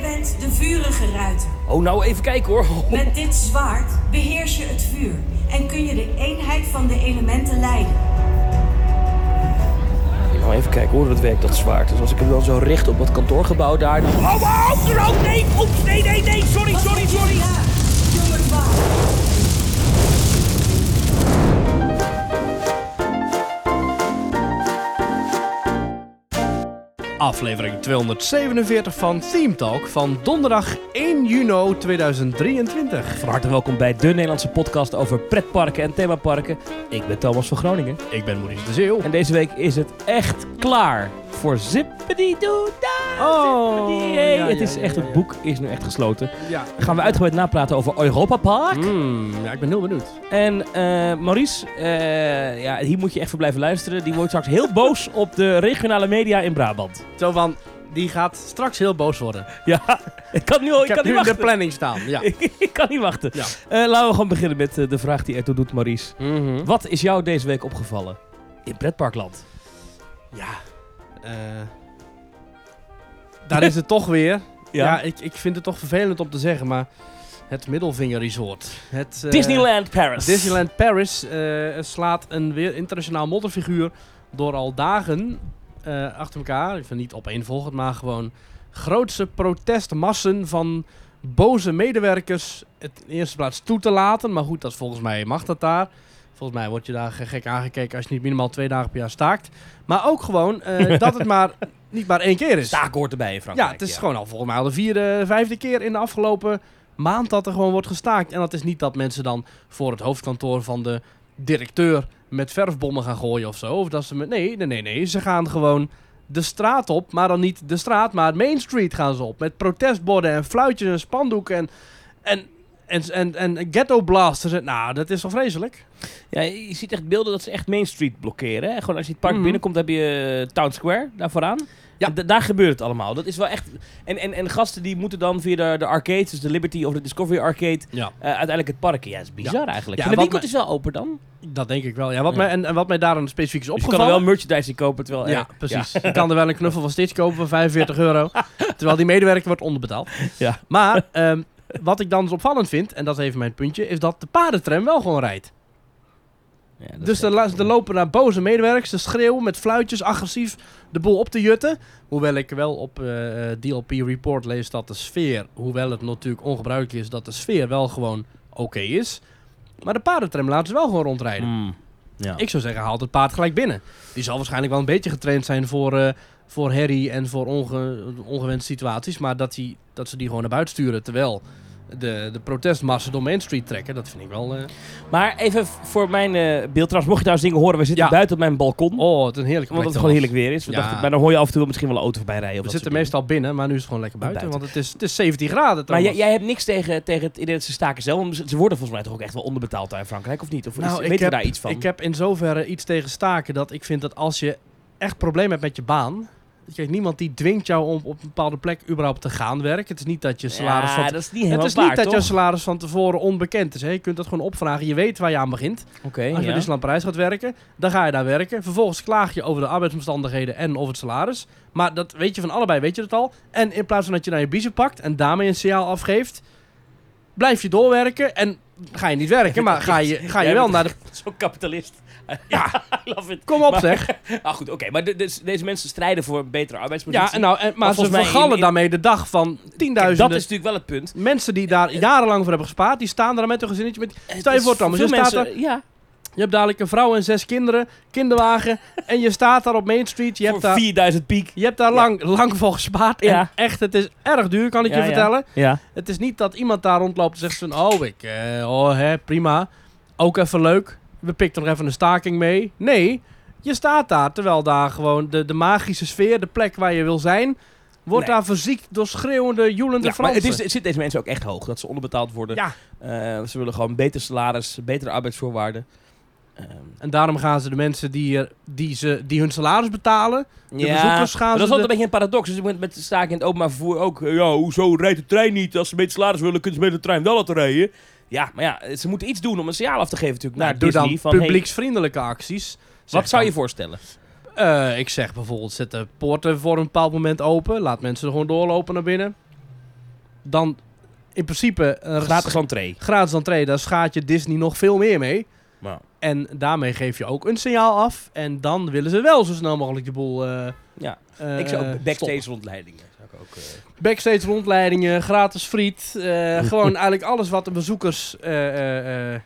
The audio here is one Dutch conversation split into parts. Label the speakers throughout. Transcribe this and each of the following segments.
Speaker 1: bent de vurige ruiter.
Speaker 2: Oh, nou even kijken hoor.
Speaker 1: Met dit zwaard beheers je het vuur en kun je de eenheid van de elementen leiden.
Speaker 2: Nou even kijken hoe dat werkt, dat zwaard. Dus als ik hem dan zo richt op dat kantoorgebouw daar... dan-
Speaker 3: Oh, oh, oh, nee, oeps, nee, nee, nee, sorry, sorry, sorry.
Speaker 1: Ja, jongen, waar?
Speaker 4: Aflevering 247 van Theme Talk van donderdag 1 juni 2023.
Speaker 2: Van harte welkom bij de Nederlandse podcast over pretparken en themaparken. Ik ben Thomas van Groningen.
Speaker 4: Ik ben Maurice de Zeeuw.
Speaker 2: En deze week is het echt klaar voor Zippity Doo
Speaker 4: Oh, ja,
Speaker 2: Het
Speaker 4: ja,
Speaker 2: is
Speaker 4: ja,
Speaker 2: echt,
Speaker 4: ja,
Speaker 2: het
Speaker 4: ja.
Speaker 2: boek is nu echt gesloten.
Speaker 4: Ja.
Speaker 2: Gaan we uitgebreid napraten over Europa Park.
Speaker 4: Hmm, ja, ik ben heel benieuwd.
Speaker 2: En eh, Maurice, eh, ja, hier moet je echt voor blijven luisteren. Die wordt straks heel boos op de regionale media in Brabant.
Speaker 4: Zo van, die gaat straks heel boos worden.
Speaker 2: Ja, ik kan nu al, ik,
Speaker 4: heb
Speaker 2: kan niet
Speaker 4: nu in de
Speaker 2: wachten.
Speaker 4: planning staan, ja.
Speaker 2: ik, ik kan niet wachten.
Speaker 4: Ja.
Speaker 2: Eh, laten we gewoon beginnen met eh, de vraag die ertoe doet, Maurice.
Speaker 4: Mhm.
Speaker 2: Wat is jou deze week opgevallen in pretparkland?
Speaker 4: Ja. eh, daar is het toch weer. Ja, eh, ik, ik vind het toch vervelend om te zeggen, maar het Middelvinger Resort. Het, eh,
Speaker 2: Disneyland Paris.
Speaker 4: Disneyland Paris eh, slaat een weer internationaal modderfiguur door al dagen eh, achter elkaar, even niet opeenvolgend, maar gewoon grootse protestmassen van boze medewerkers het in eerste plaats toe te laten. Maar goed, dat is volgens mij mag dat daar. Volgens mij word je daar ge- gek aangekeken als je niet minimaal twee dagen per jaar staakt. Maar ook gewoon eh, dat het maar niet maar één keer is.
Speaker 2: Staak hoort erbij in
Speaker 4: Ja,
Speaker 2: Frankrijk.
Speaker 4: het is gewoon al volgens mij al de vierde, vijfde keer in de afgelopen maand dat er gewoon wordt gestaakt. En dat is niet dat mensen dan voor het hoofdkantoor van de directeur met verfbommen gaan gooien of zo. Of dat ze met, nee, nee, nee, nee. Ze gaan gewoon de straat op, maar dan niet de straat, maar Main Street gaan ze op. Met protestborden en fluitjes en spandoeken en, en, en, en, en ghetto blasters. En- Nou, dat is toch vreselijk?
Speaker 2: Ja, je ziet echt beelden dat ze echt Main Street blokkeren. Hè? Gewoon als je het park
Speaker 4: Mhm.
Speaker 2: binnenkomt, heb je eh, Town Square daar vooraan.
Speaker 4: Ja.
Speaker 2: En da- daar gebeurt het allemaal. Dat is wel echt... En, en, en gasten die moeten dan via de, de arcades, dus de Liberty of de Discovery Arcade,
Speaker 4: Ja.
Speaker 2: eh, uiteindelijk het park in. Ja, dat is bizar eigenlijk.
Speaker 4: Ja,
Speaker 2: en de
Speaker 4: wat
Speaker 2: winkel
Speaker 4: me-
Speaker 2: is wel open dan.
Speaker 4: Dat denk ik wel. Ja, wat
Speaker 2: Ja.
Speaker 4: Mij, en, en wat mij daar een specifiek
Speaker 2: Dus
Speaker 4: is
Speaker 2: je
Speaker 4: opgevallen...
Speaker 2: kan er wel merchandising kopen, terwijl... eh,
Speaker 4: Ja, precies. Je kan er wel een knuffel van Stitch kopen voor 45 euro. Terwijl die medewerker wordt onderbetaald.
Speaker 2: Ja.
Speaker 4: Maar ehm, wat ik dan dus opvallend vind, en dat is even mijn puntje, is dat de paardentram wel gewoon rijdt.
Speaker 2: ja, dat
Speaker 4: Dus
Speaker 2: is-
Speaker 4: er, la- er lopen naar boze medewerkers, te schreeuwen met fluitjes, agressief de boel op te jutten. Hoewel ik wel op eh, eh, DLP Report lees dat de sfeer, hoewel het natuurlijk ongebruikelijk is, dat de sfeer wel gewoon oké is. Maar de paardentram laten ze wel gewoon rondrijden.
Speaker 2: Mm. Ja.
Speaker 4: Ik zou zeggen, haal het paard gelijk binnen. Die zal waarschijnlijk wel een beetje getraind zijn voor, eh, voor herrie en voor onge- ongewenste situaties. Maar dat, die, dat ze die gewoon naar buiten sturen terwijl de, de protestmassen door Main Street trekken, dat vind ik wel... eh,
Speaker 2: Maar even v- voor mijn eh, beeld trouwens, mocht je thuis dingen horen, we zitten
Speaker 4: Ja.
Speaker 2: buiten op mijn balkon.
Speaker 4: oh, het is een heerlijke
Speaker 2: omdat het
Speaker 4: plek dan
Speaker 2: gewoon
Speaker 4: was.
Speaker 2: heerlijk weer is. We
Speaker 4: Ja.
Speaker 2: dachten, maar dan hoor je af en toe misschien wel een auto voorbij rijden. Of
Speaker 4: We
Speaker 2: dat
Speaker 4: zitten
Speaker 2: soort dingen.
Speaker 4: meestal binnen, maar nu is het gewoon lekker buiten.
Speaker 2: Buiten.
Speaker 4: Want het is, het is 17 graden
Speaker 2: Maar
Speaker 4: Thomas.
Speaker 2: jij, jij hebt niks tegen, tegen het idee dat ze staken zelf. Want ze ze worden volgens mij toch ook echt wel onderbetaald daar in Frankrijk, of niet? Of is,
Speaker 4: Nou, ik
Speaker 2: weten we
Speaker 4: heb-
Speaker 2: daar iets van?
Speaker 4: Ik heb in zoverre iets tegen staken dat ik vind dat als je echt probleem hebt met je baan... Kijk, niemand die dwingt jou om op een bepaalde plek überhaupt te gaan werken. Het is niet dat je salaris
Speaker 2: ja,
Speaker 4: van
Speaker 2: dat is niet helemaal
Speaker 4: Het is
Speaker 2: waar,
Speaker 4: niet dat
Speaker 2: toch?
Speaker 4: jouw salaris van tevoren onbekend is. Hè? Je kunt dat gewoon opvragen. Je weet waar je aan begint.
Speaker 2: Oké,
Speaker 4: Als je dus
Speaker 2: ja.
Speaker 4: in Disneyland Parijs gaat werken, dan ga je daar werken. Vervolgens klaag je over de arbeidsomstandigheden en over het salaris. Maar dat weet je van allebei, weet je dat al. En in plaats van dat je naar je biezen pakt en daarmee een signaal afgeeft, blijf je doorwerken en ga je niet werken, maar ga je, ga je
Speaker 2: Jij
Speaker 4: wel
Speaker 2: bent
Speaker 4: naar de...
Speaker 2: Zo'n kapitalist.
Speaker 4: Ja.
Speaker 2: I love it.
Speaker 4: Kom op
Speaker 2: Maar-
Speaker 4: zeg.
Speaker 2: Ah, goed, oké. Maar de- dus deze mensen strijden voor een betere arbeidspositie.
Speaker 4: Ja, en nou, en, maar
Speaker 2: Maar
Speaker 4: ze
Speaker 2: volgens mij in-
Speaker 4: vergallen
Speaker 2: in-
Speaker 4: daarmee de dag van
Speaker 2: Kijk, dat
Speaker 4: tienduizenden...
Speaker 2: is eh, natuurlijk wel het punt.
Speaker 4: Mensen die daar jarenlang voor hebben gespaard, die staan daar met hun gezinnetje. Met... Stel je
Speaker 2: Het
Speaker 4: voor,
Speaker 2: is
Speaker 4: Thomas, je
Speaker 2: veel
Speaker 4: staat daar
Speaker 2: mensen- ja,
Speaker 4: Je hebt dadelijk een vrouw en zes kinderen, kinderwagen. en je staat daar op Main Street. Je hebt
Speaker 2: voor
Speaker 4: daar,
Speaker 2: 4000 piek.
Speaker 4: je hebt daar
Speaker 2: Ja.
Speaker 4: lang, lang voor gespaard. En
Speaker 2: Ja.
Speaker 4: echt, het is erg duur, kan ik
Speaker 2: Ja,
Speaker 4: je
Speaker 2: ja.
Speaker 4: vertellen.
Speaker 2: Ja.
Speaker 4: Het is niet dat iemand daar rondloopt en zegt van... Oh, ik, eh, oh hè, prima. Ook even leuk. We pikten nog even een staking mee. Nee, je staat daar. Terwijl daar gewoon de, de magische sfeer, de plek waar je wil zijn... Wordt
Speaker 2: Nee.
Speaker 4: daar verziekt door schreeuwende, joelende
Speaker 2: Ja, maar
Speaker 4: Fransen.
Speaker 2: het, is, het zit deze mensen ook echt hoog, dat ze onderbetaald worden.
Speaker 4: Ja.
Speaker 2: Eh, ze willen gewoon beter salaris, betere arbeidsvoorwaarden. Ehm,
Speaker 4: En daarom gaan ze de mensen die, er- die, ze, die hun salaris betalen... bezoekers gaan
Speaker 2: maar dat
Speaker 4: ze
Speaker 2: is altijd
Speaker 4: de-
Speaker 2: een beetje een paradox. Dus met, met de staking in het openbaar vervoer ook. eh, Ja, hoezo rijdt de trein niet? Als ze beter salaris willen, kunnen ze met de trein wel laten rijden. Ja, maar ja, ze moeten iets doen om een signaal af te geven natuurlijk
Speaker 4: Nou,
Speaker 2: naar
Speaker 4: doe
Speaker 2: Disney.
Speaker 4: dan
Speaker 2: van, hey,
Speaker 4: publieksvriendelijke acties.
Speaker 2: wat zou
Speaker 4: je
Speaker 2: je voorstellen?
Speaker 4: Eh, ik zeg bijvoorbeeld, zet de poorten voor een bepaald moment open. Laat mensen er gewoon doorlopen naar binnen. dan in principe... een
Speaker 2: Gratis entree.
Speaker 4: gratis entree, daar schaadt je Disney nog veel meer mee.
Speaker 2: Nou,
Speaker 4: En daarmee geef je ook een signaal af. En dan willen ze wel zo snel mogelijk de boel... eh,
Speaker 2: Ja.
Speaker 4: eh,
Speaker 2: ik zou ook backstage
Speaker 4: stoppen.
Speaker 2: rondleidingen. Zou ik ook, eh,
Speaker 4: Backstage rondleidingen, gratis friet. eh, gewoon eigenlijk alles wat de bezoekers... eh, eh, eh,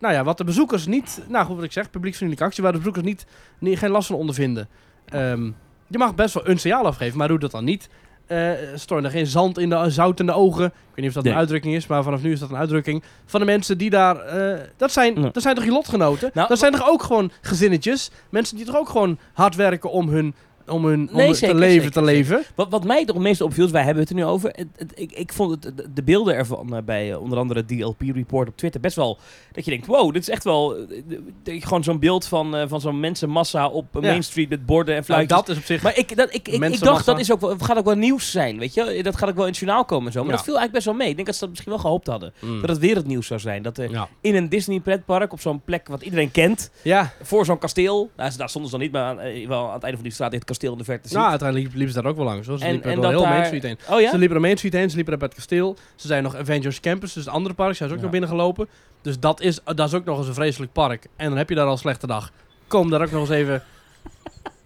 Speaker 4: nou ja, wat de bezoekers niet... Nou goed, wat ik zeg, publieksvriendelijke actie... waar de bezoekers niet, niet, geen last van ondervinden. Ehm, je mag best wel een signaal afgeven, maar doe dat dan niet. Eh stoor er geen zand in de, zout in de ogen. Ik weet niet of dat
Speaker 2: Nee.
Speaker 4: een uitdrukking is, maar vanaf nu is dat een uitdrukking. Van de mensen die daar... eh, dat, zijn,
Speaker 2: Ja.
Speaker 4: dat zijn toch je lotgenoten?
Speaker 2: Nou,
Speaker 4: dat zijn toch ook gewoon gezinnetjes? Mensen die toch ook gewoon hard werken om hun... Om hun, om
Speaker 2: Nee,
Speaker 4: hun
Speaker 2: zeker,
Speaker 4: te leven,
Speaker 2: zeker,
Speaker 4: te
Speaker 2: zeker.
Speaker 4: leven.
Speaker 2: Wat, wat mij toch het meest opviel, is, wij hebben het er nu over. Het, het- ik, ik vond het, de- de beelden ervan eh, bij eh, onder andere DLP Report op Twitter best wel. Dat je denkt: wow, dit is echt wel. eh, eh, dat je gewoon zo'n beeld van, eh, van zo'n mensenmassa op eh,
Speaker 4: Ja.
Speaker 2: Main Street met borden en
Speaker 4: Nou,
Speaker 2: fluitjes.
Speaker 4: dat is op zich...
Speaker 2: Maar ik, dat, ik, ik, ik dacht,
Speaker 4: Mensenmassa.
Speaker 2: dat is ook, wel- gaat ook wel nieuws zijn, weet je? Dat gaat ook wel in het journaal komen en zo. Maar
Speaker 4: Ja.
Speaker 2: dat viel eigenlijk best wel mee. Ik denk dat ze dat misschien wel gehoopt hadden.
Speaker 4: Mm.
Speaker 2: Dat het wereldnieuws zou zijn. Dat er
Speaker 4: Ja.
Speaker 2: in een Disney-pretpark, op zo'n plek wat iedereen kent,
Speaker 4: Ja,
Speaker 2: voor zo'n kasteel. Nou, ze- daar stonden ze dan niet, maar aan, eh, wel aan het einde van die straat in het kasteel in de verte te zien.
Speaker 4: nou, uiteindelijk liep- liepen ze daar ook wel langs. Hoor. Ze
Speaker 2: En-
Speaker 4: liepen
Speaker 2: en
Speaker 4: door heel
Speaker 2: dat daar-
Speaker 4: Main Street heen.
Speaker 2: oh ja?
Speaker 4: Ze liepen door Main Street heen, ze liepen daar bij het kasteel. Ze zijn nog Avengers Campus, dus het andere park. Zijn ze ook
Speaker 2: Ja.
Speaker 4: naar binnen gelopen. Dus dat is, dat is ook nog eens een vreselijk park. En dan heb je daar al een slechte dag. Kom daar ook nog eens even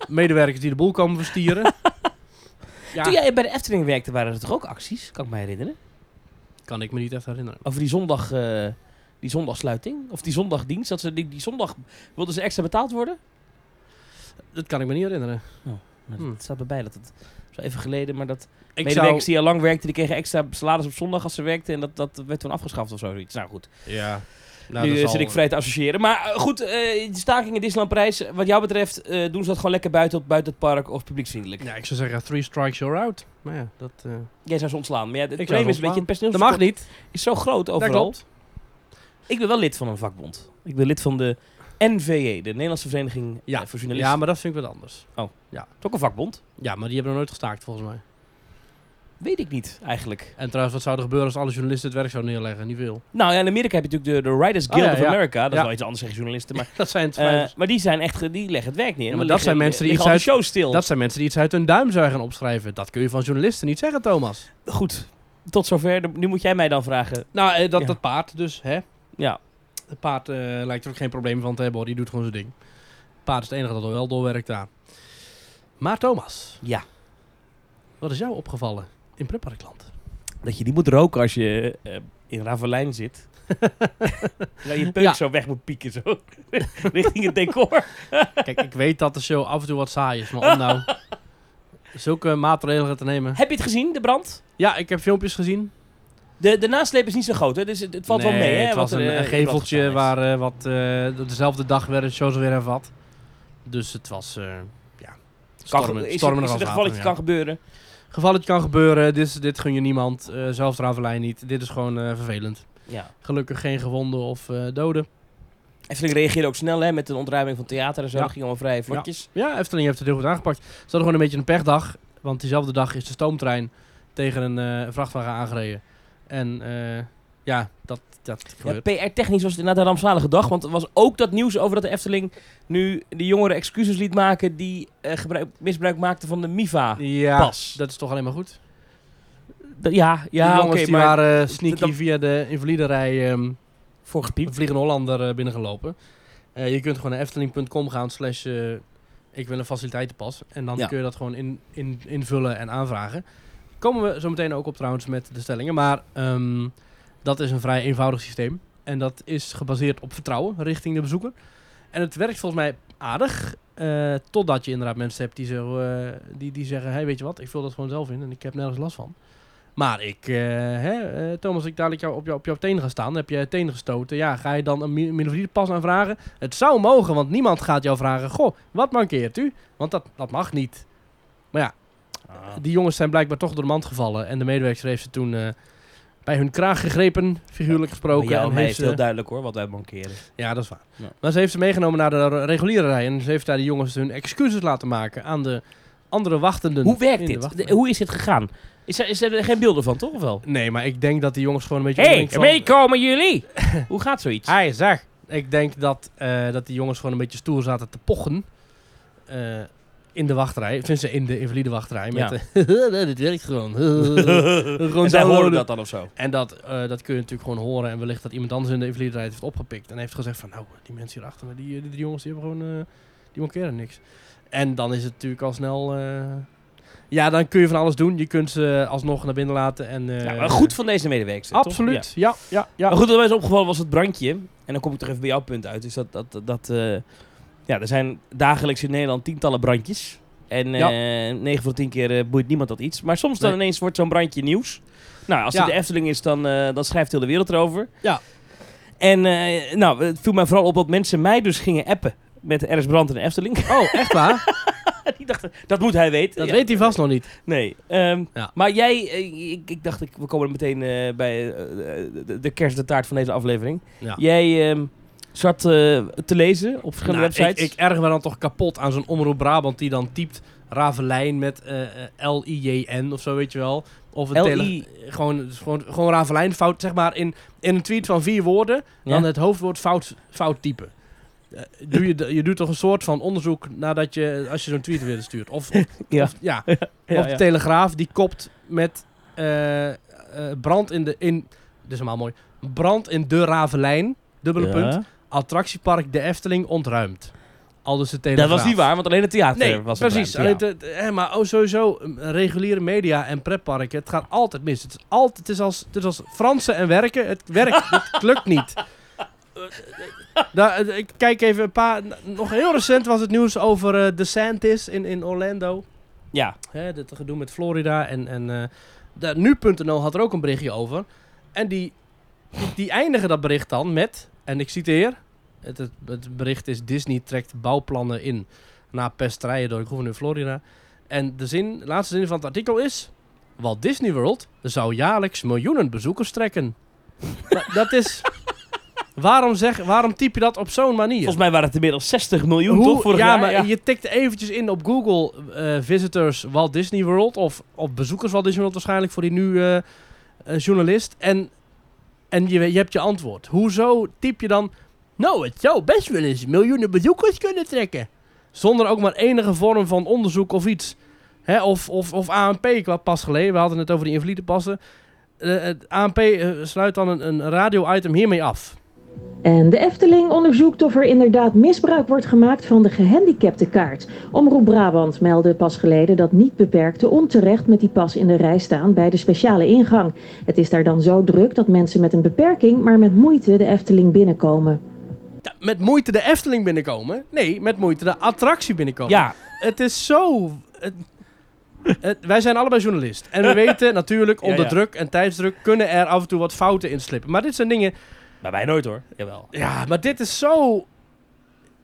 Speaker 4: medewerkers die de boel komen verstieren.
Speaker 2: Toen
Speaker 4: Ja,
Speaker 2: jij bij de Efteling werkte, waren er toch ook acties? Kan ik me herinneren.
Speaker 4: kan ik me niet echt herinneren.
Speaker 2: Over die zondag... eh, die zondagsluiting? Of die zondagdienst? Dat ze die, die zondag... Wilden ze extra betaald worden?
Speaker 4: Dat kan ik me niet herinneren.
Speaker 2: Nou,
Speaker 4: Hmm.
Speaker 2: Het staat erbij dat het... zo even geleden, maar dat...
Speaker 4: Ik zou...
Speaker 2: Medewerkers die al lang werkten, die kregen extra salaris op zondag als ze werkten. En dat, dat werd toen afgeschaft of zoiets. Nou goed,
Speaker 4: Ja. Nou,
Speaker 2: nu eh, zit ik vrij te associëren. Maar eh, goed, eh, de staking in Disneyland Parijs, eh, wat jou betreft, eh, doen ze dat gewoon lekker buiten, op, buiten het park of publieksvriendelijk.
Speaker 4: Ja, ik zou zeggen, three strikes, you're out. Maar ja, dat... eh,
Speaker 2: Jij zou ze ontslaan. Maar ja, het
Speaker 4: zou
Speaker 2: probleem
Speaker 4: ze
Speaker 2: is, weet je, het
Speaker 4: ontslaan. dat
Speaker 2: personeelstekort
Speaker 4: mag niet.
Speaker 2: is zo groot
Speaker 4: Dat
Speaker 2: overal.
Speaker 4: klopt.
Speaker 2: Ik ben wel lid van een vakbond. Ik ben lid van de NVJ, de Nederlandse Vereniging
Speaker 4: Ja.
Speaker 2: eh, voor Journalisten.
Speaker 4: Ja, maar dat vind ik wat anders.
Speaker 2: Dat is ook een vakbond.
Speaker 4: Ja, maar die hebben nog nooit gestaakt, volgens mij.
Speaker 2: Weet ik niet, eigenlijk.
Speaker 4: En trouwens, wat zou er gebeuren als alle journalisten het werk zouden neerleggen? Niet veel.
Speaker 2: Nou ja, in Amerika heb je natuurlijk de, de Writers
Speaker 4: Oh,
Speaker 2: Guild
Speaker 4: ja,
Speaker 2: of
Speaker 4: ja.
Speaker 2: America. Dat is
Speaker 4: Ja.
Speaker 2: wel iets anders tegen journalisten. Maar,
Speaker 4: Dat zijn,
Speaker 2: eh,
Speaker 4: twijfels.
Speaker 2: maar die zijn echt, ge- die leggen het werk neer.
Speaker 4: Ja,
Speaker 2: En
Speaker 4: maar
Speaker 2: dan
Speaker 4: dat zijn
Speaker 2: liggen-
Speaker 4: mensen die
Speaker 2: liggen al
Speaker 4: iets
Speaker 2: show stil.
Speaker 4: Eh, dat zijn mensen die iets uit hun duim zou gaan opschrijven. Dat kun je van journalisten niet zeggen, Thomas.
Speaker 2: Goed, tot zover. Dan- Nu moet jij mij dan vragen.
Speaker 4: Nou, eh, dat,
Speaker 2: Ja.
Speaker 4: dat paard dus, hè.
Speaker 2: Ja,
Speaker 4: Het paard eh, lijkt er ook geen probleem van te hebben, hoor. Die doet gewoon zijn ding. Het paard is het enige dat er wel doorwerkt daar. Maar Thomas,
Speaker 2: ja.
Speaker 4: wat is jou opgevallen in pretparkland?
Speaker 2: dat je die moet roken als je eh, in Ravelijn zit. dat je peuk
Speaker 4: Ja.
Speaker 2: zo weg moet pieken, zo. Richting het decor.
Speaker 4: Kijk, ik weet dat de show af en toe wat saai is, maar om nou zulke maatregelen te nemen.
Speaker 2: Heb je het gezien, de brand?
Speaker 4: Ja, ik heb filmpjes gezien.
Speaker 2: De, de nasleep is niet zo groot, hè? Dus het, het valt wel
Speaker 4: Nee,
Speaker 2: mee, hè?
Speaker 4: Het
Speaker 2: wat
Speaker 4: was
Speaker 2: er, eh,
Speaker 4: een, een
Speaker 2: in brand
Speaker 4: geveltje
Speaker 2: gestaan is.
Speaker 4: waar eh, wat eh, op dezelfde dag werden de shows weer hervat. Dus het was, eh, ja,
Speaker 2: Kan,
Speaker 4: stormen,
Speaker 2: is,
Speaker 4: stormen
Speaker 2: het, is het een
Speaker 4: als
Speaker 2: gevalletje
Speaker 4: water,
Speaker 2: kan
Speaker 4: ja.
Speaker 2: gebeuren?
Speaker 4: Gevalletje kan gebeuren, dit, is- dit gun je niemand, eh zelfs Ravelijn niet. Dit is gewoon eh, vervelend.
Speaker 2: Ja.
Speaker 4: Gelukkig geen gewonden of eh, doden.
Speaker 2: Efteling reageerde ook snel, hè? Met een ontruiming van theater en zo.
Speaker 4: Ja.
Speaker 2: Dat ging allemaal vrij vlotjes.
Speaker 4: Ja, Efteling heeft het heel goed aangepakt. Ze hadden gewoon een beetje een pechdag, want diezelfde dag is de stoomtrein tegen een eh, vrachtwagen aangereden. En eh, ja, dat, dat
Speaker 2: Ja,
Speaker 4: gebeurt.
Speaker 2: PR-technisch was het inderdaad een rampzalige dag. Want er was ook dat nieuws over dat de Efteling nu de jongeren excuses liet maken... die eh, gebruik, misbruik maakten van de MIVA.
Speaker 4: Ja,
Speaker 2: pas.
Speaker 4: dat is toch alleen maar goed.
Speaker 2: D- Ja,
Speaker 4: die
Speaker 2: ja,
Speaker 4: jongens
Speaker 2: oké,
Speaker 4: die
Speaker 2: maar
Speaker 4: waren eh, sneaky
Speaker 2: dat-
Speaker 4: via de invaliderij ehm
Speaker 2: voor
Speaker 4: een Vliegende Hollander eh, binnengelopen. Eh, je kunt gewoon naar efteling.com gaan slash eh, ik wil een faciliteitenpas. En dan
Speaker 2: Ja.
Speaker 4: kun je dat gewoon in, in, invullen en aanvragen. Komen we zo meteen ook op trouwens met de stellingen. Maar ehm, dat is een vrij eenvoudig systeem. En dat is gebaseerd op vertrouwen richting de bezoeker. En het werkt volgens mij aardig. eh, totdat je inderdaad mensen hebt die, zo, eh, die, die zeggen... Hey, weet je wat, ik vul dat gewoon zelf in en ik heb nergens last van. Maar ik, eh, hè, eh, Thomas, als ik dadelijk jou op, jou op jouw tenen ga staan, dan heb je tenen gestoten. Ja, ga je dan een mi- minderwaardigheidspas aanvragen? Het zou mogen, want niemand gaat jou vragen, goh, wat mankeert u? Want dat, dat mag niet. Maar ja,
Speaker 2: Ah.
Speaker 4: die jongens zijn blijkbaar toch door de mand gevallen. En de medewerker heeft ze toen eh, bij hun kraag gegrepen, figuurlijk gesproken.
Speaker 2: Maar jou
Speaker 4: en
Speaker 2: en mij
Speaker 4: heeft
Speaker 2: is
Speaker 4: ze-
Speaker 2: heel duidelijk hoor, wat wij bankeren.
Speaker 4: ja, dat is waar.
Speaker 2: Ja.
Speaker 4: Maar ze heeft ze meegenomen naar de r- reguliere rij. En ze heeft daar de jongens hun excuses laten maken aan de andere wachtenden.
Speaker 2: Hoe werkt
Speaker 4: in de
Speaker 2: dit?
Speaker 4: wachtrij.
Speaker 2: De- hoe is dit gegaan? Is er, is er geen beelden van, toch? Of wel?
Speaker 4: Nee, maar ik denk dat die jongens gewoon een beetje...
Speaker 2: Hé,
Speaker 4: onderling van-
Speaker 2: meekomen jullie! hoe gaat zoiets?
Speaker 4: Hij zeg. Ik denk dat, eh, dat die jongens gewoon een beetje stoer zaten te pochen. Eh, in de wachtrij. Vind ze in de invalide wachtrij. Met
Speaker 2: Ja.
Speaker 4: de, "Nee, dit werkt gewoon. gewoon
Speaker 2: en zij horen
Speaker 4: downloaden.
Speaker 2: dat dan of zo.
Speaker 4: En dat, eh, dat kun je natuurlijk gewoon horen. En wellicht dat iemand anders in de invalide rij het heeft opgepikt. En heeft gezegd van nou, die mensen hierachter, maar die, eh, die drie jongens, die hebben gewoon, eh, die mankeren niks. En dan is het natuurlijk al snel... eh, ja, dan kun je van alles doen. Je kunt ze alsnog naar binnen laten. En, eh,
Speaker 2: Ja, maar goed van deze medewerkster. toch? Ja.
Speaker 4: Absoluut, ja, ja, ja.
Speaker 2: Maar goed, wat mij is opgevallen was het brandje. En dan kom ik toch even bij jouw punt uit. Dus dat, dat, dat eh, ja, er zijn dagelijks in Nederland tientallen brandjes. En
Speaker 4: Ja.
Speaker 2: 9 van de 10 keer eh, boeit niemand dat iets. Maar soms dan
Speaker 4: Nee.
Speaker 2: ineens wordt zo'n brandje nieuws. Nou, als het
Speaker 4: Ja.
Speaker 2: de Efteling is, dan, eh, dan schrijft heel de wereld erover.
Speaker 4: Ja.
Speaker 2: En eh, nou, het viel mij vooral op dat mensen mij dus gingen appen met de RS Brand en de Efteling.
Speaker 4: Oh, echt waar?
Speaker 2: Die dachten, dat moet hij weten.
Speaker 4: Dat
Speaker 2: Ja.
Speaker 4: weet hij vast nog niet.
Speaker 2: Nee. ehm,
Speaker 4: Ja.
Speaker 2: Maar jij, eh, ik, ik dacht, ik- we komen meteen eh, bij eh, de, de kerst en de taart van deze aflevering.
Speaker 4: Ja.
Speaker 2: Jij ehm, zat eh, te lezen op verschillende
Speaker 4: Nou,
Speaker 2: websites.
Speaker 4: Ik, ik erger me dan toch kapot aan zo'n Omroep Brabant die dan typt Ravelijn met eh, eh, L-I-J-N of zo, weet je wel. Of een
Speaker 2: L.I..
Speaker 4: tele- gewoon, gewoon, gewoon Ravelijn fout, zeg maar, in, in een tweet van vier woorden,
Speaker 2: Ja.
Speaker 4: dan het hoofdwoord fout, fout typen. Eh, Doe je, de- je doet toch een soort van onderzoek nadat je, als je zo'n tweet weer stuurt. Of, of-
Speaker 2: Ja.
Speaker 4: of, ja.
Speaker 2: Ja,
Speaker 4: of de
Speaker 2: ja.
Speaker 4: Telegraaf, die kopt met eh, eh, brand in de... In, dit is helemaal mooi. Brand in de Ravelijn, dubbele punt. Attractiepark De Efteling ontruimd. Al dus de
Speaker 2: Dat
Speaker 4: Telegraaf.
Speaker 2: was niet waar, want alleen het theater
Speaker 4: Nee,
Speaker 2: was
Speaker 4: precies.
Speaker 2: ontruimd, ja.
Speaker 4: Alleen het- eh, maar oh, sowieso, eh, reguliere media en pretparken, het gaat altijd mis. Het is, altijd, het is, als, het is als Fransen en werken. Het werkt, het lukt niet. Daar, eh, ik kijk even een paar... Nog heel recent was het nieuws over eh, DeSantis in, in Orlando.
Speaker 2: Ja.
Speaker 4: Hè, dat gedoe met Florida en, en eh, daar- nu.nl had er ook een berichtje over. En die, die, die eindigen dat bericht dan met, en ik citeer, het, het, het bericht is Disney trekt bouwplannen in na pesterijen door de gouverneur Florida. En de zin, laatste zin van het artikel is, Walt Disney World zou jaarlijks miljoenen bezoekers trekken. Maar dat is, waarom, zeg, waarom typ je dat op zo'n manier?
Speaker 2: Volgens mij waren het inmiddels 60 miljoen,
Speaker 4: Hoe-
Speaker 2: toch? Vorig
Speaker 4: ja,
Speaker 2: jaar?
Speaker 4: maar
Speaker 2: ja.
Speaker 4: je tikt eventjes in op Google eh, visitors Walt Disney World of, of bezoekers Walt Disney World waarschijnlijk voor die nu eh, eh, journalist. En, en je, je hebt je antwoord. Hoezo typ je dan, nou het zou best wel eens miljoenen bezoekers kunnen trekken. Zonder ook maar enige vorm van onderzoek of iets. Hè, of, of, of ANP qua pas geleden, we hadden het over die invalide passen. Eh, het ANP eh, sluit dan een, een radio-item hiermee af.
Speaker 5: En de Efteling onderzoekt of er inderdaad misbruik wordt gemaakt van de gehandicaptenkaart. Omroep Brabant meldde pas geleden dat niet-beperkten onterecht met die pas in de rij staan bij de speciale ingang. Het is daar dan zo druk dat mensen met een beperking maar met moeite de Efteling binnenkomen.
Speaker 4: Ja, met moeite de Efteling binnenkomen? Nee, met moeite de attractie binnenkomen.
Speaker 2: ja,
Speaker 4: Het is zo. het- het- wij zijn allebei journalist. En we weten natuurlijk,
Speaker 2: Ja,
Speaker 4: onder
Speaker 2: ja.
Speaker 4: druk en tijdsdruk kunnen er af en toe wat fouten in slippen. Maar dit zijn dingen.
Speaker 2: maar wij nooit hoor. Jawel.
Speaker 4: Ja, maar dit is zo.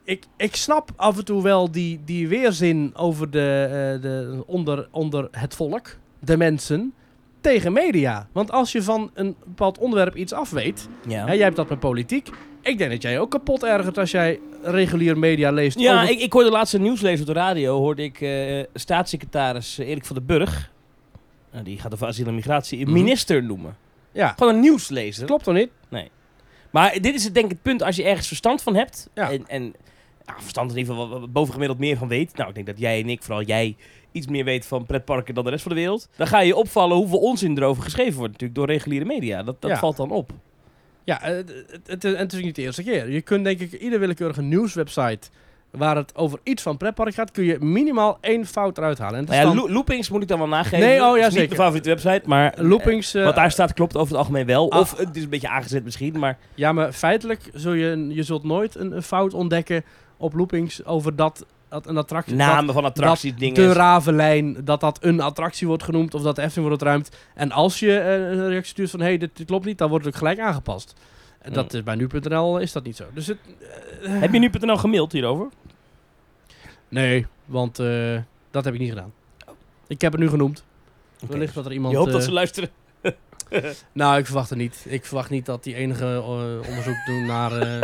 Speaker 4: Ik, ik snap af en toe wel die, die weerzin over de, eh, de, onder, onder het volk, de mensen, tegen media. Want als je van een bepaald onderwerp iets af weet,
Speaker 2: Ja,
Speaker 4: hè, jij hebt dat met politiek. Ik denk dat jij ook kapot ergert als jij regulier media leest.
Speaker 2: ja
Speaker 4: over-
Speaker 2: ik, ik hoorde laatst een nieuwslezer op de radio. Hoorde ik eh, staatssecretaris Erik van den Burg. Nou, die gaat over asiel en migratie een
Speaker 4: Mhm.
Speaker 2: minister noemen.
Speaker 4: ja.
Speaker 2: Gewoon een nieuwslezer.
Speaker 4: Klopt toch niet?
Speaker 2: Maar dit is het, denk ik het punt als je ergens verstand van hebt.
Speaker 4: Ja.
Speaker 2: En, en ja, verstand in ieder geval wat- wat bovengemiddeld meer van weet. Nou, ik denk dat jij en ik, vooral jij, iets meer weet van pretparken dan de rest van de wereld. Dan ga je opvallen hoeveel onzin erover geschreven wordt natuurlijk door reguliere media. Dat, dat
Speaker 4: Ja.
Speaker 2: valt dan op.
Speaker 4: Ja, eh, het, het, het is- en het is niet de eerste keer. Je kunt denk ik ieder willekeurige nieuwswebsite waar het over iets van pretpark gaat, kun je minimaal één fout eruit halen. En dat
Speaker 2: Nou ja,
Speaker 4: is dan
Speaker 2: lo- loopings moet ik dan wel nageven.
Speaker 4: Nee, oh ja,
Speaker 2: Dat is niet
Speaker 4: zeker.
Speaker 2: mijn favoriete website, maar...
Speaker 4: loopings. eh,
Speaker 2: Wat daar staat klopt over het algemeen wel.
Speaker 4: Ah.
Speaker 2: Of het is een beetje aangezet misschien, maar...
Speaker 4: Ja, maar feitelijk zul je, je zult nooit een, een fout ontdekken op loopings over dat, dat een attractie. dat
Speaker 2: Namen van attracties, dingen...
Speaker 4: de Ravenlijn, dat dat een attractie wordt genoemd of dat de Efteling wordt ontruimd. En als je eh, een reactie stuurt van hé, hey, dit, dit klopt niet, dan wordt het ook gelijk aangepast. En dat
Speaker 2: Hmm.
Speaker 4: is bij nu.nl is dat niet zo. Dus het,
Speaker 2: Heb je nu.nl gemaild hierover?
Speaker 4: Nee, want eh, dat heb ik niet gedaan. Ik heb het nu genoemd. Wellicht dat er iemand...
Speaker 2: Je hoopt dat
Speaker 4: eh,
Speaker 2: ze luisteren.
Speaker 4: Nou, ik verwacht het niet. Ik verwacht niet dat die enige eh, onderzoek doen naar eh,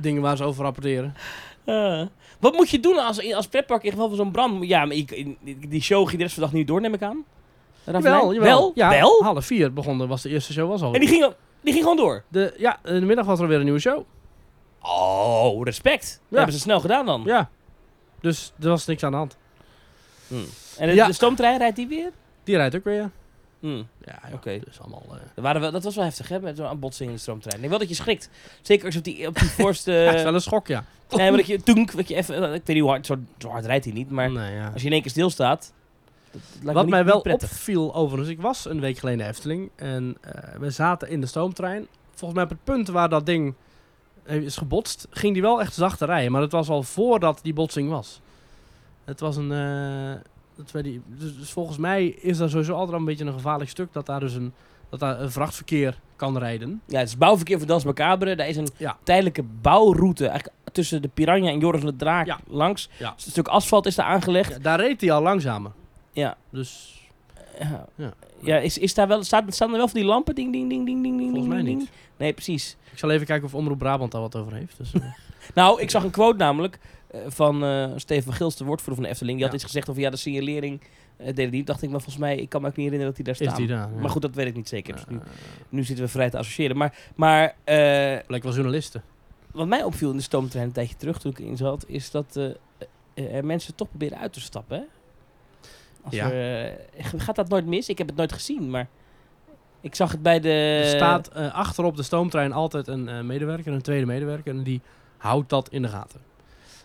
Speaker 4: dingen waar ze over rapporteren.
Speaker 2: Eh, wat moet je doen als, als pretpark in geval van zo'n brand? Ja, maar ik, in- die show ging de rest van de dag niet door, neem ik aan. De Ravelijn?
Speaker 4: Jawel, jawel.
Speaker 2: Wel?
Speaker 4: Ja,
Speaker 2: wel?
Speaker 4: Half vier begon, de- was de eerste show was al.
Speaker 2: En die ging, die ging gewoon door.
Speaker 4: de, ja, in de middag was er weer een nieuwe show.
Speaker 2: Oh, respect. Dat
Speaker 4: Ja.
Speaker 2: hebben ze snel gedaan dan.
Speaker 4: Ja. Dus er was niks aan de hand.
Speaker 2: En de,
Speaker 4: Ja.
Speaker 2: de stoomtrein rijdt die weer?
Speaker 4: Die rijdt ook weer, ja.
Speaker 2: Hm.
Speaker 4: Ja,
Speaker 2: joh,
Speaker 4: Dus allemaal...
Speaker 2: Er waren wel, dat was wel heftig, hè? Met zo'n botsing in de stroomtrein. Ik denk wel dat je schrikt. Zeker als je op die, op die voorste...
Speaker 4: dat is wel een schok, ja.
Speaker 2: nee, maar dat je... Toenk, dat je even... Ik weet niet hoe hard... Zo, zo hard rijdt hij niet, maar...
Speaker 4: nee, ja.
Speaker 2: Als je in één keer stilstaat... Dat, dat lijkt me
Speaker 4: Wat
Speaker 2: niet-
Speaker 4: mij
Speaker 2: niet
Speaker 4: wel
Speaker 2: prettig.
Speaker 4: opviel overigens, ik was een week geleden in de Efteling en eh, we zaten in de stoomtrein. Volgens mij op het punt waar dat ding eh, is gebotst, ging die wel echt zachter rijden. Maar dat was al voordat die botsing was. Het was een... eh, dat weet ik- dus, dus volgens mij is daar sowieso altijd al een beetje een gevaarlijk stuk dat daar dus een, dat daar een vrachtverkeer kan rijden.
Speaker 2: Ja, het is bouwverkeer voor Dans Macabre. Daar is een
Speaker 4: Ja.
Speaker 2: tijdelijke bouwroute eigenlijk tussen de Piranha en Joris de Draak
Speaker 4: Ja.
Speaker 2: langs.
Speaker 4: Ja.
Speaker 2: Dus een stuk asfalt is daar aangelegd.
Speaker 4: Ja, Dus daar reed hij al langzamer.
Speaker 2: Ja.
Speaker 4: Dus
Speaker 2: Ja.
Speaker 4: Ja.
Speaker 2: Ja, is, is daar wel, staat, staan er wel van die lampen? Ding, ding, ding, ding, ding, ding.
Speaker 4: volgens mij
Speaker 2: ding,
Speaker 4: niet.
Speaker 2: ding? Nee, precies.
Speaker 4: Ik zal even kijken of Omroep Brabant daar wat over heeft. Dus, eh,
Speaker 2: Nou, ik zag een quote namelijk eh, van eh Steven Gils, de woordvoerder van de Efteling. Die had
Speaker 4: Ja.
Speaker 2: iets gezegd over ja, de signalering eh, deden die. Dacht ik, maar volgens mij, ik kan me ook niet herinneren dat die daar
Speaker 4: is
Speaker 2: staan.
Speaker 4: die daar? ja.
Speaker 2: Maar goed, dat weet ik niet zeker. Dus
Speaker 4: Ja,
Speaker 2: nu, nu zitten we vrij te associëren. Maar, maar eh,
Speaker 4: Blijkt wel journalisten.
Speaker 2: wat mij opviel in de stoomtrein een tijdje terug toen ik in zat, is dat eh, eh, er mensen toch proberen uit te stappen. hè? Als
Speaker 4: Ja.
Speaker 2: er, eh, gaat dat nooit mis? Ik heb het nooit gezien, maar ik zag het bij de.
Speaker 4: Er staat eh, achterop de stoomtrein altijd een eh, medewerker, een tweede medewerker. En die houdt dat in de gaten.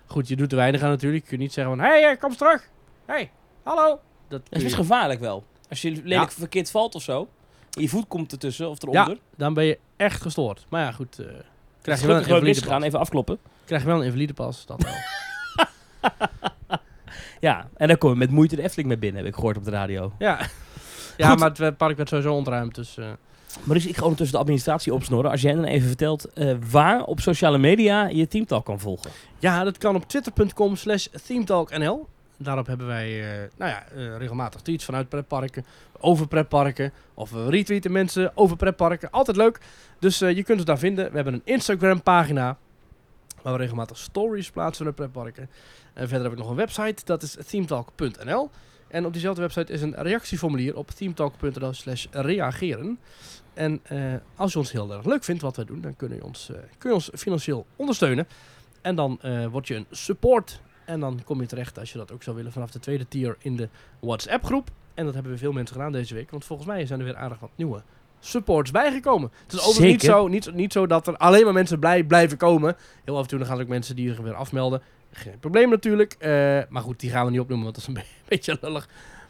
Speaker 4: Goed, je doet er weinig aan natuurlijk. Je kunt niet zeggen van, hé, hey, eh, kom eens terug. Hé, hey, hallo. Dat
Speaker 2: Het is
Speaker 4: kun je-
Speaker 2: best gevaarlijk wel. Als je lelijk verkeerd valt of zo, en je voet komt ertussen of eronder.
Speaker 4: ja, dan ben je echt gestoord. Maar ja, goed. eh, krijg, je wel
Speaker 2: Gelukkig
Speaker 4: een
Speaker 2: gewoon
Speaker 4: invalide
Speaker 2: misgegaan,
Speaker 4: pas.
Speaker 2: even afkloppen.
Speaker 4: krijg je wel een invalide pas. Dat wel.
Speaker 2: Ja, en daar kom je met moeite de Efteling mee binnen, heb ik gehoord op de radio.
Speaker 4: ja. ja,
Speaker 2: Goed.
Speaker 4: maar het eh, park werd sowieso ontruimd. Dus eh,
Speaker 2: Maar dus ik ga ondertussen de administratie opsnorren. Als jij dan even vertelt eh, waar op sociale media je teamtal kan volgen.
Speaker 4: ja, dat kan op twitter.com slash themetalknl. Daarop hebben wij eh, nou ja, eh, regelmatig tweets vanuit pretparken, over pretparken. Of we retweeten mensen over pretparken. Altijd leuk. Dus eh, je kunt het daar vinden. We hebben een Instagram pagina. Waar we regelmatig stories plaatsen naar pretparken. En verder heb ik nog een website. Dat is themetalk.nl. En op diezelfde website is een reactieformulier op themetalk.nl slash reageren. En eh, als je ons heel erg leuk vindt wat wij doen, dan kun je ons, eh, kun je ons financieel ondersteunen. En dan eh, word je een support. En dan kom je terecht, als je dat ook zou willen, vanaf de tweede tier in de WhatsApp-groep. En dat hebben we veel mensen gedaan deze week. Want volgens mij zijn er weer aardig wat nieuwe supports bijgekomen. Het is overigens niet
Speaker 2: Zeker.
Speaker 4: zo, niet, niet zo dat er alleen maar mensen blij blijven komen. Heel af en toe dan gaan er ook mensen die zich weer afmelden. Geen probleem natuurlijk. eh, maar goed, die gaan we niet opnoemen, want dat is een be- beetje lullig.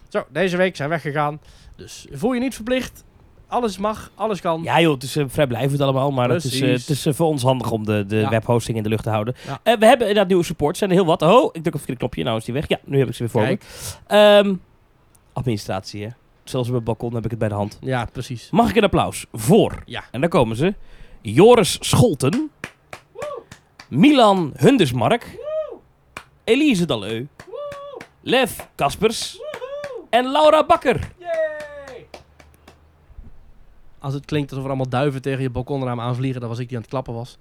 Speaker 4: Zo, deze week zijn we weggegaan. Dus voel je niet verplicht. Alles mag, alles kan.
Speaker 2: Ja joh, het is eh, vrijblijvend allemaal, maar het is, eh,
Speaker 4: Precies.
Speaker 2: het is eh, voor ons handig om de, de
Speaker 4: Ja.
Speaker 2: webhosting in de lucht te houden.
Speaker 4: Ja.
Speaker 2: Eh, we hebben inderdaad nieuwe support, zijn er heel wat. Oh, ik druk op het knopje, nou is die weg. Ja, nu heb ik ze weer voor
Speaker 4: Kijk.
Speaker 2: me. Ehm, administratie hè. Zelfs op het balkon heb ik het bij de hand.
Speaker 4: Ja, precies.
Speaker 2: Mag ik een applaus voor?
Speaker 4: Ja.
Speaker 2: En daar komen ze. Joris Scholten. Milan Hundersmark. Elise Daleu. Lev Kaspers. En Laura Bakker.
Speaker 4: Als het klinkt alsof er allemaal duiven tegen je balkonraam aanvliegen, dan was ik die aan het klappen was.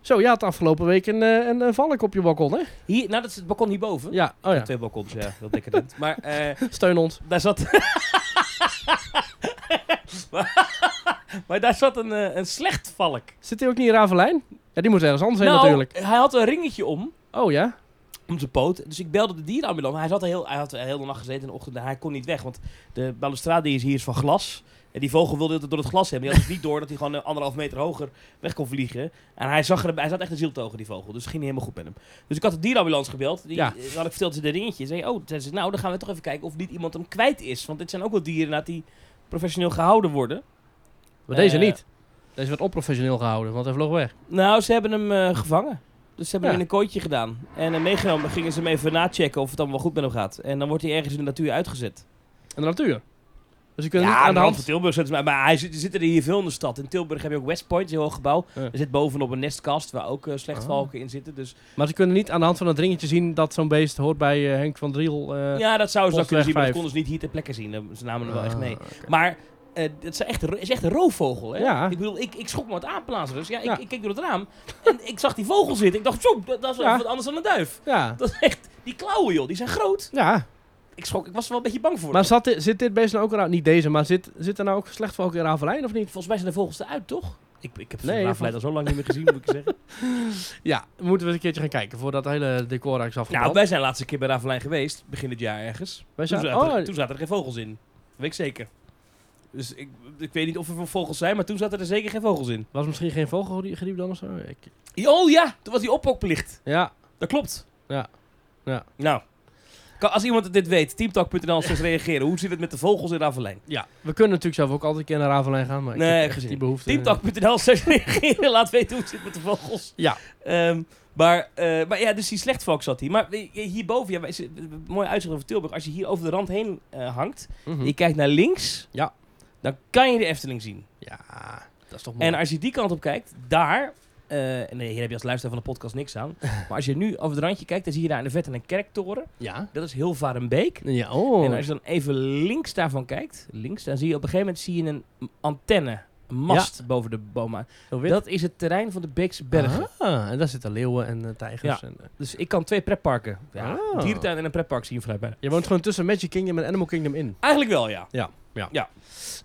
Speaker 4: Zo, ja, het afgelopen week een, eh, een, eh, valk op je balkon, hè?
Speaker 2: Hier, nou, dat is het balkon hierboven.
Speaker 4: Ja, oh ja.
Speaker 2: Twee balkons, ja, heel decadent. maar eh,
Speaker 4: Steun ons.
Speaker 2: daar zat. maar, maar daar zat een, eh, een slecht valk. Nou,
Speaker 4: Zit hij ook niet in Ravelijn? Ja, die moet ergens anders heen natuurlijk.
Speaker 2: hij had een ringetje om.
Speaker 4: Oh ja?
Speaker 2: om zijn poot. Dus ik belde de dierenambulance. Hij, zat al heel, hij had heel de nacht gezeten in de ochtend. en Hij kon niet weg, want de balustrade die is hier is van glas. En die vogel wilde het door het glas hebben. Die had het niet door dat hij gewoon eh, anderhalf meter hoger weg kon vliegen. En hij, zag er, hij zat echt een zieltogen, die vogel. Dus het ging niet helemaal goed met hem. Dus ik had de dierenambulance gebeld. Die,
Speaker 4: Ja.
Speaker 2: eh, had ik verteld ze de ringetje. Zei, oh, zei ze, nou, dan gaan we toch even kijken of niet iemand hem kwijt is. Want dit zijn ook wel dieren inderdaad die professioneel gehouden worden.
Speaker 4: Maar deze
Speaker 2: Eh.
Speaker 4: niet. Deze werd onprofessioneel gehouden, want hij vloog weg.
Speaker 2: Nou, ze hebben hem eh, gevangen. Dus ze hebben
Speaker 4: Ja.
Speaker 2: hem in een kooitje gedaan. En eh, meegenomen gingen ze hem even nachecken of het allemaal wel goed met hem gaat. En dan wordt hij ergens in de natuur uitgezet.
Speaker 4: En de natuur. Dus je kunt
Speaker 2: ja,
Speaker 4: niet aan de hand...
Speaker 2: van Tilburg zetten ze maar, maar hij zit, zitten er hier veel in de stad. In Tilburg heb je ook West Point, een heel hoog gebouw.
Speaker 4: Ja. Ah.
Speaker 2: Er zit bovenop een nestkast waar ook eh slechtvalken in zitten. Dus
Speaker 4: Maar ze kunnen niet aan de hand van dat ringetje zien dat zo'n beest hoort bij eh, Henk van Driel. eh,
Speaker 2: ja, dat zouden ze dan
Speaker 4: Postweg
Speaker 2: kunnen zien, maar dat
Speaker 4: vijf.
Speaker 2: konden ze niet hier ter plekke zien. Eh, Ze namen hem wel echt mee.
Speaker 4: Ah, oké.
Speaker 2: Maar eh het is echt, een ro- is echt een roofvogel, hè?
Speaker 4: Ja.
Speaker 2: Ik bedoel, ik, ik schrok me wat aanplaatsen. Dus ja, ik,
Speaker 4: Ja.
Speaker 2: ik keek door het raam en ik zag die vogel zitten. Ik dacht, zo, dat, dat is wel
Speaker 4: Ja.
Speaker 2: wat anders dan een duif.
Speaker 4: Ja.
Speaker 2: Dat is echt, die klauwen, joh, die zijn groot.
Speaker 4: Ja,
Speaker 2: Ik schrok, ik was er wel een beetje bang voor.
Speaker 4: maar zat dit- zit dit beest nou ook... in Ra- Niet deze, maar zit, zit er nou ook slecht voor ook in Ravelijn of niet?
Speaker 2: Volgens mij zijn de vogels eruit, toch? Ik, ik heb
Speaker 4: Nee,
Speaker 2: nee,
Speaker 4: van-
Speaker 2: Vlaamse al zo lang niet meer gezien, moet ik zeggen. Nou,
Speaker 4: Ja, moeten we een keertje gaan kijken voordat het hele decor eigenlijk is
Speaker 2: Nou,
Speaker 4: afgebrand.
Speaker 2: wij zijn de laatste keer bij Ravelijn geweest, begin dit jaar ergens. Toen
Speaker 4: Wij zijn-
Speaker 2: zaten, er,
Speaker 4: oh.
Speaker 2: toen zaten er geen vogels in. Dat weet ik zeker. Dus ik, ik weet niet of er wel vogels zijn, maar toen zaten er zeker geen vogels in.
Speaker 4: Was misschien geen vogelgriep dan of zo? Ik-
Speaker 2: Oh ja, toen was die oppokplicht.
Speaker 4: Ja,
Speaker 2: Dat klopt.
Speaker 4: Ja. Ja.
Speaker 2: Nou, kan- als iemand dit weet, teamtalk.nl slash reageren. Hoe zit het met de vogels in Ravelijn?
Speaker 4: ja, we kunnen natuurlijk zelf ook altijd een keer naar Ravelijn gaan, maar ik
Speaker 2: Nee,
Speaker 4: heb
Speaker 2: gezien.
Speaker 4: echt die behoefte.
Speaker 2: Teamtalk.nl slash reageren. Laat weten hoe het zit met de vogels.
Speaker 4: Ja.
Speaker 2: Ehm, maar, eh, maar ja, dus die slechtvalk zat hier. Maar eh, hierboven, ja, wij zi- mooi uitzicht over Tilburg. Als je hier over de rand heen eh, hangt,
Speaker 4: Mhm.
Speaker 2: je kijkt naar links,
Speaker 4: Ja.
Speaker 2: dan kan je de Efteling zien.
Speaker 4: Ja, dat is toch mooi.
Speaker 2: En als je die kant op kijkt, daar... eh, nee, hier heb je als luisteraar van de podcast niks aan. Maar als je nu over het randje kijkt, dan zie je daar in de verte een kerktoren.
Speaker 4: Ja.
Speaker 2: Dat is heel Varenbeek.
Speaker 4: Ja, oh.
Speaker 2: En als je dan even links daarvan kijkt, links, dan zie je op een gegeven moment zie je een antenne, een mast boven de bomen.
Speaker 4: Zo wit.
Speaker 2: Dat is het terrein van de Beekse Bergen.
Speaker 4: Ah, en daar zitten leeuwen en eh, tijgers. En, eh.
Speaker 2: Dus ik kan twee pretparken, ja,
Speaker 4: Ah.
Speaker 2: een dierentuin en een pretpark zien vanuit bijna.
Speaker 4: Je woont gewoon tussen Magic Kingdom en Animal Kingdom in.
Speaker 2: Eigenlijk wel, ja.
Speaker 4: Ja, ja.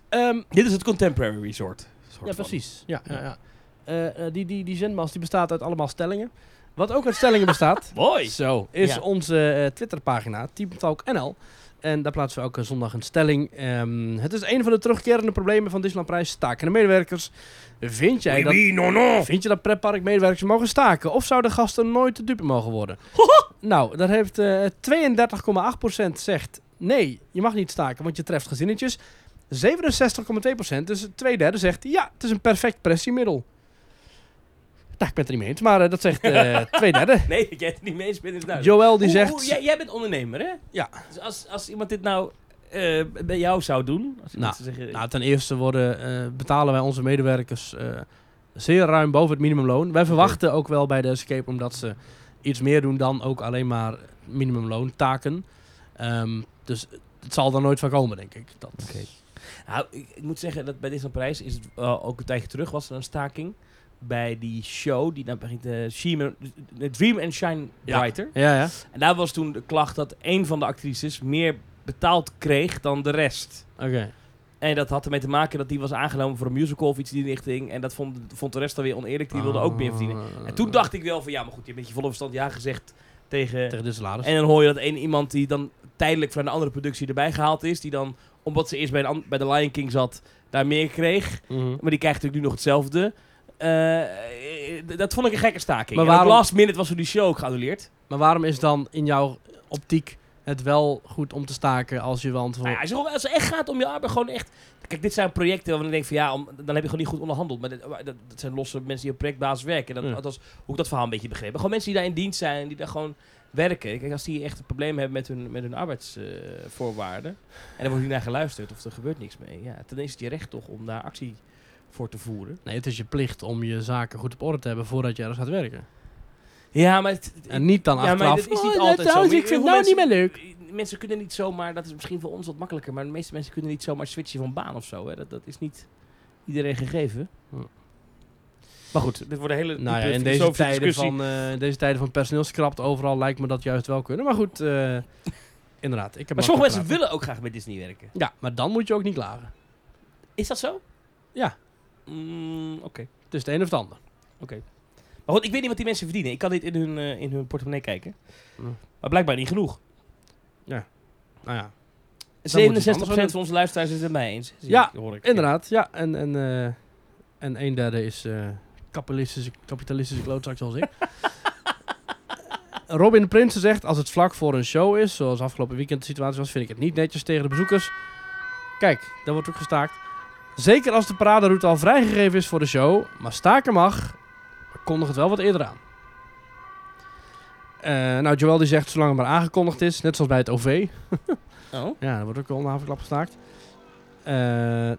Speaker 2: Ehm, dit is het Contemporary Resort. soort van.
Speaker 4: Ja, precies. Ja, ja, ja. Eh, eh, die, die, die zendmast die bestaat uit allemaal stellingen. Wat ook uit stellingen bestaat,
Speaker 2: Mooi.
Speaker 4: zo, is
Speaker 2: Ja.
Speaker 4: onze eh, Twitterpagina, Teamtalk NL. En daar plaatsen we elke zondag een stelling. Ehm, het is een van de terugkerende problemen van Disneyland Prijs, stakende medewerkers. Vind jij dat,
Speaker 3: no,
Speaker 2: Eh.
Speaker 3: no.
Speaker 4: vind je dat pretpark medewerkers mogen staken? Of zouden gasten nooit de dupe mogen worden? nou, daar heeft eh 32,8% zegt nee, je mag niet staken, want je treft gezinnetjes. 67,2%, dus twee derde zegt ja, het is een perfect pressiemiddel. Nou, ik ben het er niet mee eens, maar eh, dat zegt eh twee derde.
Speaker 2: Nee, dat jij het er niet mee eens bent is duidelijk.
Speaker 4: Joël die
Speaker 2: Hoe-
Speaker 4: zegt...
Speaker 2: hoe- jij, jij bent ondernemer, hè?
Speaker 4: Ja.
Speaker 2: Dus als, als iemand dit nou eh, bij jou zou doen... Als iemand zou zeggen,
Speaker 4: Nou, ten eerste worden, eh, betalen wij onze medewerkers eh, zeer ruim boven het minimumloon. Wij verwachten ook wel bij de Escape Room dat ze iets meer doen dan ook alleen maar minimumloontaken. Ehm dus het zal er nooit van komen, denk ik. Dat,
Speaker 2: Oké. Nou, ik, ik moet zeggen dat bij Disneyland Parijs is het eh, ook een tijdje terug was er een staking bij die show die nou begint eh, Shime- eh, Dream and Shine
Speaker 4: Ja.
Speaker 2: Brighter.
Speaker 4: Ja, ja.
Speaker 2: En daar was toen de klacht dat een van de actrices meer betaald kreeg dan de rest.
Speaker 4: Oké.
Speaker 2: En dat had ermee te maken dat die was aangenomen voor een musical of iets in die richting. En dat vond, vond de rest dan weer oneerlijk. Die wilde ook meer verdienen. En toen dacht ik wel van ja, maar goed, je hebt met je volle verstand ja gezegd tegen
Speaker 4: Tegen Eh, de salaris.
Speaker 2: en dan hoor je dat één iemand die dan tijdelijk van een andere productie erbij gehaald is, die dan, omdat ze eerst bij de, an- bij de Lion King zat, daar meer kreeg.
Speaker 4: Mhm.
Speaker 2: Maar die krijgt natuurlijk nu nog hetzelfde. Eh, eh, d- dat vond ik een gekke staking.
Speaker 4: Maar
Speaker 2: Maar waarom...
Speaker 4: waarom-
Speaker 2: last minute was voor die show ook geannuleerd.
Speaker 4: Maar waarom is dan in jouw optiek het wel goed om te staken als je wel...
Speaker 2: Nou ja, als, je gewoon- als het echt gaat om je arbeid, gewoon echt... Kijk, dit zijn projecten waarvan ik denk van ja, om- dan heb je gewoon niet goed onderhandeld. Maar dit- maar dat, dat zijn losse mensen die op projectbasis werken. En dat,
Speaker 4: Ja.
Speaker 2: althans, hoe ik dat verhaal een beetje begreep. Maar gewoon mensen die daar in dienst zijn, die daar gewoon werken. Kijk, als die echt een probleem hebben met hun, met hun arbeidsvoorwaarden. en er wordt niet naar geluisterd of er gebeurt niks mee. Ja, ten eerste is het je recht toch om daar actie voor te voeren.
Speaker 4: Nee, het is je plicht om je zaken goed op orde te hebben voordat je ergens gaat werken.
Speaker 2: Ja, maar... Het,
Speaker 4: En niet dan
Speaker 2: ja,
Speaker 4: achteraf...
Speaker 2: maar dat is
Speaker 4: "Oh,
Speaker 2: niet
Speaker 4: nou,
Speaker 2: altijd zo.
Speaker 4: trouwens,
Speaker 2: Maar
Speaker 4: Ik vind
Speaker 2: heel
Speaker 4: het
Speaker 2: veel
Speaker 4: nou niet meer leuk.
Speaker 2: mensen- Mensen kunnen niet zomaar, dat is misschien voor ons wat makkelijker, maar de meeste mensen kunnen niet zomaar switchen van baan of zo. Hè. Dat, dat is niet iedereen gegeven.
Speaker 4: Hm.
Speaker 2: Maar goed, dit wordt een hele
Speaker 4: Nou ja,
Speaker 2: diepe
Speaker 4: in deze
Speaker 2: filosofische
Speaker 4: tijden,
Speaker 2: discussie.
Speaker 4: van, eh, in deze tijden van personeelskrapt overal lijkt me dat juist wel kunnen. Maar goed, eh, inderdaad. Ik heb
Speaker 2: Maar
Speaker 4: maar
Speaker 2: sommige mensen
Speaker 4: gepraat.
Speaker 2: willen ook graag bij Disney werken.
Speaker 4: Ja, maar dan moet je ook niet klagen.
Speaker 2: Is dat zo?
Speaker 4: Ja.
Speaker 2: Mm, Oké.
Speaker 4: Het is het een of het ander.
Speaker 2: Maar goed, ik weet niet wat die mensen verdienen. Ik kan niet in hun, eh, in hun portemonnee kijken.
Speaker 4: Hm.
Speaker 2: Maar blijkbaar niet genoeg. 67%
Speaker 4: Nou ja, moet je het anders doen.
Speaker 2: van onze luisteraars is het mij eens. Zie
Speaker 4: Ja,
Speaker 2: ik, hoor ik.
Speaker 4: inderdaad. Ja, en, en, eh, en een derde is eh, kapitalistische, kapitalistische klootzak zoals ik. Robin Prinsen zegt, als het vlak voor een show is, zoals afgelopen weekend de situatie was, vind ik het niet netjes tegen de bezoekers. Kijk, daar wordt ook gestaakt. Zeker als de paraderoute al vrijgegeven is voor de show, maar staken mag, maar kondig het wel wat eerder aan. Eh, nou, Joel die zegt, zolang het maar aangekondigd is, net zoals bij het OV.
Speaker 2: Oh.
Speaker 4: Ja, er wordt ook wel een havenklap gestaakt. Eh,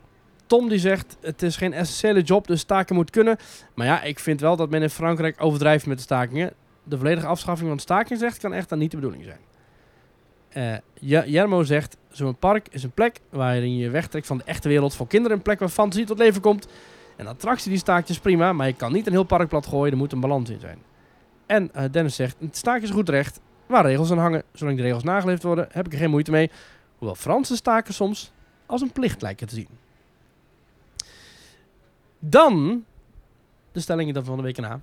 Speaker 4: Tom die zegt, het is geen essentiële job, dus staken moet kunnen. Maar ja, ik vind wel dat men in Frankrijk overdrijft met de stakingen. De volledige afschaffing van het stakingsrecht kan echt dan niet de bedoeling zijn. Eh, Ja- Jermo zegt, zo'n park is een plek waarin je wegtrekt van de echte wereld voor kinderen. Een plek waar fantasie tot leven komt. Een attractie die staakt is prima, maar je kan niet een heel park plat gooien. Er moet een balans in zijn. En eh, Dennis zegt, het staken is goed recht, waar regels aan hangen. Zolang de regels nageleefd worden, heb ik er geen moeite mee. Hoewel Franse staken soms als een plicht lijken te zien. Dan De stellingen dan van de week na.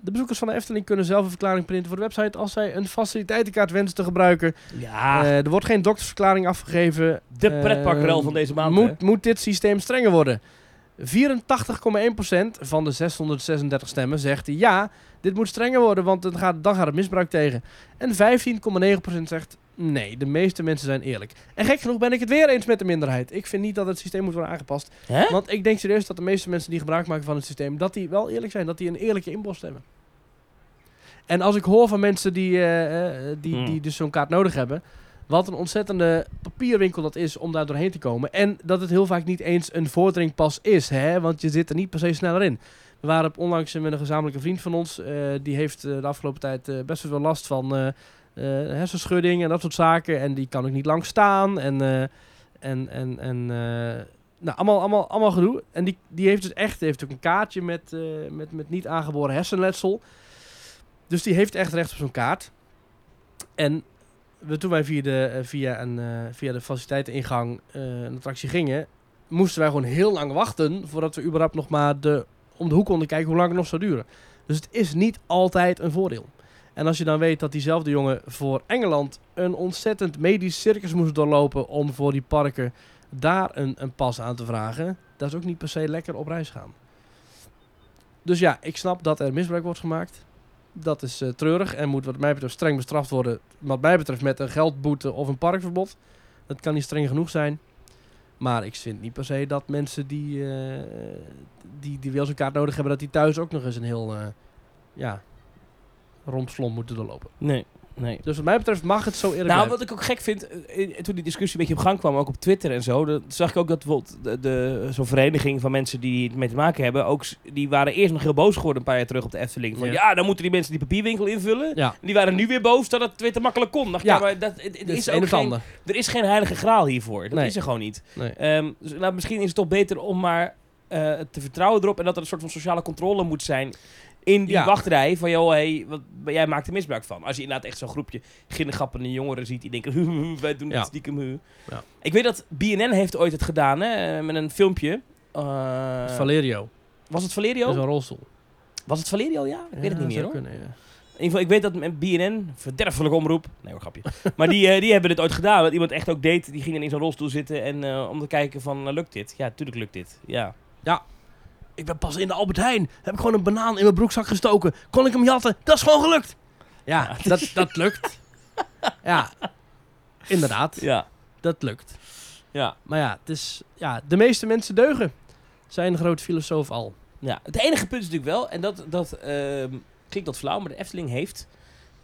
Speaker 4: De bezoekers van de Efteling kunnen zelf een verklaring printen voor de website als zij een faciliteitenkaart wensen te gebruiken.
Speaker 2: Ja,
Speaker 4: Eh, er wordt geen doktersverklaring afgegeven.
Speaker 2: Ah. de
Speaker 4: Eh,
Speaker 2: pretparkrel van deze maand. hè?
Speaker 4: Moet, moet dit systeem strenger worden? 84,1% van de 636 stemmen zegt ja, dit moet strenger worden, want dan gaat, dan gaat het misbruik tegen. En 15,9% zegt nee, de meeste mensen zijn eerlijk. En gek genoeg ben ik het weer eens met de minderheid. Ik vind niet dat het systeem moet worden aangepast.
Speaker 2: Hè?
Speaker 4: Want ik denk serieus dat de meeste mensen die gebruik maken van het systeem, dat die wel eerlijk zijn, dat die een eerlijke inborst hebben. En als ik hoor van mensen die, eh, eh, die,
Speaker 2: Hmm.
Speaker 4: die dus zo'n kaart nodig hebben, wat een ontzettende papierwinkel dat is om daar doorheen te komen. En dat het heel vaak niet eens een vordringpas is, hè? want je zit er niet per se sneller in. We waren op onlangs met een gezamenlijke vriend van ons, eh, die heeft eh, de afgelopen tijd eh, best wel veel last van eh eh, hersenschudding en dat soort zaken. En die kan ook niet lang staan en... eh, en, en, en eh, nou, allemaal, allemaal, allemaal gedoe. En die, die heeft dus echt die heeft ook een kaartje met, eh, met, met niet aangeboren hersenletsel. Dus die heeft echt recht op zo'n kaart. En we, toen wij via de, eh, via een, eh, via de faciliteiteningang eh een attractie gingen, moesten wij gewoon heel lang wachten voordat we überhaupt nog maar de, om de hoek konden kijken hoe lang het nog zou duren. Dus het is niet altijd een voordeel. En als je dan weet dat diezelfde jongen voor Engeland een ontzettend medisch circus moest doorlopen om voor die parken daar een, een pas aan te vragen, dat is ook niet per se lekker op reis gaan. Dus ja, ik snap dat er misbruik wordt gemaakt. Dat is eh, treurig en moet wat mij betreft streng bestraft worden. Wat mij betreft met een geldboete of een parkverbod. Dat kan niet streng genoeg zijn. Maar ik vind niet per se dat mensen die, eh, die, die wel zo'n kaart nodig hebben, dat die thuis ook nog eens een heel eh, ja, rompslom moeten doorlopen.
Speaker 2: Nee, nee.
Speaker 4: Dus wat mij betreft mag het zo eerlijk
Speaker 2: Nou,
Speaker 4: blijven.
Speaker 2: wat ik ook gek vind, eh, eh, toen die discussie een beetje op gang kwam, ook op Twitter en zo, dan zag ik ook dat bijvoorbeeld de, de, zo'n vereniging van mensen die het mee te maken hebben, ook, s- die waren eerst nog heel boos geworden een paar jaar terug op de Efteling. Van
Speaker 4: Ja.
Speaker 2: ja, dan moeten die mensen die papierwinkel invullen.
Speaker 4: Ja.
Speaker 2: En Die waren nu weer boos dat het Twitter makkelijk kon. Dacht, ik,
Speaker 4: Ja.
Speaker 2: ja. maar dat, het, het
Speaker 4: Dit
Speaker 2: is
Speaker 4: het
Speaker 2: ook
Speaker 4: een of
Speaker 2: geen,
Speaker 4: ander.
Speaker 2: er is geen heilige graal hiervoor. Dat
Speaker 4: Nee.
Speaker 2: is er gewoon niet.
Speaker 4: Nee.
Speaker 2: Ehm, dus, nou, misschien is het toch beter om maar eh, te vertrouwen erop en dat er een soort van sociale controle moet zijn in die
Speaker 4: Ja.
Speaker 2: wachtrij van joh, hey, wat, jij maakt er misbruik van. Als je inderdaad echt zo'n groepje ginnegappende jongeren ziet die denken, wij doen dit
Speaker 4: Ja.
Speaker 2: stiekem. hu.
Speaker 4: Ja.
Speaker 2: Ik weet dat BNN heeft ooit het gedaan hè, eh, met een filmpje. Eh,
Speaker 4: Valerio,
Speaker 2: was het
Speaker 4: dat
Speaker 2: Valerio?
Speaker 4: is een rolstoel.
Speaker 2: Was het Valerio? Ja, ik weet het niet meer hoor.
Speaker 4: Kunnen, ja.
Speaker 2: In ieder geval, ik weet dat met BNN, verderfelijke omroep. Nee hoor, grapje. maar die, eh, die hebben dit ooit gedaan. Dat iemand echt ook deed. Die ging dan in zo'n rolstoel zitten. En eh, om te kijken van, eh, lukt dit? Ja, tuurlijk lukt dit. Ja.
Speaker 4: Ik ben pas in de Albert Heijn. Heb ik gewoon een banaan in mijn broekzak gestoken. Kon ik hem jatten. Dat is gewoon gelukt. Ja, dat, dat lukt. Ja, inderdaad.
Speaker 2: Ja.
Speaker 4: Dat lukt.
Speaker 2: Ja.
Speaker 4: Maar ja, het is, ja, de meeste mensen deugen. Zijn een groot filosoof al.
Speaker 2: ja. Het enige punt is natuurlijk wel. En dat, dat ehm, klinkt dat flauw. Maar de Efteling heeft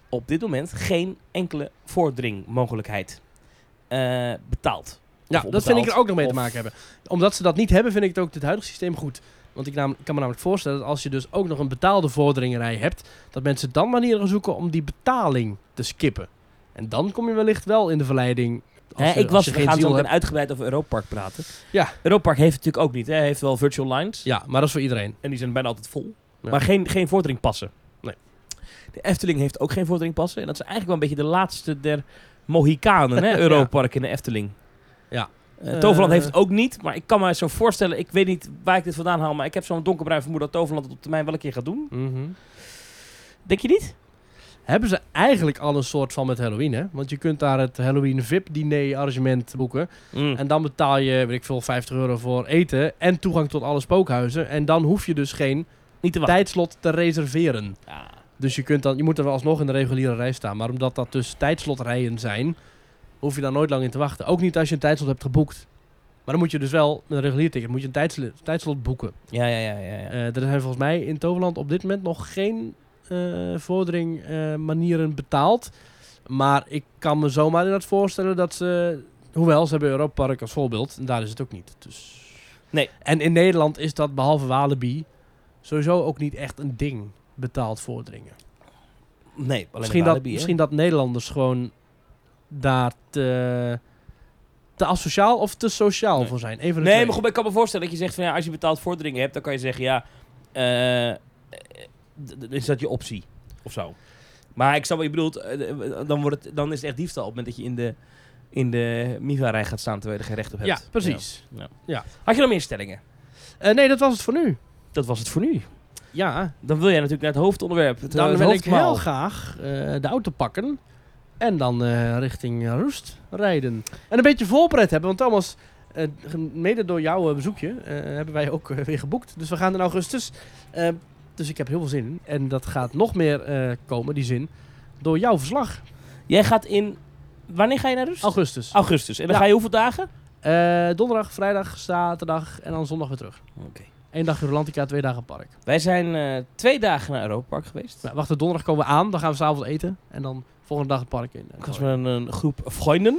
Speaker 2: op dit moment geen enkele voordringmogelijkheid eh, betaald.
Speaker 4: Ja,
Speaker 2: Of
Speaker 4: dat vind ik er
Speaker 2: onbetaald,
Speaker 4: ook nog mee te
Speaker 2: of-
Speaker 4: maken hebben. Omdat ze dat niet hebben, vind ik het ook dit huidige systeem goed. Want ik nam- kan me namelijk voorstellen dat als je dus ook nog een betaalde vorderingerij hebt, dat mensen dan manieren gaan zoeken om die betaling te skippen. En dan kom je wellicht wel in de verleiding. als
Speaker 2: Hè,
Speaker 4: je-
Speaker 2: ik
Speaker 4: als
Speaker 2: was,
Speaker 4: je
Speaker 2: we gaan
Speaker 4: ziel
Speaker 2: zo meteen
Speaker 4: hebt.
Speaker 2: uitgebreid over Europark praten.
Speaker 4: Ja.
Speaker 2: Europark heeft het natuurlijk ook niet. Hè. Hij heeft wel virtual lines.
Speaker 4: Ja, maar dat is voor iedereen.
Speaker 2: En die zijn bijna altijd vol.
Speaker 4: Ja.
Speaker 2: Maar geen, geen vordering passen.
Speaker 4: Nee.
Speaker 2: De Efteling heeft ook geen vordering passen. En dat is eigenlijk wel een beetje de laatste der Mohikanen, hè? Europark in de Efteling.
Speaker 4: Ja.
Speaker 2: Eh, Toverland
Speaker 4: Eh.
Speaker 2: heeft het ook niet. Maar ik kan me zo voorstellen, ik weet niet waar ik dit vandaan haal. Maar ik heb zo'n donkerbruin vermoeden dat Toverland het op termijn wel een keer gaat doen. Denk je niet?
Speaker 4: Hebben ze eigenlijk al een soort van met Halloween, hè? Want je kunt daar het Halloween VIP-diner-arrangement boeken.
Speaker 2: Mm. Hm.
Speaker 4: En dan betaal je, weet ik veel, 50 euro voor eten en toegang tot alle spookhuizen. En dan hoef je dus geen
Speaker 2: Niet te wachten.
Speaker 4: tijdslot te reserveren.
Speaker 2: Ja.
Speaker 4: Dus je, kunt dan, je moet er wel alsnog in de reguliere rij staan. Maar omdat dat dus tijdslotrijen zijn, hoef je daar nooit lang in te wachten. Ook niet als je een tijdslot hebt geboekt. Maar dan moet je dus wel, met een regulier ticket, moet je een tijdslot, tijdslot boeken.
Speaker 2: Ja, ja, ja, ja, ja.
Speaker 4: Eh, er zijn volgens mij in Toverland op dit moment nog geen eh, vordering eh, manieren betaald. Maar ik kan me zomaar inderdaad voorstellen dat ze... Hoewel, ze hebben Europa Park als voorbeeld. En daar is het ook niet. Dus...
Speaker 2: Nee.
Speaker 4: En in Nederland is dat, behalve Walibi, sowieso ook niet echt een ding. Betaald vorderingen.
Speaker 2: Nee, alleen de
Speaker 4: Misschien, dat,
Speaker 2: Walibi, hè?
Speaker 4: misschien dat Nederlanders gewoon daar te, te asociaal of te sociaal
Speaker 2: Nee.
Speaker 4: voor zijn. Even
Speaker 2: Nee, maar goed, maar ik kan me voorstellen dat je zegt van ja, als je betaald vorderingen hebt, dan kan je zeggen ja, eh, eh, d- d- is dat je optie of zo. Maar ik snap wat je bedoelt, eh, eh, dan, wordt het, dan is het echt diefstal op het moment dat je in de, in de MIVA-rij gaat staan terwijl je er geen recht op hebt.
Speaker 4: Ja, precies.
Speaker 2: Had je nog meer stellingen?
Speaker 4: Eh, nee, dat was het voor nu.
Speaker 2: Dat was het voor nu.
Speaker 4: Ja,
Speaker 2: Dan wil jij natuurlijk naar het hoofdonderwerp. Het, eh,
Speaker 4: dan
Speaker 2: het
Speaker 4: wil ik
Speaker 2: hoofdverhaal.
Speaker 4: heel graag eh, de auto pakken. En dan eh, richting Roest rijden. En een beetje voorpret hebben. Want Thomas, eh, ge- mede door jouw eh, bezoekje eh, hebben wij ook eh, weer geboekt. Dus we gaan in augustus. Eh, dus ik heb er heel veel zin in. En dat gaat nog meer eh, komen, die zin, door jouw verslag.
Speaker 2: Jij gaat in... Wanneer ga je naar rust?
Speaker 4: Augustus.
Speaker 2: Augustus. En dan
Speaker 4: Ja.
Speaker 2: ga je hoeveel dagen?
Speaker 4: Eh, donderdag, vrijdag, zaterdag en dan zondag weer terug.
Speaker 2: Oké.
Speaker 4: Eén dag in Rolantica, twee dagen park.
Speaker 2: Wij zijn eh, twee dagen naar Europa Park geweest.
Speaker 4: Nou, wacht, donderdag komen we aan. Dan gaan we s'avonds eten. En dan volgende dag het park in.
Speaker 2: Ik was met een, een groep vrienden.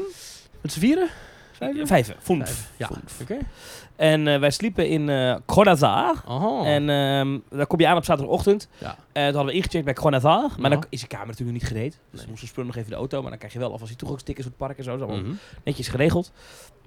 Speaker 4: Met z'n vieren? Vijven?
Speaker 2: Vijven. Vijf.
Speaker 4: Vijf, Ja, oké.
Speaker 2: En eh, wij sliepen in eh Corazar.
Speaker 4: Aha.
Speaker 2: En ehm, daar kom je aan op zaterdagochtend.
Speaker 4: Oh. Ja.
Speaker 2: Eh, toen hadden we ingecheckt bij Corazar. Maar dan
Speaker 4: Ja.
Speaker 2: is de kamer natuurlijk niet gereed. Dus we moesten spullen nog even in de auto. Maar dan krijg je wel alvast die toegangstickets voor het park en zo. Dat is allemaal
Speaker 4: Mhm.
Speaker 2: netjes geregeld.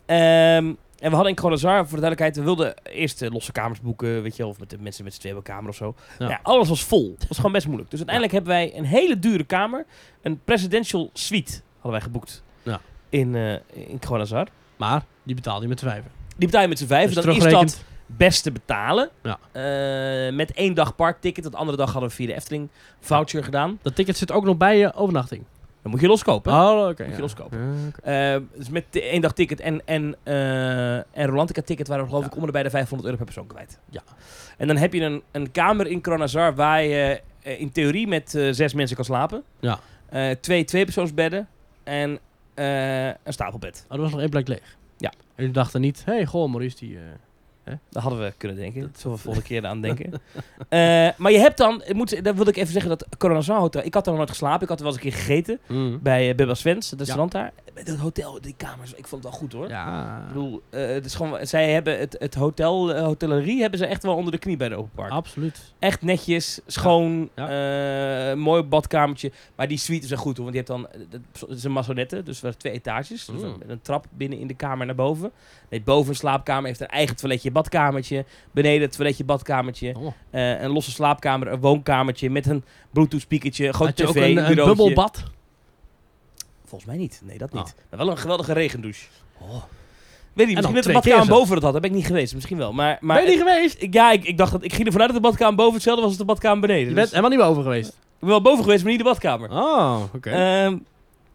Speaker 2: Ehm, en we hadden in Corazar, voor de duidelijkheid, we wilden eerst eh, losse kamers boeken, weet je, wel, of met de mensen met z'n tweeën op een kamer of zo.
Speaker 4: Ja.
Speaker 2: Ja. alles was vol. Dat was gewoon best moeilijk. Dus uiteindelijk hebben wij een hele dure kamer, een presidential suite, hadden wij geboekt
Speaker 4: Ja.
Speaker 2: in, eh in Corazar.
Speaker 4: Maar die betaal je met z'n vijven.
Speaker 2: Die betaal je met z'n vijf,
Speaker 4: Dus
Speaker 2: dan is
Speaker 4: terugrekend.
Speaker 2: dat best te betalen.
Speaker 4: Ja.
Speaker 2: Eh, met één dag parkticket, dat andere dag hadden we via de Efteling voucher gedaan.
Speaker 4: Dat ticket zit ook nog bij je overnachting.
Speaker 2: Dan moet je loskopen.
Speaker 4: Oh, oké.
Speaker 2: Moet je
Speaker 4: ja.
Speaker 2: loskopen.
Speaker 4: Ja, oké.
Speaker 2: Eh, dus met de één dag ticket en, en, eh en Rolantica ticket waren we geloof
Speaker 4: Ja.
Speaker 2: ik om en bij de 500 euro per persoon kwijt.
Speaker 4: Ja.
Speaker 2: En dan heb je een, een kamer in Kronazar waar je eh, in theorie met eh, zes mensen kan slapen.
Speaker 4: Ja.
Speaker 2: Eh, twee tweepersoonsbedden en eh, een stapelbed.
Speaker 4: Oh, er was nog één plek leeg.
Speaker 2: Ja.
Speaker 4: En jullie dachten niet, hé, hey, goh, Maurice, die... eh,
Speaker 2: Daar hadden we kunnen denken. Dat zullen we volgende keer aan denken. Eh, maar je hebt dan, ik moet, dat wil ik even zeggen, dat Kronazar Hotel, ik had daar nog nooit geslapen. Ik had er wel eens een keer gegeten bij eh, Bubba Svens, dat restaurant daar. Dat hotel, die kamers, ik vond het wel goed hoor.
Speaker 4: Ja,
Speaker 2: Ik bedoel, eh, het is gewoon, zij hebben het, het hotel, eh, hotelerie hebben ze echt wel onder de knie bij de Open Park.
Speaker 4: absoluut.
Speaker 2: Echt netjes, schoon,
Speaker 4: Ja.
Speaker 2: eh, mooi badkamertje. Maar die suite is echt goed hoor, want je hebt dan, eh, dat het is een massonette, dus wel twee etages. Dus
Speaker 4: Mm.
Speaker 2: met een trap binnen in de kamer naar boven. Nee, boven een slaapkamer heeft een eigen toiletje, badkamertje. Beneden het toiletje, badkamertje.
Speaker 4: Oh.
Speaker 2: Eh, een losse slaapkamer, een woonkamertje met een bluetooth speakertje, een groot
Speaker 4: Had je
Speaker 2: tv,
Speaker 4: ook een, een
Speaker 2: bureautje.
Speaker 4: bubbelbad?
Speaker 2: Volgens mij niet. Nee, dat niet.
Speaker 4: Oh.
Speaker 2: Maar wel een geweldige regendouche. Weet niet,
Speaker 4: En dan
Speaker 2: misschien dat de
Speaker 4: twee
Speaker 2: badkamer
Speaker 4: keer zo.
Speaker 2: boven dat had. Daar ben ik niet geweest. Misschien wel. Maar, maar
Speaker 4: ben je niet geweest?
Speaker 2: Ik- ja, ik, ik dacht dat ik ging ervan uit dat de badkamer boven hetzelfde was als de badkamer beneden.
Speaker 4: Je
Speaker 2: Dus
Speaker 4: bent helemaal niet meer over geweest.
Speaker 2: ik ben wel boven geweest, maar niet de badkamer.
Speaker 4: Oh, oké.
Speaker 2: Ehm,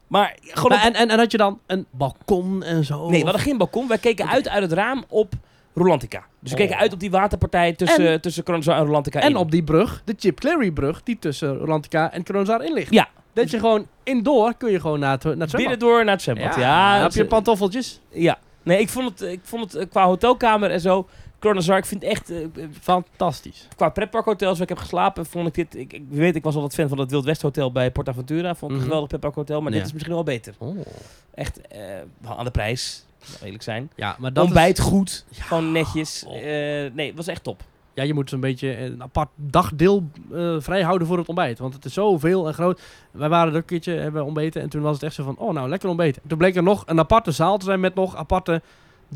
Speaker 2: maar gewoon.
Speaker 4: Maar
Speaker 2: op-
Speaker 4: en, en, en had je dan een balkon en zo?
Speaker 2: nee, we hadden geen balkon. Wij keken uit uit het raam op Rolantica. Dus we keken
Speaker 4: Oh.
Speaker 2: uit op die waterpartij tussen, tussen Kronenzaal en Rolantica.
Speaker 4: En
Speaker 2: in.
Speaker 4: op die brug, de Chip Clary brug, die tussen Rolantica en Kronzaar in ligt.
Speaker 2: Ja.
Speaker 4: Dat je gewoon indoor kun je gewoon naar het, naar het zwembad.
Speaker 2: binnen door naar het zwembad. Ja,
Speaker 4: dan heb
Speaker 2: dat-
Speaker 4: je pantoffeltjes.
Speaker 2: ja. Nee, ik vond het, ik vond het eh, qua hotelkamer en zo. Kronenzaal, ik vind echt. eh,
Speaker 4: Fantastisch.
Speaker 2: qua pretparkhotels waar ik heb geslapen, vond ik dit... Ik, ik weet, ik was altijd fan van dat Wild West Hotel bij PortAventura. Vond ik
Speaker 4: Mhm.
Speaker 2: een geweldig pretparkhotel, maar
Speaker 4: Ja.
Speaker 2: dit is misschien wel beter.
Speaker 4: Oh.
Speaker 2: Echt, eh, wel aan de prijs, laten we eerlijk zijn.
Speaker 4: Ja, maar dat
Speaker 2: Ontbijt
Speaker 4: is-
Speaker 2: goed, gewoon netjes.
Speaker 4: Oh.
Speaker 2: Eh, nee, het was echt top.
Speaker 4: ja, je moet zo'n beetje een apart dagdeel eh, vrijhouden voor het ontbijt. Want het is zoveel en groot. Wij waren er een keertje, hebben we ontbeten. En toen was het echt zo van, oh nou, lekker ontbeten. Toen bleek er nog een aparte zaal te zijn met nog aparte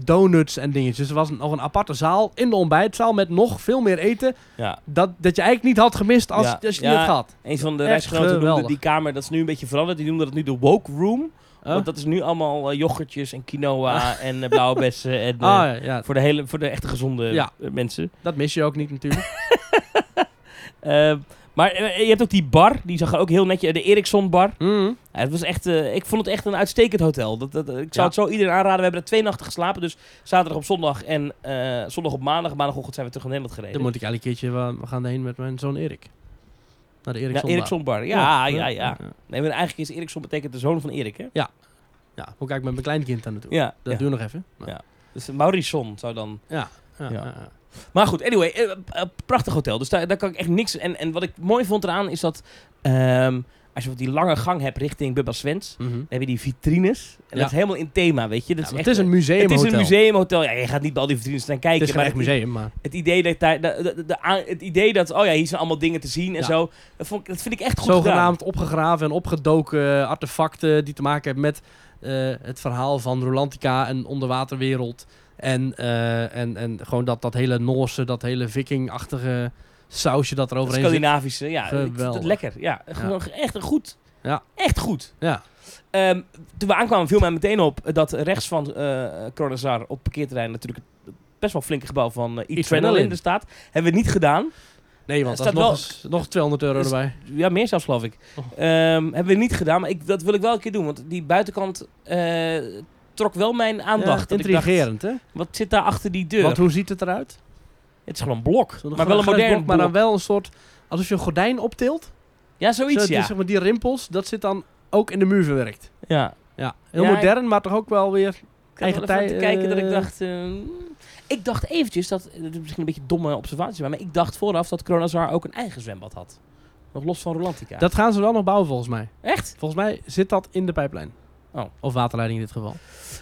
Speaker 4: donuts en dingetjes. Dus er was nog een aparte zaal in de ontbijtzaal met nog veel meer eten.
Speaker 2: Ja.
Speaker 4: Dat, dat je eigenlijk niet had gemist als,
Speaker 2: Ja.
Speaker 4: als je
Speaker 2: Ja.
Speaker 4: niet had gehad.
Speaker 2: Een van de
Speaker 4: Echt
Speaker 2: reisgenoten noemde
Speaker 4: geweldig.
Speaker 2: die kamer, dat is nu een beetje veranderd. Die noemde dat nu de woke room.
Speaker 4: Huh?
Speaker 2: Want dat is nu allemaal eh, yoghurtjes en quinoa en eh, blauwe bessen. En, eh,
Speaker 4: Ah ja, ja,
Speaker 2: voor, de hele, voor de echte gezonde
Speaker 4: Ja.
Speaker 2: eh, mensen.
Speaker 4: dat mis je ook niet natuurlijk.
Speaker 2: Eh, maar eh, je hebt ook die bar, die zag er ook heel netjes. De Ericsson bar.
Speaker 4: Mhm.
Speaker 2: Ja, het was echt, eh, ik vond het echt een uitstekend hotel. Dat, dat, eh, ik zou
Speaker 4: Ja.
Speaker 2: het zo iedereen aanraden. We hebben er twee nachten geslapen. Dus zaterdag op zondag en eh, zondag op maandag. Maandagochtend zijn we terug naar Nederland gereden.
Speaker 4: Dan moet ik eigenlijk een keertje, eh, we gaan heen met mijn zoon Erik. Naar de
Speaker 2: Naar
Speaker 4: Eriksson.
Speaker 2: Ericsson Bar. Ja,
Speaker 4: Oh,
Speaker 2: ja, ja. Nee, maar eigenlijk is Ericsson betekent de zoon van Erik, hè?
Speaker 4: Ja, hoe kijk ik met mijn kleinkind aan naartoe?
Speaker 2: Ja.
Speaker 4: Dat
Speaker 2: ja.
Speaker 4: duurt nog even.
Speaker 2: Ja. Dus Maurisson zou dan...
Speaker 4: Ja,
Speaker 2: Ja.
Speaker 4: ja, ja.
Speaker 2: Maar goed, anyway. eh, eh, prachtig hotel. Dus daar, daar kan ik echt niks... En, en wat ik mooi vond eraan is dat... ehm, als je op die lange gang hebt richting Bubba Swens...
Speaker 4: Mhm.
Speaker 2: Dan heb je die vitrines. En
Speaker 4: Ja.
Speaker 2: dat is helemaal in thema, weet je. Dat
Speaker 4: Ja,
Speaker 2: is
Speaker 4: maar
Speaker 2: echt, eh,
Speaker 4: het is een
Speaker 2: het
Speaker 4: museumhotel.
Speaker 2: is een museumhotel. Ja, je gaat niet bij al die vitrines staan kijken.
Speaker 4: Het is geen
Speaker 2: maar
Speaker 4: echt
Speaker 2: het-
Speaker 4: museum, maar...
Speaker 2: Het idee dat, daar, de, de- de- aan- het idee dat, oh ja, hier zijn allemaal dingen te zien en
Speaker 4: Ja.
Speaker 2: zo. Dat, vond ik, dat vind ik echt goed gedaan.
Speaker 4: Zogenaamd opgegraven en opgedoken eh, artefacten die te maken hebben met eh, het verhaal van Rolantica en onderwaterwereld. En, eh, en, en gewoon dat, dat hele Noorse, dat hele vikingachtige sausje dat er
Speaker 2: Het
Speaker 4: overheen zit.
Speaker 2: Scandinavische, ja. ik vond
Speaker 4: Geweldig.
Speaker 2: het lekker. Ja, gewoon echt een goed.
Speaker 4: Ja.
Speaker 2: Echt goed.
Speaker 4: Ja.
Speaker 2: Ehm, toen we aankwamen viel mij meteen op dat rechts van eh Kronazar op het parkeerterrein natuurlijk het best wel flinke gebouw van eh
Speaker 4: Adrenaline.
Speaker 2: e er staat. Hebben we niet gedaan.
Speaker 4: Nee, want
Speaker 2: Er
Speaker 4: dat is
Speaker 2: staat wel-
Speaker 4: nog, eens- nog 200 euro
Speaker 2: Er is-
Speaker 4: erbij.
Speaker 2: Ja, meer zelfs geloof ik.
Speaker 4: Oh.
Speaker 2: Ehm, hebben we niet gedaan, maar ik, dat wil ik wel een keer doen. Want die buitenkant eh, trok wel mijn aandacht.
Speaker 4: Ja,
Speaker 2: Dat ik dacht,
Speaker 4: intrigerend, hè?
Speaker 2: wat zit daar achter die deur?
Speaker 4: Want hoe ziet het eruit?
Speaker 2: Het is gewoon een blok,
Speaker 4: Zo'n
Speaker 2: maar wel een
Speaker 4: glasblok,
Speaker 2: modern blok.
Speaker 4: Maar dan wel een soort... Alsof je een gordijn optilt.
Speaker 2: Ja, zoiets,
Speaker 4: zodat die,
Speaker 2: ja.
Speaker 4: dus zeg maar, die rimpels, dat zit dan ook in de muur verwerkt.
Speaker 2: ja.
Speaker 4: Ja, heel
Speaker 2: Ja,
Speaker 4: modern, maar toch ook wel weer...
Speaker 2: Ik had
Speaker 4: Eigen
Speaker 2: wel even
Speaker 4: tij-
Speaker 2: te kijken dat ik
Speaker 4: eh,
Speaker 2: dacht... eh, ik dacht eventjes dat... Dit is misschien een beetje een domme observatie, maar ik dacht vooraf dat Kronazar ook een eigen zwembad had. Nog los van Rolantica.
Speaker 4: Dat gaan ze wel nog bouwen volgens mij.
Speaker 2: Echt?
Speaker 4: Volgens mij zit dat in de pijplijn.
Speaker 2: Oh.
Speaker 4: Of waterleiding in dit geval.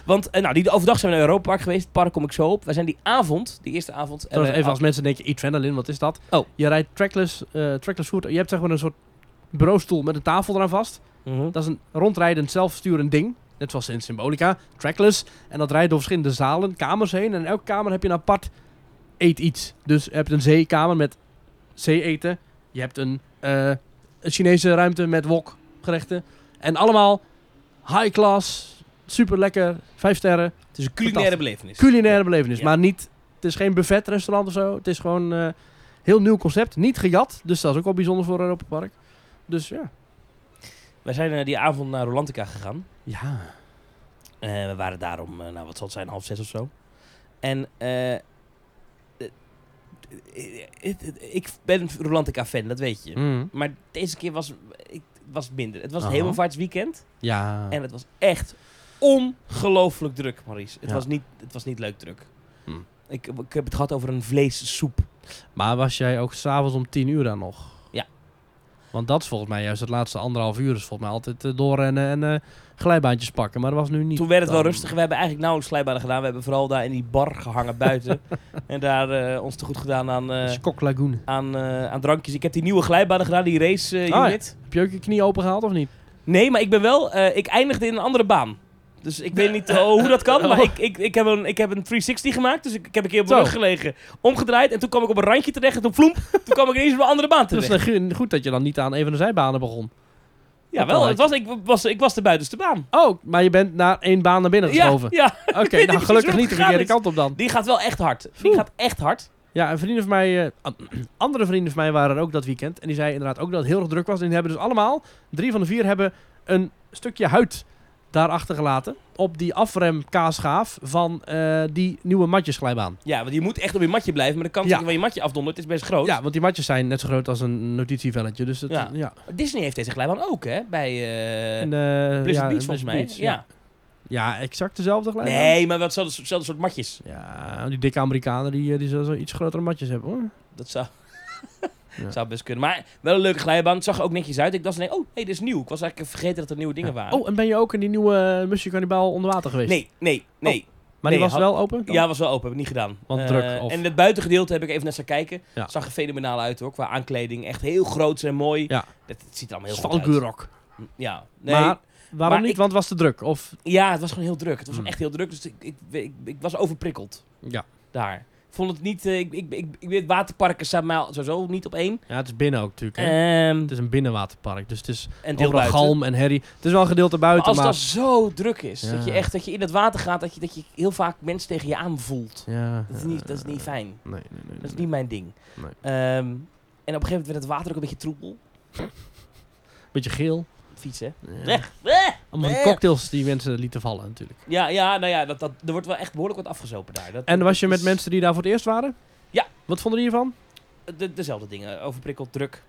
Speaker 2: Want eh, nou, die, overdag zijn we naar Europa Park geweest. Het park kom ik zo op. Wij zijn die avond, die eerste avond... hebben
Speaker 4: Trouwens,
Speaker 2: we-
Speaker 4: even als mensen denken, adrenaline, wat is dat?
Speaker 2: eh, Oh.
Speaker 4: Je rijdt trackless, eh trackless voert. Je hebt zeg maar een soort bureaustoel met een tafel eraan vast.
Speaker 2: Mhm.
Speaker 4: Dat is een rondrijdend, zelfsturend ding. Net zoals in Symbolica, trackless. En dat rijdt door verschillende zalen, kamers heen. En in elke kamer heb je een apart eet iets. Dus je hebt een zeekamer met zee-eten. Je hebt een, eh, een Chinese ruimte met wokgerechten. En allemaal high class, super lekker, vijf sterren
Speaker 2: Het is een culinaire belevenis.
Speaker 4: culinaire belevenis.
Speaker 2: Ja.
Speaker 4: Maar niet, het is geen buffetrestaurant of zo. Het is gewoon eh heel nieuw concept. Niet gejat, dus dat is ook wel bijzonder voor Europa Park. Dus ja.
Speaker 2: Wij zijn eh, die avond naar Rolantica gegaan.
Speaker 4: Ja.
Speaker 2: Eh, we waren daar om, eh, nou wat zal het zijn, half zes of zo. En eh, eh, het- het- eh, ik ben Rolantica-fan, dat weet je. Maar deze keer was ik, was het minder. Het was een
Speaker 4: Aha.
Speaker 2: hemelvaartsweekend
Speaker 4: Ja.
Speaker 2: en het was echt ongelooflijk druk, Maurice. Het,
Speaker 4: Ja.
Speaker 2: was, niet, het was niet leuk druk.
Speaker 4: Hmm.
Speaker 2: Ik, ik heb het gehad over een vleessoep.
Speaker 4: Maar was jij ook s'avonds om tien uur dan nog?
Speaker 2: Ja.
Speaker 4: Want dat is volgens mij juist het laatste anderhalf uur. Is volgens mij altijd eh, doorrennen en eh, glijbaantjes pakken. Maar dat was nu niet.
Speaker 2: Toen werd het wel
Speaker 4: dan.
Speaker 2: rustig. We hebben eigenlijk nauwelijks glijbanen gedaan. We hebben vooral daar in die bar gehangen buiten. en daar eh, ons te goed gedaan aan, eh,
Speaker 4: Dat is Kok Lagoon.
Speaker 2: aan, eh, aan drankjes. Ik heb die nieuwe glijbanen gedaan, die race eh,
Speaker 4: Ah, ja.
Speaker 2: unit.
Speaker 4: Heb je ook je knie open gehaald of niet?
Speaker 2: Nee, maar ik ben wel. eh, ik eindigde in een andere baan. Dus ik weet niet eh, hoe dat kan, maar ik, ik, ik, heb een, ik heb een 360 gemaakt. Dus ik, ik heb een keer op mijn
Speaker 4: Oh. Zo.
Speaker 2: rug gelegen, omgedraaid. En toen kwam ik op een randje terecht en toen vloem. toen kwam ik ineens op een andere baan
Speaker 4: Het
Speaker 2: terecht.
Speaker 4: is goed- goed dat je dan niet aan een van de zijbanen begon.
Speaker 2: ja, wel. Het was, ik, was, ik was de buitenste baan.
Speaker 4: Oh, maar je bent naar één baan naar binnen
Speaker 2: Ja,
Speaker 4: geschoven.
Speaker 2: ja,
Speaker 4: Oké,
Speaker 2: weet niet
Speaker 4: nou
Speaker 2: precies
Speaker 4: gelukkig
Speaker 2: hoe
Speaker 4: niet
Speaker 2: het
Speaker 4: de
Speaker 2: gegaan
Speaker 4: verkeerde
Speaker 2: is.
Speaker 4: kant op dan.
Speaker 2: die gaat wel echt hard. Die gaat echt hard.
Speaker 4: Ja, en vrienden van mij, eh, an- andere vrienden van mij waren er ook dat weekend. En die zei inderdaad ook dat het heel erg druk was. En die hebben dus allemaal, drie van de vier hebben een stukje huid daar achtergelaten. Op die afremkaasgaaf van eh, die nieuwe matjesglijbaan.
Speaker 2: Ja, want je moet echt op je matje blijven. Maar de kans
Speaker 4: Ja.
Speaker 2: dat je van je matje afdondert is best groot.
Speaker 4: Ja, want die matjes zijn net zo groot als een notitievelletje. Dus dat, ja.
Speaker 2: Oh. Ja. Disney heeft deze glijbaan ook, hè? Bij eh
Speaker 4: En, eh,
Speaker 2: Blizzard
Speaker 4: ja,
Speaker 2: Beach, volgens mij.
Speaker 4: Beach, ja.
Speaker 2: ja.
Speaker 4: Ja, exact dezelfde glijbaan.
Speaker 2: Nee, maar wel hetzelfde, hetzelfde soort matjes.
Speaker 4: Ja, die dikke Amerikanen die, eh, die zullen zo iets grotere matjes hebben hoor.
Speaker 2: Dat zou,
Speaker 4: Ja.
Speaker 2: zou best kunnen. Maar wel een leuke glijbaan. Het zag er ook netjes uit. Ik dacht, nee, oh, hey, dit is nieuw. Ik was eigenlijk vergeten dat er nieuwe dingen
Speaker 4: Ja.
Speaker 2: waren.
Speaker 4: Oh, en ben je ook in die nieuwe uh, Musje Cannibal onder water geweest?
Speaker 2: nee, nee, nee.
Speaker 4: Maar die
Speaker 2: nee,
Speaker 4: was
Speaker 2: had-
Speaker 4: wel open? Oh, dan?
Speaker 2: Ja, was wel open. Heb ik niet gedaan.
Speaker 4: Want
Speaker 2: Eh,
Speaker 4: druk, of-
Speaker 2: En het buitengedeelte heb ik even net staan kijken.
Speaker 4: Ja.
Speaker 2: Zag er fenomenaal uit hoor. Qua aankleding. Echt heel groot en mooi.
Speaker 4: Ja.
Speaker 2: Dat, het ziet er allemaal heel goed
Speaker 4: Svalguurok.
Speaker 2: uit. Hm, Ja. Nee.
Speaker 4: Maar waarom
Speaker 2: Maar
Speaker 4: niet?
Speaker 2: ik-
Speaker 4: Want het was te druk. Of
Speaker 2: Ja, het was gewoon heel druk. Het was
Speaker 4: Hmm.
Speaker 2: echt heel druk. Dus ik, ik, ik, ik was overprikkeld
Speaker 4: ja.
Speaker 2: daar. Ik Vond het niet... eh, ik, ik, ik, ik weet, waterparken staan mij al- sowieso niet op één.
Speaker 4: ja, het is binnen ook natuurlijk. hè.
Speaker 2: Ehm,
Speaker 4: het is een binnenwaterpark, dus het is
Speaker 2: en deel
Speaker 4: Dus overal
Speaker 2: buiten.
Speaker 4: galm en herrie. Het is wel een gedeelte
Speaker 2: Maar
Speaker 4: buiten,
Speaker 2: als
Speaker 4: maar...
Speaker 2: dat zo druk is, dat je
Speaker 4: Ja.
Speaker 2: echt dat je in het water gaat, dat je, dat je heel vaak mensen tegen je aanvoelt.
Speaker 4: Ja,
Speaker 2: Dat is niet, dat is niet fijn.
Speaker 4: Nee, nee, nee.
Speaker 2: Dat is niet mijn ding.
Speaker 4: Nee.
Speaker 2: Ehm, en op een gegeven moment werd het water ook een beetje troebel.
Speaker 4: Beetje geel.
Speaker 2: Fietsen.
Speaker 4: Ja.
Speaker 2: Weg! weg!
Speaker 4: Allemaal die
Speaker 2: Eh.
Speaker 4: cocktails die mensen lieten vallen natuurlijk.
Speaker 2: Ja, ja, nou ja, dat, dat, er wordt wel echt behoorlijk wat afgezopen daar. Dat,
Speaker 4: En was je
Speaker 2: dat
Speaker 4: met
Speaker 2: is
Speaker 4: mensen die daar voor het eerst waren?
Speaker 2: Ja.
Speaker 4: Wat vonden die hiervan?
Speaker 2: de- dezelfde dingen. Overprikkeld, druk.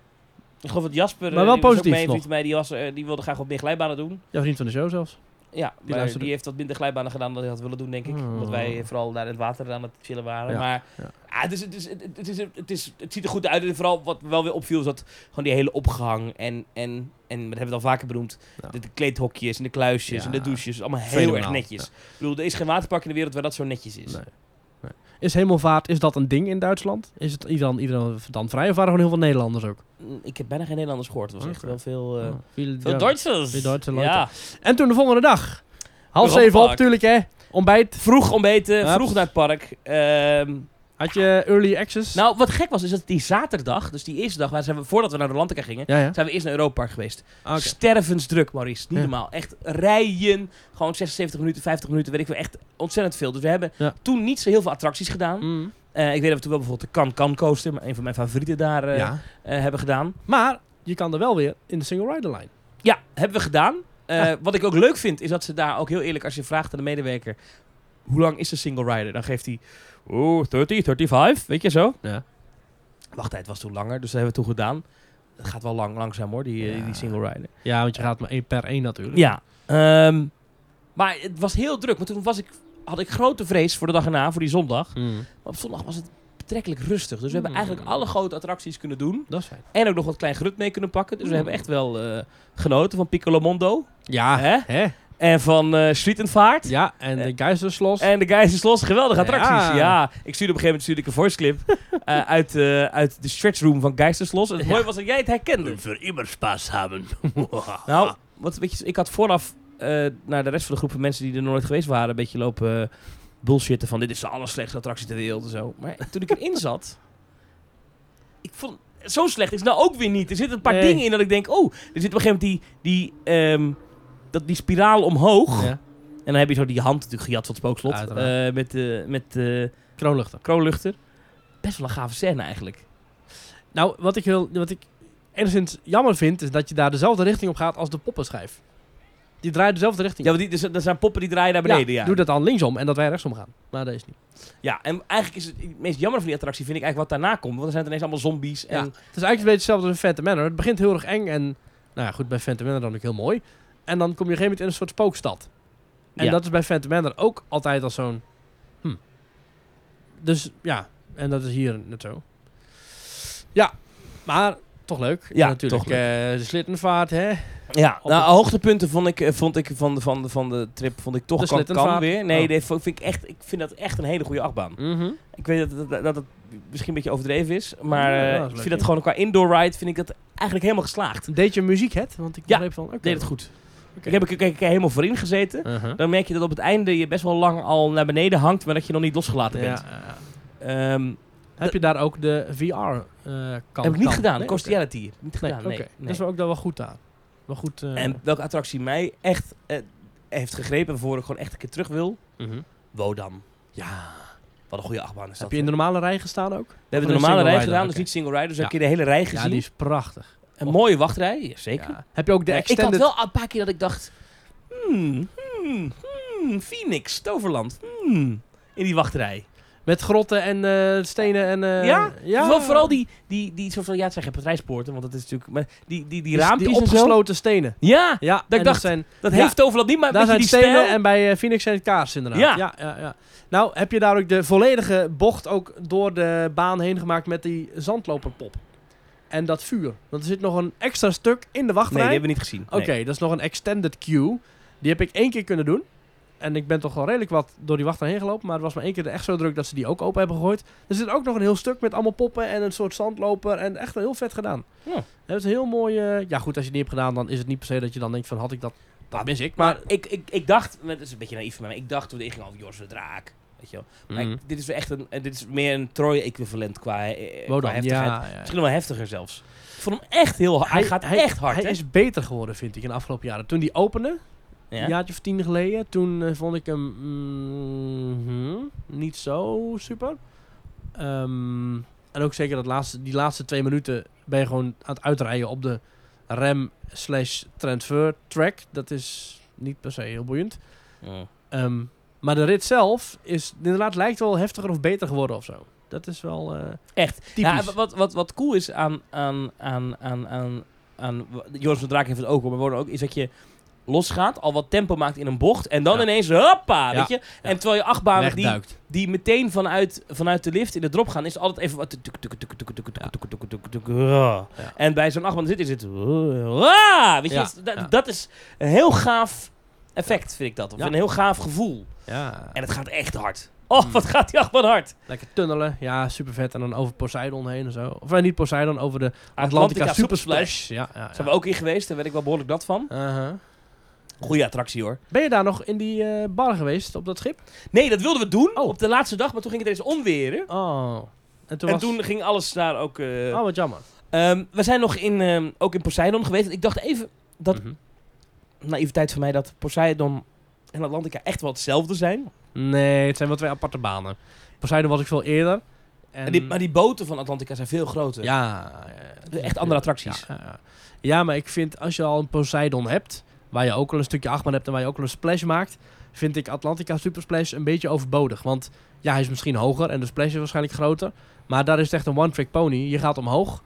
Speaker 2: Ik geloof dat Jasper... eh,
Speaker 4: wel
Speaker 2: die was ook
Speaker 4: positief
Speaker 2: mee, een
Speaker 4: nog.
Speaker 2: vriend van Mij, die, was, eh, die wilde graag wat meer glijbanen doen.
Speaker 4: Jouw vriend van de show zelfs.
Speaker 2: Ja, die, maar
Speaker 4: luisterde.
Speaker 2: die heeft wat minder glijbanen gedaan dan hij had willen doen, denk ik.
Speaker 4: Hmm.
Speaker 2: Omdat wij vooral daar in het water aan het chillen waren.
Speaker 4: Ja,
Speaker 2: Maar
Speaker 4: ja.
Speaker 2: ah, het, is, het, is, het, het is, het, is, het ziet er goed uit. En vooral wat me wel weer opviel, is dat gewoon die hele opgehang. En, en, en dat hebben we al vaker benoemd.
Speaker 4: Ja.
Speaker 2: De, de kleedhokjes en de kluisjes
Speaker 4: Ja.
Speaker 2: en de douches. Allemaal heel
Speaker 4: Fenomenaal,
Speaker 2: erg netjes. Ik bedoel, er is geen waterpark in de wereld waar dat zo netjes is.
Speaker 4: Nee. nee. Is hemelvaart, is dat een ding in Duitsland? Is het iedereen, iedereen dan vrij of waren er gewoon heel veel Nederlanders ook?
Speaker 2: Mm, Ik heb bijna geen Nederlanders gehoord. Het was echt
Speaker 4: Oké.
Speaker 2: wel veel... eh,
Speaker 4: Ja. Veel
Speaker 2: Veel
Speaker 4: ja.
Speaker 2: Duitsers.
Speaker 4: Veel Duitse Leute.
Speaker 2: ja.
Speaker 4: En toen de volgende dag. Half
Speaker 2: Europa
Speaker 4: zeven op,
Speaker 2: Park.
Speaker 4: tuurlijk hè. Ontbijt.
Speaker 2: Vroeg ontbeten,
Speaker 4: Ja,
Speaker 2: vroeg naar het park. Ehm,
Speaker 4: Had je early access?
Speaker 2: nou, wat gek was, is dat die zaterdag, dus die eerste dag, waar zijn we, voordat we naar Rolantica gingen,
Speaker 4: Ja, ja.
Speaker 2: zijn we eerst naar Europa Park geweest.
Speaker 4: Ah, oké.
Speaker 2: Stervensdruk, Maurice. Niet
Speaker 4: Ja.
Speaker 2: normaal. Echt rijen. Gewoon 76 minuten, 50 minuten, weet ik veel. Echt ontzettend veel. Dus we hebben
Speaker 4: Ja.
Speaker 2: toen niet zo heel veel attracties gedaan.
Speaker 4: Mm.
Speaker 2: Eh, ik weet dat we toen wel bijvoorbeeld de Can Can Coaster, maar een van mijn favorieten daar eh,
Speaker 6: ja.
Speaker 2: eh, hebben gedaan.
Speaker 4: Maar je kan er wel weer in de single rider line.
Speaker 2: Ja, hebben we gedaan. Eh, Wat ik ook leuk vind, is dat ze daar ook heel eerlijk, als je vraagt aan de medewerker, hoe lang is de single rider? Dan geeft hij, oeh, 30, 35, weet je zo?
Speaker 4: Ja.
Speaker 2: Wachttijd was toen langer, dus dat hebben we toen gedaan. Het gaat wel lang, langzaam hoor, die, eh,
Speaker 4: Ja.
Speaker 2: die single rider.
Speaker 4: Ja, want je gaat maar één per één natuurlijk.
Speaker 2: Ja. ehm, maar het was heel druk, maar toen was ik, had ik grote vrees voor de dag erna, voor die zondag.
Speaker 4: Hmm.
Speaker 2: Maar op zondag was het betrekkelijk rustig. Dus we hebben
Speaker 4: Hmm.
Speaker 2: eigenlijk alle grote attracties kunnen doen.
Speaker 4: Dat is fijn.
Speaker 2: En ook nog wat klein grut mee kunnen pakken. Dus we
Speaker 4: Hmm.
Speaker 2: hebben echt wel eh, genoten van Piccolo Mondo.
Speaker 4: Ja,
Speaker 2: Hè?
Speaker 4: Eh, hè?
Speaker 2: En van eh Street and Vaart.
Speaker 4: Ja, en de dus Geisterslos.
Speaker 2: En de Geisers Los, geweldige attracties. Ja.
Speaker 4: Ja.
Speaker 2: ik stuurde op een gegeven moment stuurde ik een voice clip eh, uit, eh, uit de stretch room van Geisers Los. En het mooie was dat jij het herkende.
Speaker 3: Voor immer spaas hebben.
Speaker 2: Nou, wat, weet je, ik had vooraf eh, naar de rest van de groep van mensen die er nog nooit geweest waren, een beetje lopen eh, bullshitten van dit is de allerslechtste attractie ter wereld en zo. Maar toen ik erin zat, ik vond zo slecht is het nou ook weer niet. Er zitten een paar
Speaker 4: Nee.
Speaker 2: dingen in dat ik denk, oh, er zit op een gegeven moment die, die, ehm, dat, die spiraal omhoog.
Speaker 4: Ja.
Speaker 2: En dan heb je zo die hand natuurlijk gejat van het spookslot.
Speaker 4: Uiteraard.
Speaker 2: eh, met de met, eh,
Speaker 4: Kroonluchter.
Speaker 2: kroonluchter. Best wel een gave scène eigenlijk.
Speaker 4: Nou, wat ik, heel, wat ik enigszins jammer vind, is dat je daar dezelfde richting op gaat als de poppenschijf. Die draait dezelfde richting.
Speaker 2: Ja, want die, dus, er zijn poppen die draaien naar beneden. Ja,
Speaker 4: Doe dat dan linksom en dat wij rechtsom gaan. Maar dat is niet.
Speaker 2: Ja, en eigenlijk is het, het meest jammer van die attractie vind ik eigenlijk wat daarna komt. Want er zijn ineens allemaal zombies.
Speaker 4: Ja.
Speaker 2: En,
Speaker 4: Het is eigenlijk een beetje hetzelfde als in Phantom Manor. Het begint heel erg eng en... Nou ja, goed, bij Phantom Manor dan ook heel mooi. En dan kom je op een gegeven moment in een soort spookstad. En
Speaker 2: Ja.
Speaker 4: dat is bij Phantom Manor ook altijd als zo'n... Hm. Dus ja, en dat is hier net zo. Ja, maar toch leuk.
Speaker 2: Ja,
Speaker 4: En natuurlijk.
Speaker 2: toch
Speaker 4: eh, de slittenvaart, hè.
Speaker 2: ja,
Speaker 4: op
Speaker 2: nou,
Speaker 4: het-
Speaker 2: hoogtepunten vond ik, eh, vond ik van, de, van, de, van de trip vond ik toch
Speaker 4: Dus
Speaker 2: kan,
Speaker 4: Lid en
Speaker 2: kan
Speaker 4: Vaart.
Speaker 2: weer. Nee,
Speaker 4: Oh.
Speaker 2: dit vond- vind ik, echt, ik vind dat echt een hele goede achtbaan. Ik weet dat, dat, dat het misschien een beetje overdreven is. Maar
Speaker 4: Ja,
Speaker 2: eh,
Speaker 4: dat is
Speaker 2: ik
Speaker 4: leuk,
Speaker 2: vind dat
Speaker 4: ja.
Speaker 2: gewoon qua indoor ride vind ik dat eigenlijk helemaal geslaagd.
Speaker 4: Deed je muziek het? Want ik
Speaker 2: Ja,
Speaker 4: begreep van... oké.
Speaker 2: Deed het goed. Ik heb er- ik heb er helemaal voorin gezeten.
Speaker 4: Uh-huh.
Speaker 2: Dan merk je dat op het einde je best wel lang al naar beneden hangt, maar dat je nog niet losgelaten bent.
Speaker 4: Ja, Oh, ja, ja.
Speaker 2: Ehm,
Speaker 4: Heb je daar ook de VR-kant?
Speaker 2: heb ik niet gedaan.
Speaker 4: Nee, oké.
Speaker 2: Costiality. Niet
Speaker 4: Nee,
Speaker 2: gedaan. Nee,
Speaker 4: oké.
Speaker 2: nee.
Speaker 4: Dat is wel ook dan wel goed daar. Wel goed... eh,
Speaker 2: En welke attractie mij echt eh, heeft gegrepen waarvoor ik gewoon echt een keer terug wil?
Speaker 4: mhm.
Speaker 2: Wodam.
Speaker 4: Ja.
Speaker 2: Wat een goede achtbaan is dat.
Speaker 4: Heb je in de
Speaker 2: hè?
Speaker 4: normale rij gestaan ook?
Speaker 2: we hebben
Speaker 4: of
Speaker 2: de
Speaker 4: een
Speaker 2: normale
Speaker 4: single
Speaker 2: rij
Speaker 4: rider?
Speaker 2: gedaan, dus
Speaker 4: Oké.
Speaker 2: niet single rider. Dus
Speaker 4: Ja.
Speaker 2: heb je de hele rij
Speaker 4: Ja,
Speaker 2: gezien.
Speaker 4: die is prachtig.
Speaker 2: Een mooie wachtrij, ja, zeker.
Speaker 4: Ja. Heb je ook de
Speaker 2: Maar ik
Speaker 4: extended...
Speaker 2: had wel een paar keer dat ik dacht... Hmm, hmm, hmm, Phoenix, Toverland. Hmm, in die wachtrij.
Speaker 4: Met grotten en eh, stenen en... eh,
Speaker 2: Ja? Vooral, vooral die, die, die soort van, ja, het zijn geen patrijspoorten, want dat is natuurlijk, maar die, die, die raampjes
Speaker 4: Dus Die
Speaker 2: en zo.
Speaker 4: opgesloten stenen.
Speaker 2: Ja,
Speaker 4: Ja, en dat
Speaker 2: dacht,
Speaker 4: zijn,
Speaker 2: dat
Speaker 4: Ja.
Speaker 2: heeft Toverland niet, maar een
Speaker 4: daar zijn
Speaker 2: beetje die
Speaker 4: stenen
Speaker 2: stijl.
Speaker 4: en bij eh, Phoenix zijn het kaars inderdaad.
Speaker 2: Ja.
Speaker 4: Ja, ja, ja. Nou, heb je daar ook de volledige bocht ook door de baan heen gemaakt met die zandloperpop. En dat vuur. Want er zit nog een extra stuk in de
Speaker 2: Nee,
Speaker 4: wachtrij.
Speaker 2: die hebben we niet gezien.
Speaker 4: Oké, dat is nog een extended queue. Die heb ik één keer kunnen doen. En ik ben toch wel redelijk wat door die wachtrij heen gelopen. Maar het was maar één keer echt zo druk dat ze die ook open hebben gegooid. Er zit ook nog een heel stuk met allemaal poppen en een soort zandloper. En echt heel vet gedaan.
Speaker 2: Ja.
Speaker 4: Dat is een heel mooi... eh, ja goed, als je die hebt gedaan, dan is het niet per se dat je dan denkt van had ik dat... Dat mis ik, maar...
Speaker 2: Maar ik, ik, ik dacht, maar dat is een beetje naïef van mij, maar ik dacht toen ik ging over Jos de Draak. Weet je wel. Maar
Speaker 4: Mhm.
Speaker 2: ik- dit is wel echt een, eh, dit is meer een Troy-equivalent qua, eh, eh,
Speaker 4: Wodan,
Speaker 2: qua heftigheid.
Speaker 4: ja, ja, ja.
Speaker 2: Misschien wel heftiger zelfs. Ik vond hem echt heel hard. Hij, gaat echt hard,
Speaker 4: Hij
Speaker 2: hè?
Speaker 4: is beter geworden, vind ik, in de afgelopen jaren. Toen die opende,
Speaker 2: ja.
Speaker 4: een jaartje of tien geleden. Toen eh, vond ik hem mhm, niet zo super. Ehm, en ook zeker dat laatste, die laatste twee minuten ben je gewoon aan het uitrijden op de rem slash transfer track. Dat is niet per se heel boeiend.
Speaker 2: Ja.
Speaker 4: Ehm, maar de rit zelf is inderdaad lijkt wel heftiger of beter geworden of zo. Dat is wel eh,
Speaker 2: Echt.
Speaker 4: typisch.
Speaker 2: Ja, wat, wat, wat cool is aan, aan, aan, aan, aan, aan Joris van Draak heeft het ook, hoor, maar worden ook, is dat je losgaat, al wat tempo maakt in een bocht en dan
Speaker 4: Ja.
Speaker 2: ineens, hoppa,
Speaker 4: Ja.
Speaker 2: weet je? En terwijl je achtbanen die,
Speaker 4: Wegduikt.
Speaker 2: die meteen vanuit, vanuit de lift in de drop gaan, is altijd even wat.
Speaker 4: Ja.
Speaker 2: En bij zo'n achtbaan zit is het. Ah, Weet je,
Speaker 4: Ja,
Speaker 2: is- dat-
Speaker 4: ja.
Speaker 2: dat is een heel gaaf effect, vind ik dat. Of
Speaker 4: Ja.
Speaker 2: een heel gaaf gevoel.
Speaker 4: Ja, Mm.
Speaker 2: En het gaat echt hard. Oh, wat gaat die achtbaan hard?
Speaker 4: lekker tunnelen. Ja, super vet. En dan over Poseidon heen en zo. Of eh, niet Poseidon, over de Atlantica, Super Splash. Ja, ja, ja.
Speaker 2: Zijn we ook in geweest, daar weet ik wel behoorlijk dat van.
Speaker 4: Uh-huh.
Speaker 2: Goeie attractie hoor.
Speaker 4: Ben je daar nog in die eh, bar geweest op dat schip?
Speaker 2: Nee, dat wilden we doen
Speaker 4: Oh.
Speaker 2: op de laatste dag, maar toen ging het eens onweren.
Speaker 4: Oh. En toen,
Speaker 2: en
Speaker 4: was...
Speaker 2: toen ging alles daar ook. eh,
Speaker 4: Oh, wat jammer.
Speaker 2: ehm, we zijn nog in, ehm, ook in Poseidon geweest. Ik dacht even dat
Speaker 4: Mhm.
Speaker 2: naïviteit van mij dat Poseidon en Atlantica echt wel hetzelfde zijn.
Speaker 4: Ehm. Nee, het zijn wel twee aparte banen. Poseidon was ik veel eerder. En,
Speaker 2: En die, maar die boten van Atlantica zijn veel groter.
Speaker 4: ja, eh,
Speaker 2: Echt andere attracties.
Speaker 4: Ja, ja. Ja, maar ik vind als je al een Poseidon hebt, waar je ook al een stukje achtbaan hebt en waar je ook al een splash maakt, vind ik Atlantica Super Splash een beetje overbodig. Want ja, hij is misschien hoger en de splash is waarschijnlijk groter. Maar daar is het echt een one-trick pony. Je gaat omhoog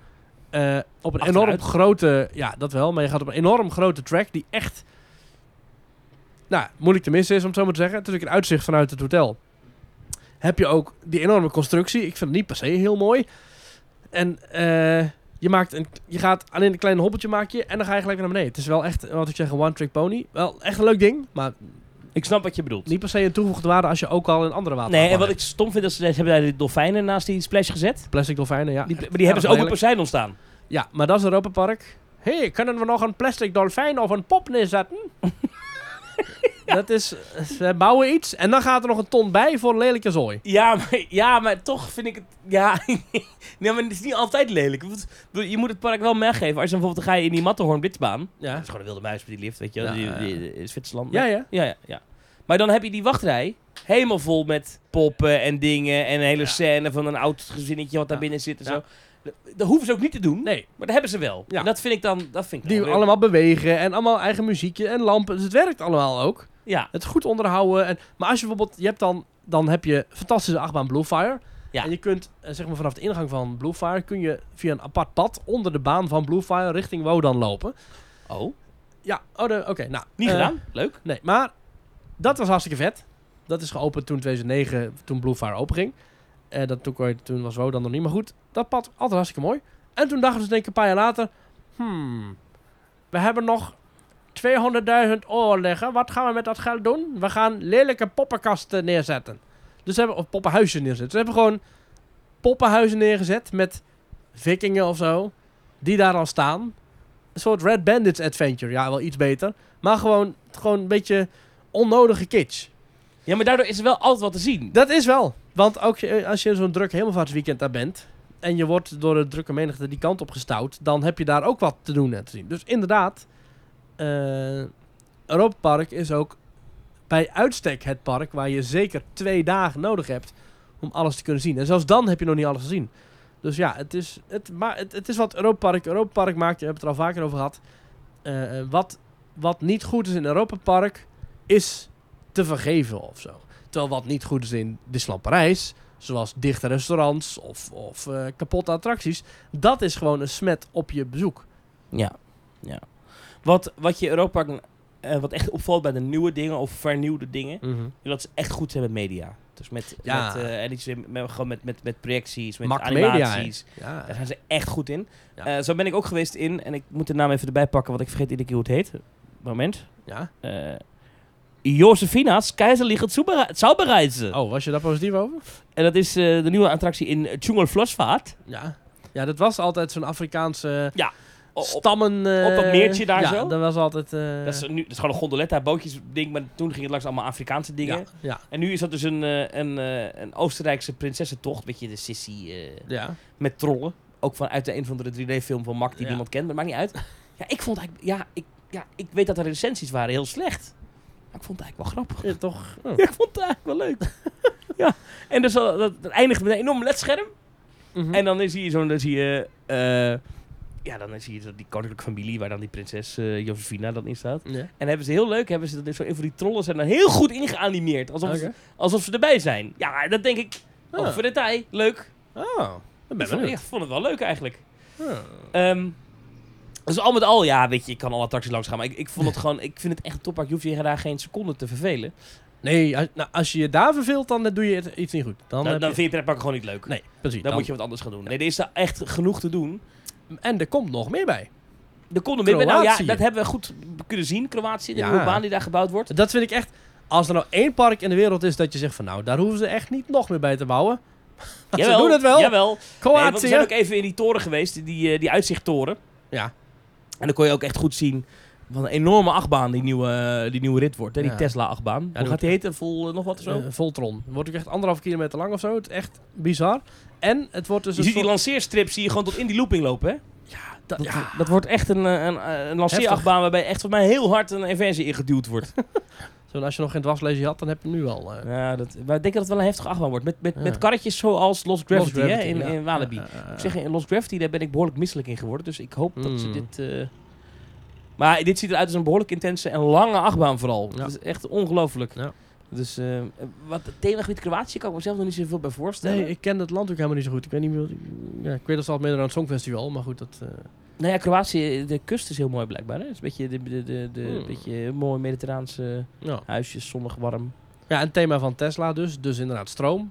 Speaker 4: eh, op een
Speaker 2: Achteruit.
Speaker 4: enorm grote, ja dat wel, maar je gaat op een enorm grote track die echt, nou, moeilijk te missen is om het zo maar te zeggen. Het is natuurlijk een uitzicht vanuit het hotel. Heb je ook die enorme constructie. Ik vind het niet per se heel mooi. En eh, je, maakt een, je gaat alleen een klein hobbeltje maak je en dan ga je gelijk weer naar beneden. Het is wel echt, wat ik zeg, een one-trick pony. Wel echt een leuk ding, maar
Speaker 2: Ik snap wat je bedoelt.
Speaker 4: niet per se een toegevoegde waarde als je ook al een andere water
Speaker 2: Nee, en wat ik stom vind, is dat ze hebben daar die dolfijnen naast die splash gezet.
Speaker 4: Plastic dolfijnen, ja.
Speaker 2: Die, maar die hebben ze ook op
Speaker 4: lelijk.
Speaker 2: Poseidon staan.
Speaker 4: Ja, maar dat is Europa Park. Hé, hey, kunnen we nog een plastic dolfijn of een pop neerzetten? Dat is, ze bouwen iets en dan gaat er nog een ton bij voor een lelijke zooi.
Speaker 2: Ja maar, ja, maar toch vind ik het... Ja, nee, maar het is niet altijd lelijk. Want, ik bedoel, Je moet het park wel meegeven. Als je dan bijvoorbeeld dan ga je in die Matterhorn Blitzbaan.
Speaker 4: Ja,
Speaker 2: Dat is gewoon een wilde muis met die lift, weet je wel.
Speaker 4: Ja,
Speaker 2: Die-
Speaker 4: ja.
Speaker 2: die- die- in Zwitserland.
Speaker 4: ja. ja.
Speaker 2: Ja, ja, ja. Maar dan heb je die wachtrij helemaal vol met poppen en dingen en een hele scène van een oud gezinnetje wat daar
Speaker 4: Ja.
Speaker 2: binnen zit en
Speaker 4: Ja.
Speaker 2: zo. Dat- Dat hoeven ze ook niet te doen,
Speaker 4: Nee,
Speaker 2: maar dat hebben ze wel.
Speaker 4: Ja.
Speaker 2: En dat vind ik dan, dat vind ik
Speaker 4: die
Speaker 2: dan weer-
Speaker 4: allemaal bewegen en allemaal eigen muziekje en lampen. Dus het werkt allemaal ook.
Speaker 2: Ja,
Speaker 4: Het goed onderhouden. En, maar als je bijvoorbeeld, je hebt dan, dan heb je fantastische achtbaan Bluefire.
Speaker 2: Ja.
Speaker 4: En je kunt, eh, zeg maar vanaf de ingang van Bluefire, kun je via een apart pad onder de baan van Bluefire richting Wodan lopen.
Speaker 2: oh,
Speaker 4: Ja, oh, de- oké. nou,
Speaker 2: niet
Speaker 4: eh,
Speaker 2: gedaan? Leuk.
Speaker 4: Nee, maar dat was hartstikke vet. Dat is geopend toen 2009, toen Bluefire openging. Eh dat, toen, kon je- toen was Wodan nog niet, maar goed. Dat pad, altijd hartstikke mooi. En toen dachten dus ze denk ik een paar jaar later... Hmm, we hebben nog 200.000 euro liggen. Wat gaan we met dat geld doen? We gaan lelijke poppenkasten neerzetten. Dus ze hebben, of poppenhuizen neerzetten. Ze hebben gewoon poppenhuizen neergezet met vikingen of zo. Die daar al staan. Een soort Red Bandits Adventure. Ja, wel iets beter. Maar gewoon, gewoon een beetje onnodige kitsch.
Speaker 2: Ja, maar daardoor is er wel altijd wat te zien.
Speaker 4: Dat is wel. Want ook eh, als je zo'n druk hemelvaartsweekend daar bent... en je wordt door de drukke menigte die kant op gestouwd... dan heb je daar ook wat te doen en te zien. Dus inderdaad, eh Europa Park is ook bij uitstek het park... waar je zeker twee dagen nodig hebt om alles te kunnen zien. En zelfs dan heb je nog niet alles gezien. Dus ja, het is, het, maar het, het is wat Europa Park, Europa Park maakt. We hebben het er al vaker over gehad. Eh, eh, wat, wat niet goed is in Europa Park is te vergeven of zo. Terwijl wat niet goed is in Disneyland Parijs, zoals dichte restaurants of, of eh, kapotte attracties, dat is gewoon een smet op je bezoek.
Speaker 2: Ja, ja. Wat, wat je Europa, eh, wat echt opvalt bij de nieuwe dingen of vernieuwde dingen, is dat ze echt goed zijn met media. Dus met,
Speaker 4: Ja.
Speaker 2: met, eh, en iets in- met, gewoon met, met, met projecties, met
Speaker 4: Mak media, hè?
Speaker 2: animaties.
Speaker 4: Ja.
Speaker 2: Daar zijn ze echt goed in.
Speaker 4: Ja.
Speaker 2: Eh, zo ben ik ook geweest in, en ik moet de naam even erbij pakken, want ik vergeet iedere keer hoe het heet. Moment.
Speaker 4: ja.
Speaker 2: Eh Josefina's Keizerliegend Zauberre- Zauberreise.
Speaker 4: Oh, was je daar positief over?
Speaker 2: En dat is eh, de nieuwe attractie in Dschungelflossvaart.
Speaker 4: Ja. Ja, dat was altijd zo'n Afrikaanse
Speaker 2: O- op-
Speaker 4: stammen... eh,
Speaker 2: op dat meertje daar
Speaker 4: ja,
Speaker 2: zo?
Speaker 4: dat was altijd... eh,
Speaker 2: Oh, Dat is, nu, dat is gewoon een gondoletta, bootjes ding, maar toen ging het langs allemaal Afrikaanse dingen.
Speaker 4: ja, ja,
Speaker 2: En nu is dat dus een, eh, een, eh, een Oostenrijkse prinsessentocht, beetje de sissy, eh,
Speaker 4: ja.
Speaker 2: met trollen. Ook vanuit de een van de 3D-film van Mak die
Speaker 4: Ja.
Speaker 2: niemand kent, maar maakt niet uit. Ja, ik vond eigenlijk, ja, ik, ja, ik weet dat de recensies waren heel slecht. Maar ik vond het eigenlijk wel grappig.
Speaker 4: Ja, toch? Oh.
Speaker 2: Ja, ik vond het eigenlijk wel leuk. ja, en dus dat, dat, dat eindigt met een enorm ledscherm.
Speaker 4: Mhm.
Speaker 2: En dan zie je zo'n, dan zie je, eh, ja, dan zie je zo die koninklijke familie waar dan die prinses eh Josefina dan in staat.
Speaker 4: Ja.
Speaker 2: En hebben ze heel leuk, hebben ze dat zo een van die trollen zijn dan heel goed ingeanimeerd, alsof,
Speaker 4: Oké.
Speaker 2: ze, alsof ze erbij zijn. Ja, dat denk ik.
Speaker 4: Ah.
Speaker 2: Oh, voor detail, leuk.
Speaker 4: Oh, dat ben
Speaker 2: Ik
Speaker 4: ik
Speaker 2: vond, ik
Speaker 4: benieuwd.
Speaker 2: vond het wel leuk eigenlijk.
Speaker 4: Ah.
Speaker 2: Ehm, dus al met al, ja, weet je, ik kan alle attracties langs gaan, maar ik, ik vond het gewoon, ik vind het echt een toppark. Je hoeft je daar geen seconde te vervelen.
Speaker 4: Nee, als, nou, als je je daar verveelt, dan eh, doe je het- iets niet goed. Dan,
Speaker 2: Dan, dan
Speaker 4: heb
Speaker 2: vind
Speaker 4: je...
Speaker 2: je pretparken gewoon niet leuk.
Speaker 4: Nee, precies.
Speaker 2: Dan
Speaker 4: dan-
Speaker 2: moet je wat anders gaan doen. Nee, er is daar echt genoeg te doen.
Speaker 4: En er komt nog meer bij.
Speaker 2: De konden weer. Nou ja,
Speaker 4: Kroatië.
Speaker 2: dat hebben we goed kunnen zien. Kroatië, de
Speaker 4: Ja.
Speaker 2: nieuwe baan die daar gebouwd wordt.
Speaker 4: Dat vind ik echt. Als er nou één park in de wereld is dat je zegt van nou, daar hoeven ze echt niet nog meer bij te bouwen. Maar ze doen het wel.
Speaker 2: Jawel. Nee, want we
Speaker 4: Kroatië.
Speaker 2: zijn ook even in die toren geweest, die, eh, die uitzichttoren.
Speaker 4: Ja.
Speaker 2: En dan kon je ook echt goed zien. Wat een enorme achtbaan die nieuwe, eh, die nieuwe rit wordt. Hè? Die
Speaker 4: Ja.
Speaker 2: Tesla-achtbaan. Hoe
Speaker 4: die
Speaker 2: gaat
Speaker 4: wordt-
Speaker 2: die heten? Vol eh, nog wat of zo?
Speaker 4: Eh, Voltron. Wordt ook echt anderhalf kilometer lang of zo. Het is echt bizar. En het wordt dus
Speaker 2: je
Speaker 4: een
Speaker 2: ziet die
Speaker 4: soort-
Speaker 2: lanceerstrip zie je gewoon tot in die looping lopen. Hè?
Speaker 4: dat-
Speaker 2: Dat,
Speaker 4: ja.
Speaker 2: dat wordt echt een, eh, een, eh, een lanceerachtbaan waarbij echt voor mij heel hard een inversie ingeduwd wordt.
Speaker 4: Terwijl als je nog geen dwarslesie had, dan heb je hem nu al. eh,
Speaker 2: Ja, dat, maar ik denk dat het wel een heftige achtbaan wordt. Met, met,
Speaker 4: Ja.
Speaker 2: met karretjes zoals Lost
Speaker 4: Lost
Speaker 2: Gravity, hè, in,
Speaker 4: ja.
Speaker 2: in Walibi.
Speaker 4: Ja, ja, ja, ja.
Speaker 2: Ik zeg, in Lost Gravity daar ben ik behoorlijk misselijk in geworden. Dus ik hoop dat ze
Speaker 4: Hmm.
Speaker 2: dit... eh, Maar dit ziet eruit als een behoorlijk intense en lange achtbaan vooral.
Speaker 4: Ja.
Speaker 2: Het is echt ongelooflijk.
Speaker 4: Ja.
Speaker 2: Dus eh wat het themagebied Kroatië kan ik mezelf nog niet zoveel bij voorstellen.
Speaker 4: Nee, ik ken het land ook helemaal niet zo goed. Ik weet niet meer. Ja, ik weet dat ze altijd meedoen aan het Songfestival, maar goed, dat. eh,
Speaker 2: Nou ja, Kroatië, de kust is heel mooi blijkbaar. Hè? Het is een beetje, de, de, de, de,
Speaker 4: Hmm.
Speaker 2: een beetje mooi mediterraanse
Speaker 4: ja.
Speaker 2: huisjes, zonnig, warm.
Speaker 4: ja, en het thema van Tesla dus. Dus inderdaad, stroom.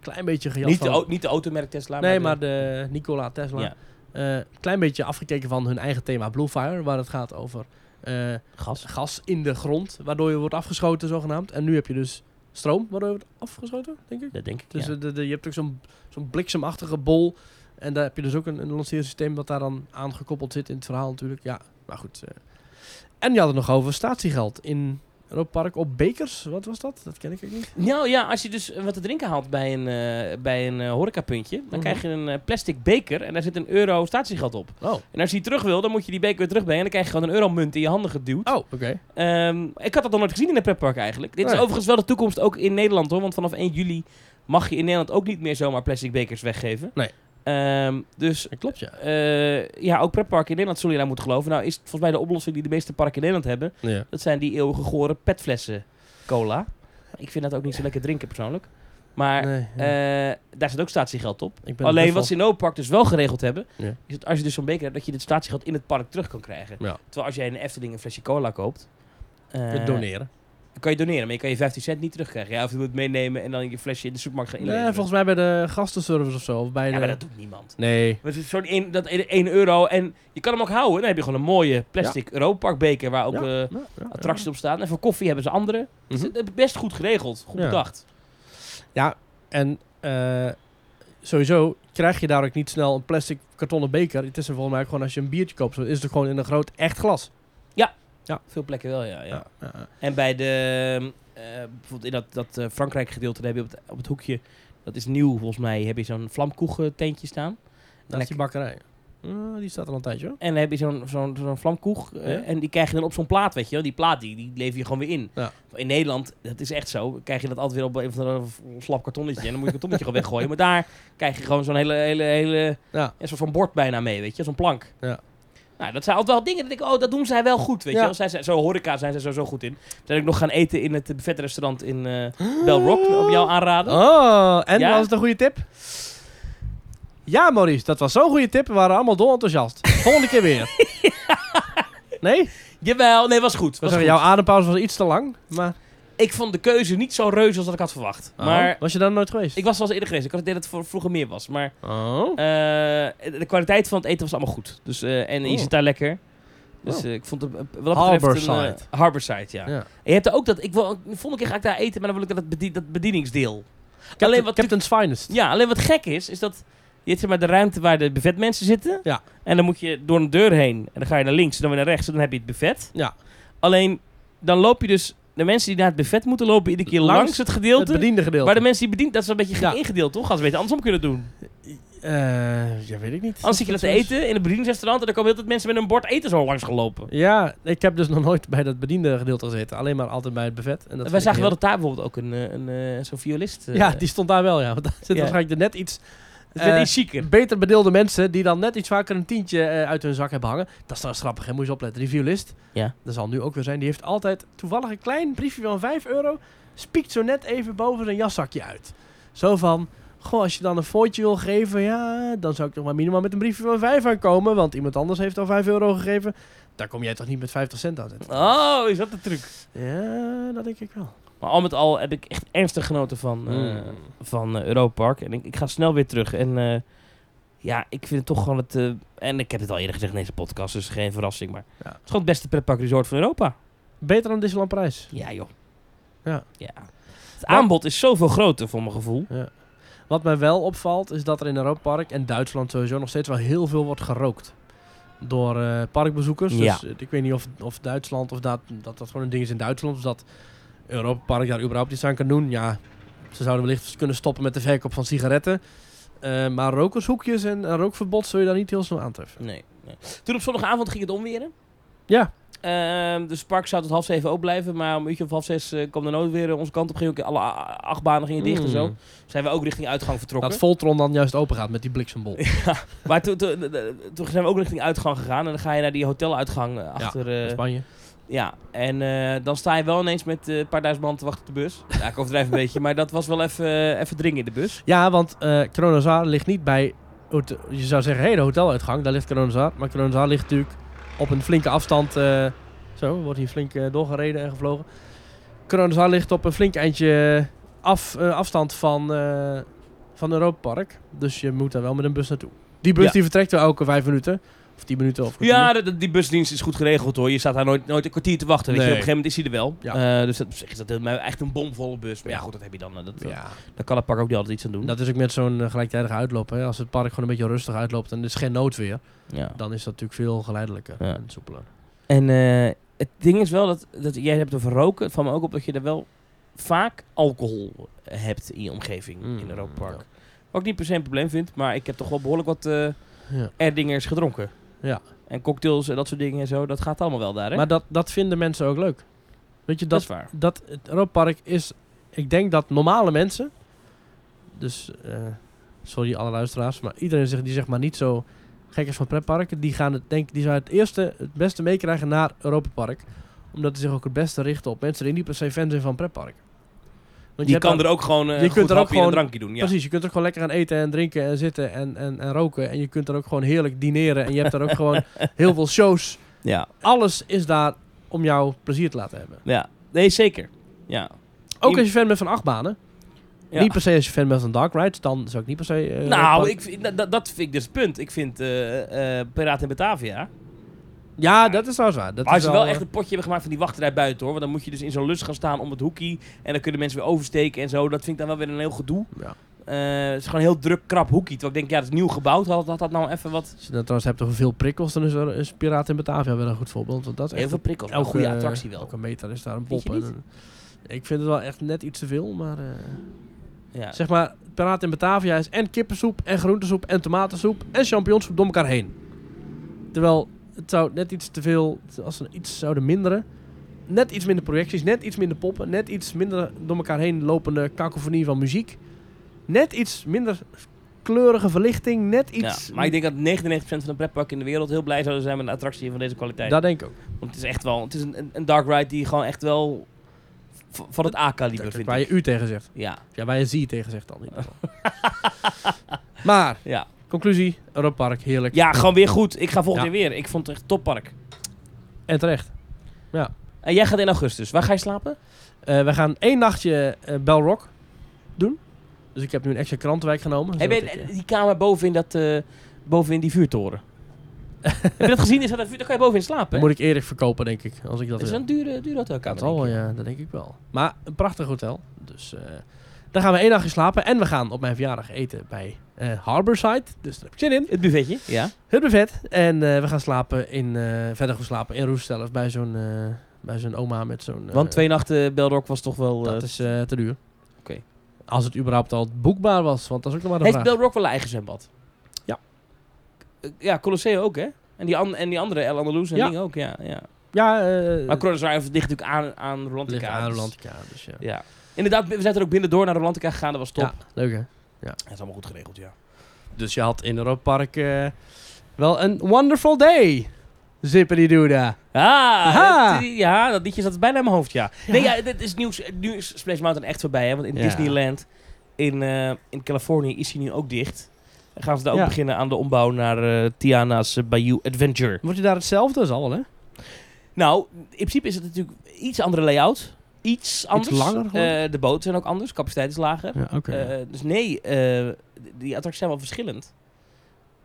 Speaker 4: Klein beetje gejat
Speaker 2: Niet de,
Speaker 4: van...
Speaker 2: au- niet de automerk Tesla.
Speaker 4: Nee,
Speaker 2: de-
Speaker 4: maar de Nikola Tesla.
Speaker 2: Ja.
Speaker 4: Eh, klein beetje afgekeken van hun eigen thema Bluefire, waar het gaat over eh,
Speaker 2: gas.
Speaker 4: gas in de grond, waardoor je wordt afgeschoten zogenaamd. En nu heb je dus stroom, waardoor je wordt afgeschoten, denk ik.
Speaker 2: Dat denk ik,
Speaker 4: Dus
Speaker 2: ja.
Speaker 4: eh, de, de- je hebt ook zo'n zo'n bliksemachtige bol. En daar heb je dus ook een, een lanceersysteem dat daar dan aangekoppeld zit in het verhaal natuurlijk. Ja, maar goed. eh. En je had het nog over statiegeld in Europa Park op bekers. Wat was dat? Dat ken ik ook niet.
Speaker 2: Nou ja, als je dus eh, wat te drinken haalt bij een, eh, bij een eh, horecapuntje, dan
Speaker 4: Mhm.
Speaker 2: krijg je een eh, plastic beker en daar zit een euro statiegeld op.
Speaker 4: Oh,
Speaker 2: En als je die terug wil, dan moet je die beker weer terugbrengen en dan krijg je gewoon een euromunt in je handen geduwd.
Speaker 4: oh oké.
Speaker 2: Ehm, ik had dat nog nooit gezien in een pretpark eigenlijk. Dit is
Speaker 4: Nee.
Speaker 2: overigens wel de toekomst ook in Nederland hoor, want vanaf 1 juli mag je in Nederland ook niet meer zomaar plastic bekers weggeven.
Speaker 4: Nee.
Speaker 2: Ehm, dus
Speaker 4: Dat klopt, ja.
Speaker 2: eh, ja, ook pretparken in Nederland zullen je daar moeten geloven. Nou is het volgens mij de oplossing die de meeste parken in Nederland hebben,
Speaker 4: ja.
Speaker 2: dat zijn die eeuwige gore petflessen cola. Ik vind dat ook niet zo lekker drinken persoonlijk. Maar
Speaker 4: Nee, ja.
Speaker 2: eh, daar zit ook statiegeld op.
Speaker 4: Ik ben er
Speaker 2: Alleen
Speaker 4: best
Speaker 2: wat ze in het park dus wel geregeld hebben,
Speaker 4: Ja.
Speaker 2: is dat als je dus zo'n beker hebt, dat je dit statiegeld in het park terug kan krijgen.
Speaker 4: Ja.
Speaker 2: Terwijl als jij in de Efteling een flesje cola koopt, eh,
Speaker 4: wel- doneren.
Speaker 2: dan kan je doneren, maar je kan je 15 cent niet terugkrijgen. Ja, of je moet het meenemen en dan je flesje in de supermarkt gaan inleveren.
Speaker 4: Nee, volgens eh, mij bij de gastenservice of zo. Of bij
Speaker 2: ja,
Speaker 4: de...
Speaker 2: maar dat doet niemand.
Speaker 4: Nee.
Speaker 2: Want het is zo'n 1, dat 1 euro en je kan hem ook houden. Dan heb je gewoon een mooie plastic Europa beker waar ook... eh,
Speaker 4: Ja, ja, ja.
Speaker 2: attracties op staan. En voor koffie hebben ze andere. Dus
Speaker 4: Mhm.
Speaker 2: het is best goed geregeld, goed
Speaker 4: Ja.
Speaker 2: bedacht.
Speaker 4: Ja, en eh, sowieso krijg je daar ook niet snel een plastic kartonnen beker. Het is er volgens mij ook gewoon als je een biertje koopt, zo is het gewoon in een groot echt glas.
Speaker 2: Veel plekken wel, ja. ja.
Speaker 4: ja, ja.
Speaker 2: En bij de... eh, bijvoorbeeld in dat, dat eh, Frankrijk gedeelte, daar heb je op het, op het hoekje... Dat is nieuw, volgens mij. Heb je zo'n vlamkoegen tentje staan.
Speaker 4: Dat is die bakkerij. Eh, die staat al een tijdje hoor.
Speaker 2: En dan heb je zo'n zo'n zo'n vlamkoeg. eh,
Speaker 4: Ja.
Speaker 2: En die krijg je dan op zo'n plaat, weet je wel. Die plaat, die, die lever je gewoon weer in.
Speaker 4: Ja.
Speaker 2: In Nederland, dat is echt zo. Krijg je dat altijd weer op een van een slap kartonnetje. En dan moet je het kartonnetje gewoon weggooien. Maar daar krijg je gewoon zo'n hele, hele, hele...
Speaker 4: Ja.
Speaker 2: Een soort van bord bijna mee, weet je. Zo'n plank.
Speaker 4: Ja.
Speaker 2: Nou, dat zijn altijd wel dingen dat ik... Oh, dat doen zij wel goed, weet
Speaker 4: Ja.
Speaker 2: je wel. Zij zijn, zo horeca zijn ze sowieso goed in. Dat ik nog gaan eten in het buffetrestaurant in
Speaker 4: Ah.
Speaker 2: eh Belrock. Op jou aanraden.
Speaker 4: Oh, en
Speaker 2: Ja?
Speaker 4: was het een goede tip? Ja, Maurice, dat was zo'n goede tip. We waren allemaal dol enthousiast. Volgende keer weer. Nee?
Speaker 2: Jawel, nee, was goed.
Speaker 4: We
Speaker 2: Was
Speaker 4: zeggen,
Speaker 2: goed.
Speaker 4: jouw adempauze was iets te lang. Maar,
Speaker 2: Ik vond de keuze niet zo reuze als dat ik had verwacht. Maar...
Speaker 4: Oh, was je daar nooit geweest?
Speaker 2: Ik was wel eens eerder geweest. Ik had het idee dat het voor- vroeger meer was. Maar
Speaker 4: Oh.
Speaker 2: eh, de kwaliteit van het eten was allemaal goed. Dus, eh, en je
Speaker 4: Oh.
Speaker 2: zit daar lekker. Dus
Speaker 4: Oh.
Speaker 2: eh, ik vond het eh, wat dat betreft een...
Speaker 4: Harborside.
Speaker 2: eh, Harborside, ja.
Speaker 4: Ja.
Speaker 2: En je hebt er ook dat... Ik wil, volgende keer ga ik daar eten, maar dan wil ik dat, bedien- dat bedieningsdeel. Alleen wat,
Speaker 4: Captain's Finest.
Speaker 2: ja, alleen wat gek is, is dat... Je hebt zeg maar de ruimte waar de buffetmensen zitten.
Speaker 4: Ja.
Speaker 2: En dan moet je door een deur heen. En dan ga je naar links en dan weer naar rechts. En dan heb je het buffet.
Speaker 4: Ja.
Speaker 2: Alleen, dan loop je dus... De mensen die naar het buffet moeten lopen, iedere keer langs,
Speaker 4: Langs
Speaker 2: het
Speaker 4: Het
Speaker 2: gedeelte.
Speaker 4: bediende gedeelte.
Speaker 2: Maar de mensen die bedient, dat is een beetje gek
Speaker 4: Ja.
Speaker 2: ingedeeld, toch? Als ze weten andersom kunnen doen.
Speaker 4: Eh, ja, weet ik niet.
Speaker 2: Anders zit je dat te eten in een bedieningsrestaurant en dan komen heel veel mensen met een bord eten zo langs gelopen.
Speaker 4: Ja, ik heb dus nog nooit bij dat bediende gedeelte gezeten. Alleen maar altijd bij het buffet. En dat
Speaker 2: Wij
Speaker 4: vind ik
Speaker 2: zagen wel
Speaker 4: heel-
Speaker 2: dat daar bijvoorbeeld ook een, eh, een, eh, zo'n violist... eh,
Speaker 4: Ja, die stond daar wel, ja. Want daar zitten
Speaker 2: Ja.
Speaker 4: waarschijnlijk de net iets
Speaker 2: dat werd
Speaker 4: eh,
Speaker 2: iets zieker.
Speaker 4: beter bedeelde mensen... die dan net iets vaker een tientje eh, uit hun zak hebben hangen. Dat is trouwens grappig, hè. Moet je eens opletten. Die violist,
Speaker 2: Ja.
Speaker 4: dat zal nu ook weer zijn... die heeft altijd toevallig een klein briefje van 5 euro... spiekt zo net even boven zijn jaszakje uit. Zo van... Goh, als je dan een fooitje wil geven, ja, dan zou ik toch maar minimaal met een briefje van 5 aankomen. Want iemand anders heeft al 5 euro gegeven. Daar kom jij toch niet met 50 cent aan.
Speaker 2: Oh, is dat de truc?
Speaker 4: Ja, dat denk ik wel.
Speaker 2: Maar al met al heb ik echt ernstig genoten van, eh
Speaker 4: Mm.
Speaker 2: van eh, Europa Park. En ik, ik ga snel weer terug. En eh, ja, ik vind het toch gewoon het... eh, en ik heb het al eerder gezegd in deze podcast, dus geen verrassing. Maar
Speaker 4: Ja.
Speaker 2: het is gewoon het beste pretparkresort van Europa.
Speaker 4: Beter dan Disneyland Parijs.
Speaker 2: Ja, joh.
Speaker 4: Ja.
Speaker 2: ja. Het aanbod is zoveel groter, voor mijn gevoel.
Speaker 4: Wat mij wel opvalt is dat er in Europa Park en Duitsland sowieso nog steeds wel heel veel wordt gerookt. Door eh, parkbezoekers.
Speaker 2: Ja.
Speaker 4: Dus eh, ik weet niet of, of Duitsland of dat, dat dat gewoon een ding is in Duitsland. Of dat Europa Park daar überhaupt iets aan kan doen. Ja, ze zouden wellicht kunnen stoppen met de verkoop van sigaretten. Eh, maar rokershoekjes en een rookverbod zul je daar niet heel snel aantreffen.
Speaker 2: Nee, nee. Toen op zondagavond ging het omweren.
Speaker 4: Ja.
Speaker 2: Ehm, dus Park zou tot half zeven ook blijven. Maar om een uurtje of half zes eh, kwam de nood weer eh, onze kant op. Gingen ook alle a- achtbanen gingen dicht en
Speaker 4: Mm.
Speaker 2: zo. Zijn we ook richting uitgang vertrokken.
Speaker 4: Dat Voltron dan juist open gaat met die bliksembol.
Speaker 2: maar toen, toen, eh, toen zijn we ook richting uitgang gegaan. En dan ga je naar die hoteluitgang eh, achter...
Speaker 4: in
Speaker 2: eh,
Speaker 4: Spanje.
Speaker 2: Ja, en eh, dan sta je wel ineens met eh, een paar duizend man te wachten op de bus. Ja, ik overdrijf een beetje, maar dat was wel even, eh, even dringen in de bus.
Speaker 4: Ja, want eh Kronozar ligt niet bij... hotel- Je zou zeggen, hé, de hoteluitgang, daar ligt Kronozar. Maar Kronozar ligt natuurlijk op een flinke afstand... eh, zo, wordt hier flink eh, doorgereden en gevlogen. Kronozar ligt op een flink eindje af, eh, afstand van, eh van Europa Park. Dus je moet daar wel met een bus naartoe. Die bus
Speaker 2: Ja.
Speaker 4: die vertrekt wel elke vijf minuten. Of tien minuten of kwartier.
Speaker 2: Ja, de- de- die busdienst is goed geregeld hoor. Je staat daar nooit, nooit een kwartier te wachten. Weet je.
Speaker 4: Nee.
Speaker 2: Op een gegeven moment is hij er wel.
Speaker 4: Ja.
Speaker 2: Eh, dus dat, op zich is dat helemaal echt een bomvolle bus. Maar ja, goed, dat heb je dan. eh, dat,
Speaker 4: Ja.
Speaker 2: Daar kan het pak ook niet altijd iets aan doen.
Speaker 4: Dat is ook met zo'n eh, gelijktijdige uitloop. Hè. Als het park gewoon een beetje rustig uitloopt en er is geen noodweer,
Speaker 2: ja.
Speaker 4: dan is dat natuurlijk veel geleidelijker
Speaker 2: Ja.
Speaker 4: en soepeler.
Speaker 2: En eh, het ding is wel dat, dat jij hebt over roken. Het valt me ook op dat je er wel vaak alcohol hebt in je omgeving
Speaker 4: Mm,
Speaker 2: in Europa Park.
Speaker 4: ja.
Speaker 2: Wat ik niet per se een probleem vind, maar ik heb toch wel behoorlijk wat eh
Speaker 4: Ja.
Speaker 2: Erdingers gedronken.
Speaker 4: Ja.
Speaker 2: En cocktails en dat soort dingen en zo, dat gaat allemaal wel daar hè?
Speaker 4: Maar dat, dat vinden mensen ook leuk. Weet je,
Speaker 2: dat
Speaker 4: dat,
Speaker 2: is waar.
Speaker 4: dat het Europark is, ik denk dat normale mensen, dus eh, sorry alle luisteraars, maar iedereen zeg- die zeg maar niet zo gek is van pretparken, die gaan het denk die zou het eerste, het beste meekrijgen naar Europa Park, omdat ze zich ook het beste richten op mensen die niet per se fan zijn van pretparken. Want
Speaker 2: je
Speaker 4: hebt
Speaker 2: kan
Speaker 4: daar-
Speaker 2: er ook gewoon eh
Speaker 4: je
Speaker 2: een
Speaker 4: kunt
Speaker 2: goed
Speaker 4: er ook
Speaker 2: hapje en een
Speaker 4: gewoon-
Speaker 2: drankje doen. Ja.
Speaker 4: Precies, je kunt er ook gewoon lekker gaan eten en drinken en zitten en, en, en roken. En je kunt er ook gewoon heerlijk dineren. En je hebt er ook gewoon heel veel shows.
Speaker 2: Ja.
Speaker 4: Alles is daar om jou plezier te laten hebben.
Speaker 2: ja, nee zeker. Ja.
Speaker 4: Ook
Speaker 2: Je-
Speaker 4: als je fan bent van achtbanen.
Speaker 2: Ja.
Speaker 4: Niet per se als je fan bent van dark rides, dan zou ik niet per se... eh,
Speaker 2: nou,
Speaker 4: pak-
Speaker 2: ik, vind- dat- dat, dat vind ik dus het punt. Ik vind eh eh Piraten in Batavia...
Speaker 4: Ja, dat is trouwens waar. Dat
Speaker 2: Maar
Speaker 4: is
Speaker 2: als ze wel
Speaker 4: eh,
Speaker 2: echt een potje hebben gemaakt van die wachtrij buiten hoor. Want dan moet je dus in zo'n lus gaan staan om het hoekie. En dan kunnen mensen weer oversteken en zo. Dat vind ik dan wel weer een heel gedoe.
Speaker 4: Ja.
Speaker 2: Eh, het is gewoon een heel druk, krap hoekie. Terwijl ik denk, ja, dat is nieuw gebouwd. Had, had dat nou even wat...
Speaker 4: Als je dan trouwens hebt over veel prikkels, dan is, er, is Piraten in Batavia wel een goed voorbeeld. Want dat is
Speaker 2: Heel
Speaker 4: echt
Speaker 2: veel
Speaker 4: een
Speaker 2: prikkels. Een goede attractie wel.
Speaker 4: Elke meter is daar een
Speaker 2: Vind
Speaker 4: pop.
Speaker 2: je
Speaker 4: en
Speaker 2: niet?
Speaker 4: een- ik vind het wel echt net iets te veel, maar... eh,
Speaker 2: Ja.
Speaker 4: Zeg maar, Piraten in Batavia is en kippensoep en groentesoep en tomatensoep en champignonsoep door elkaar heen. Terwijl het zou net iets te veel, als ze iets zouden minderen, net iets minder projecties, net iets minder poppen, net iets minder door elkaar heen lopende kakofonie van muziek, net iets minder kleurige verlichting, net iets...
Speaker 2: Ja, maar ik denk dat 99% van de pretparken in de wereld heel blij zouden zijn met een attractie van deze kwaliteit.
Speaker 4: Dat denk ik ook.
Speaker 2: Want het is echt wel... Het is een, een- een dark ride die gewoon echt wel... v- van het A-kaliber vind
Speaker 4: Waar
Speaker 2: ik.
Speaker 4: je u tegen zegt.
Speaker 2: Ja,
Speaker 4: Ja, waar je zie tegen zegt dan. in ieder geval. maar,
Speaker 2: ja.
Speaker 4: conclusie, Europa Park, heerlijk.
Speaker 2: Ja, gewoon weer goed. Ik ga volgend
Speaker 4: Ja.
Speaker 2: jaar weer. Ik vond het echt toppark.
Speaker 4: En terecht.
Speaker 2: En jij gaat in augustus. Waar ga je slapen?
Speaker 4: Eh, we gaan één nachtje eh Belrock doen. Dus ik heb nu een extra krantenwijk genomen.
Speaker 2: Heb
Speaker 4: zodat
Speaker 2: je
Speaker 4: ik, eh,
Speaker 2: die kamer boven in, dat, eh, boven in die vuurtoren? Heb je dat gezien? Is dat een vuur? Daar kan je bovenin slapen.
Speaker 4: dat
Speaker 2: hè?
Speaker 4: moet ik Erik verkopen, denk ik. Als ik dat
Speaker 2: Het is
Speaker 4: wil.
Speaker 2: een dure, dure
Speaker 4: Ja, het
Speaker 2: hotelkamer.
Speaker 4: zal wel,
Speaker 2: denk ik.
Speaker 4: ja, dat denk ik wel. Maar een prachtig hotel. Dus eh, daar gaan we één nachtje slapen. En we gaan op mijn verjaardag eten bij eh Harborside. Dus daar heb ik zin in.
Speaker 2: Het buffetje, ja.
Speaker 4: Het buffet. En eh, we gaan slapen in, eh, verder gaan slapen in Roestelf bij zo'n eh, bij zo'n oma met zo'n... eh,
Speaker 2: Want twee nachten Belrock was toch wel... eh,
Speaker 4: Dat is eh, te duur.
Speaker 2: Oké.
Speaker 4: Als het überhaupt al boekbaar was, want dat is ook nog maar de
Speaker 2: Heeft
Speaker 4: vraag.
Speaker 2: Belrock wel een eigen zwembad?
Speaker 4: Ja.
Speaker 2: Eh, Ja, Colosseo ook, hè? En die, an- en die andere, El Andalus en
Speaker 4: Ja.
Speaker 2: dingen ook, ja. ja.
Speaker 4: Ja, eh
Speaker 2: Maar Cronos ligt natuurlijk aan, aan Rolantica.
Speaker 4: ligt aan
Speaker 2: dus-
Speaker 4: Rolantica, dus ja.
Speaker 2: Ja. Inderdaad, we zijn er ook binnendoor naar Rolantica gegaan. Dat was top.
Speaker 4: Ja, leuk hè?
Speaker 2: Dat is allemaal goed geregeld, ja.
Speaker 4: Dus je had in Europa Park eh, wel een wonderful day. Zippity doodah.
Speaker 2: Ah,
Speaker 4: Aha.
Speaker 2: het- ja, dat liedje zat bijna in mijn hoofd, ja. Nee, ja, dit is nieuws. Nu is Splash Mountain echt voorbij, hè? Want in
Speaker 4: Ja.
Speaker 2: Disneyland in, eh, in Californië is hij nu ook dicht. Dan gaan ze daar ook
Speaker 4: Ja.
Speaker 2: beginnen aan de ombouw naar eh, Tiana's eh, Bayou Adventure.
Speaker 4: Word je daar hetzelfde als al wel, hè?
Speaker 2: Nou, in principe is het natuurlijk iets andere layout. Iets anders.
Speaker 4: langer, geloof ik.
Speaker 2: Eh, de boten zijn ook anders, capaciteit is lager.
Speaker 4: Ja, oké.
Speaker 2: Eh, dus nee, eh, die attracties zijn wel verschillend.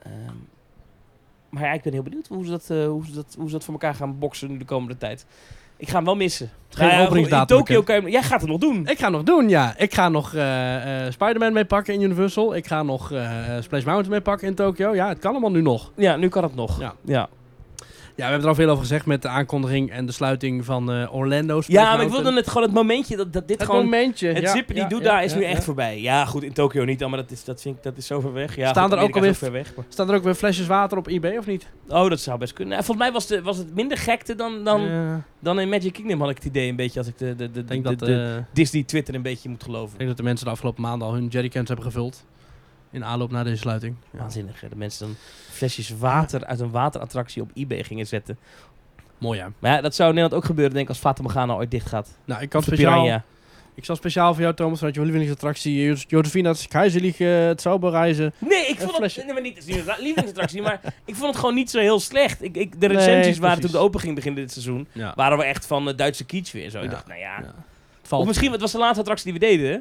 Speaker 2: Ehm, maar ja, ik ben heel benieuwd hoe ze, dat, eh, hoe, ze dat, hoe ze dat voor elkaar gaan boksen nu de komende tijd. Ik ga hem wel missen.
Speaker 4: Geen
Speaker 2: Nou ja,
Speaker 4: openingsdatum
Speaker 2: In Tokio
Speaker 4: bekend.
Speaker 2: kan je hem- Jij gaat het nog doen.
Speaker 4: ik ga nog doen, ja. Ik ga nog eh, eh, Spider-Man meepakken in Universal. Ik ga nog eh, Splash Mountain meepakken in Tokyo. Ja, het kan allemaal nu nog.
Speaker 2: Ja, nu kan het nog.
Speaker 4: Ja.
Speaker 2: Ja.
Speaker 4: we hebben er al veel over gezegd met de aankondiging en de sluiting van eh, Orlando. Space
Speaker 2: Ja, maar ik
Speaker 4: Mountain.
Speaker 2: wilde het gewoon het momentje dat, dat dit
Speaker 4: Het
Speaker 2: gewoon...
Speaker 4: momentje.
Speaker 2: Het
Speaker 4: ja,
Speaker 2: zippen die
Speaker 4: ja,
Speaker 2: doet
Speaker 4: ja,
Speaker 2: daar is
Speaker 4: ja,
Speaker 2: nu
Speaker 4: ja.
Speaker 2: echt voorbij. Ja, goed, in Tokio niet dan, maar dat is, dat vind ik, dat is zo ver weg. Ja,
Speaker 4: Staan
Speaker 2: goed,
Speaker 4: er ook
Speaker 2: Amerika is ver
Speaker 4: alweer-
Speaker 2: weg. maar-
Speaker 4: Staan er ook weer flesjes water op eBay of niet?
Speaker 2: Oh, dat zou best kunnen. Nou, volgens mij was, de, was het minder gekte dan, dan,
Speaker 4: Eh,
Speaker 2: dan in Magic Kingdom, had ik het idee een beetje. Als ik de, de, de,
Speaker 4: ik denk
Speaker 2: de-
Speaker 4: dat,
Speaker 2: de
Speaker 4: eh,
Speaker 2: Disney-Twitter een beetje moet
Speaker 4: ik
Speaker 2: geloven.
Speaker 4: denk dat de mensen de afgelopen maanden al hun jerrycans hebben gevuld. In aanloop naar deze sluiting. Ja.
Speaker 2: Waanzinnig, hè, dat mensen dan flesjes water uit een waterattractie op eBay gingen zetten.
Speaker 4: Mooi ja.
Speaker 2: Maar ja, dat zou in Nederland ook gebeuren, denk ik, als Fata Morgana ooit dicht gaat.
Speaker 4: Nou, ik kan
Speaker 2: Of de
Speaker 4: speciaal...
Speaker 2: Piranha.
Speaker 4: Ik zal speciaal voor jou, Thomas, vanuit je lievelingsattractie Jo- Josefina's Kaiserliche eh, het Zauberreizen.
Speaker 2: Nee, ik
Speaker 4: Een
Speaker 2: vond het...
Speaker 4: flesje.
Speaker 2: Nee, maar niet, het is niet een lievelingsattractie, maar ik vond het gewoon niet zo heel slecht. Ik, ik, de
Speaker 4: Nee,
Speaker 2: recensies waren toen
Speaker 4: precies.
Speaker 2: de open ging beginnen dit seizoen,
Speaker 4: Ja.
Speaker 2: waren we echt van eh, Duitse kitsch weer. Zo. Ik
Speaker 4: Ja.
Speaker 2: dacht, nou ja...
Speaker 4: Ja.
Speaker 2: Of misschien, het was de laatste attractie die we deden, hè?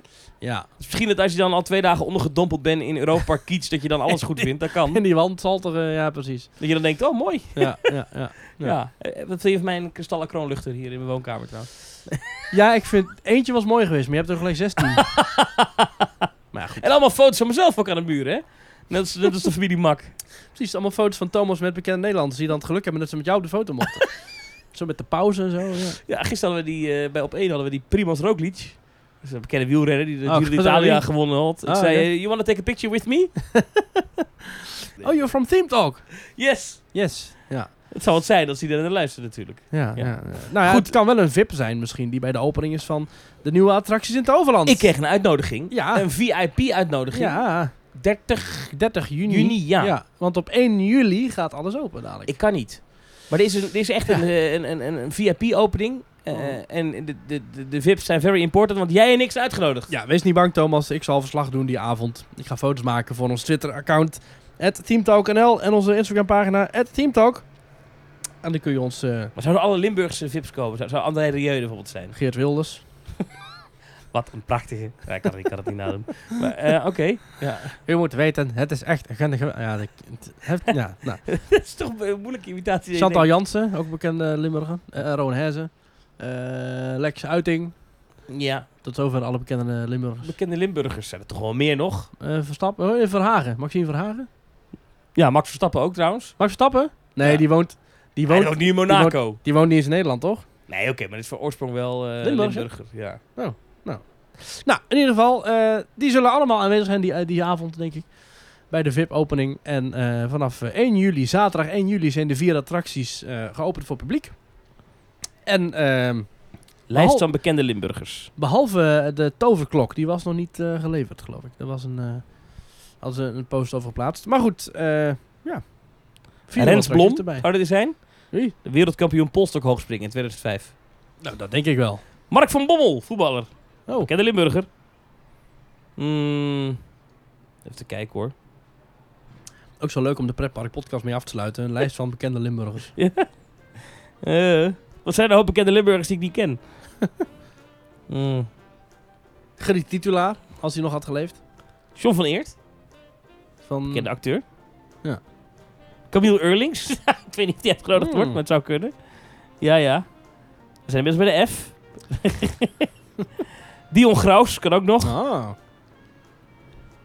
Speaker 4: Ja.
Speaker 2: Dus misschien dat als je dan al twee dagen ondergedompeld bent in Europa Park Kitsch, dat je dan alles goed vindt. Dat kan.
Speaker 4: En die wand zal er... eh, ja, precies.
Speaker 2: Dat je dan denkt, oh mooi.
Speaker 4: Ja, ja, ja.
Speaker 2: Ja. Eh, Wat vind je van mijn kristallen kroonluchter hier in mijn woonkamer trouwens?
Speaker 4: Ja, ik vind... Eentje was mooi geweest, maar je hebt er gelijk 16. maar ja, goed.
Speaker 2: En allemaal foto's van mezelf ook aan de muur, hè? Net als, net als de familie Mak.
Speaker 4: Precies, allemaal foto's van Thomas met bekende Nederlanders die dan het geluk hebben dat ze met jou op de foto mochten. zo met de pauze en zo. Ja.
Speaker 2: Ja, gisteren hadden we die, eh, bij Op 1 hadden we die Primoz Roglic. Dat is een bekende wielrenner die de
Speaker 4: Oh,
Speaker 2: Giro
Speaker 4: dat
Speaker 2: d'Italia
Speaker 4: weet ik.
Speaker 2: gewonnen had. Ik
Speaker 4: Oh,
Speaker 2: zei,
Speaker 4: ja.
Speaker 2: eh, you want to take a picture with me?
Speaker 4: Oh, you're from Theme Talk.
Speaker 2: Yes.
Speaker 4: Yes. Ja.
Speaker 2: Het zou het zijn als hij er naar luistert natuurlijk.
Speaker 4: Ja,
Speaker 2: Ja.
Speaker 4: ja. ja. Nou ja,
Speaker 2: Goed.
Speaker 4: het kan wel een VIP zijn misschien die bij de opening is van de nieuwe attracties in het Overland.
Speaker 2: Ik kreeg een uitnodiging.
Speaker 4: Ja.
Speaker 2: Een VIP-uitnodiging.
Speaker 4: Ja,
Speaker 2: 30
Speaker 4: 30 juni.
Speaker 2: juni, ja.
Speaker 4: Want op 1 juli gaat alles open dadelijk.
Speaker 2: Ik kan niet. Maar er is, een, er is echt
Speaker 4: Ja.
Speaker 2: een, eh, een, een, een, VIP-opening.
Speaker 4: Oh.
Speaker 2: eh, En de, de, de, de VIP's zijn very important, want jij en ik zijn uitgenodigd.
Speaker 4: Ja, wees niet bang Thomas, ik zal verslag doen die avond. Ik ga foto's maken voor ons Twitter-account, teamtalknl en onze Instagram-pagina, teamtalk. En dan kun je ons eh,
Speaker 2: Maar zouden alle Limburgse VIP's komen? Zou, zou André Rieu er bijvoorbeeld zijn?
Speaker 4: Geert Wilders.
Speaker 2: Wat een prachtige. Ja, ik kan het, ik kan het niet nadoen. Maar eh, oké. Ja.
Speaker 4: U moet weten, het is echt... een ge- Ja, dat- het- het- ja, nou.
Speaker 2: Dat is toch een moeilijke imitatie.
Speaker 4: Chantal Jansen, ook bekende Limburger. Eh Rowan Hezen. Eh, Lex Uiting.
Speaker 2: Ja,
Speaker 4: Tot zover alle bekende eh, Limburgers.
Speaker 2: bekende Limburgers zijn er toch wel meer nog?
Speaker 4: Eh, Verstappen. Oh, eh, Verhagen. Maxime Verhagen.
Speaker 2: Ja, Max Verstappen ook trouwens.
Speaker 4: Max Verstappen? Nee,
Speaker 2: Ja.
Speaker 4: die woont... Die
Speaker 2: Hij
Speaker 4: woont,
Speaker 2: woont nu in Monaco.
Speaker 4: die woont niet eens in Nederland, toch?
Speaker 2: Nee, oké, maar dit is voor oorsprong wel eh
Speaker 4: Limburg, hè?
Speaker 2: Limburger. Ja.
Speaker 4: Nou, in ieder geval, eh, die zullen allemaal aanwezig zijn die, eh, die avond, denk ik. Bij de VIP-opening. En eh, vanaf eh, 1 juli, zaterdag 1 juli, zijn de vier attracties eh, geopend voor publiek. En ehm,
Speaker 2: Lijst
Speaker 4: Oh.
Speaker 2: van bekende Limburgers.
Speaker 4: Behalve eh, de toverklok, die was nog niet eh, geleverd, geloof ik. Daar was een, eh hadden ze een post over geplaatst. Maar goed, eh ja. Vier
Speaker 2: Rens
Speaker 4: attracties
Speaker 2: Blom oh, Ah,
Speaker 4: erbij.
Speaker 2: zou er zijn.
Speaker 4: Wie?
Speaker 2: De wereldkampioen polstok hoogspringen in 2005.
Speaker 4: Nou, dat denk ik wel.
Speaker 2: Mark van Bommel, voetballer.
Speaker 4: Oh.
Speaker 2: Bekende Limburger. Hmm. Even kijken hoor.
Speaker 4: Ook zo leuk om de pretpark podcast mee af te sluiten. Een lijst van bekende Limburgers.
Speaker 2: Eh, wat zijn er een hoop bekende Limburgers die ik niet ken? Hmm.
Speaker 4: Gerrit Titulaar, als hij nog had geleefd.
Speaker 2: John van Eert,
Speaker 4: Van...
Speaker 2: bekende acteur.
Speaker 4: Mm. Ja.
Speaker 2: Camille Eurlings. ik weet niet of die uitgenodigd
Speaker 4: Hmm.
Speaker 2: wordt, maar het zou kunnen. Ja, ja. We zijn inmiddels bij de F. Dion Graus kan ook nog.
Speaker 4: Ah.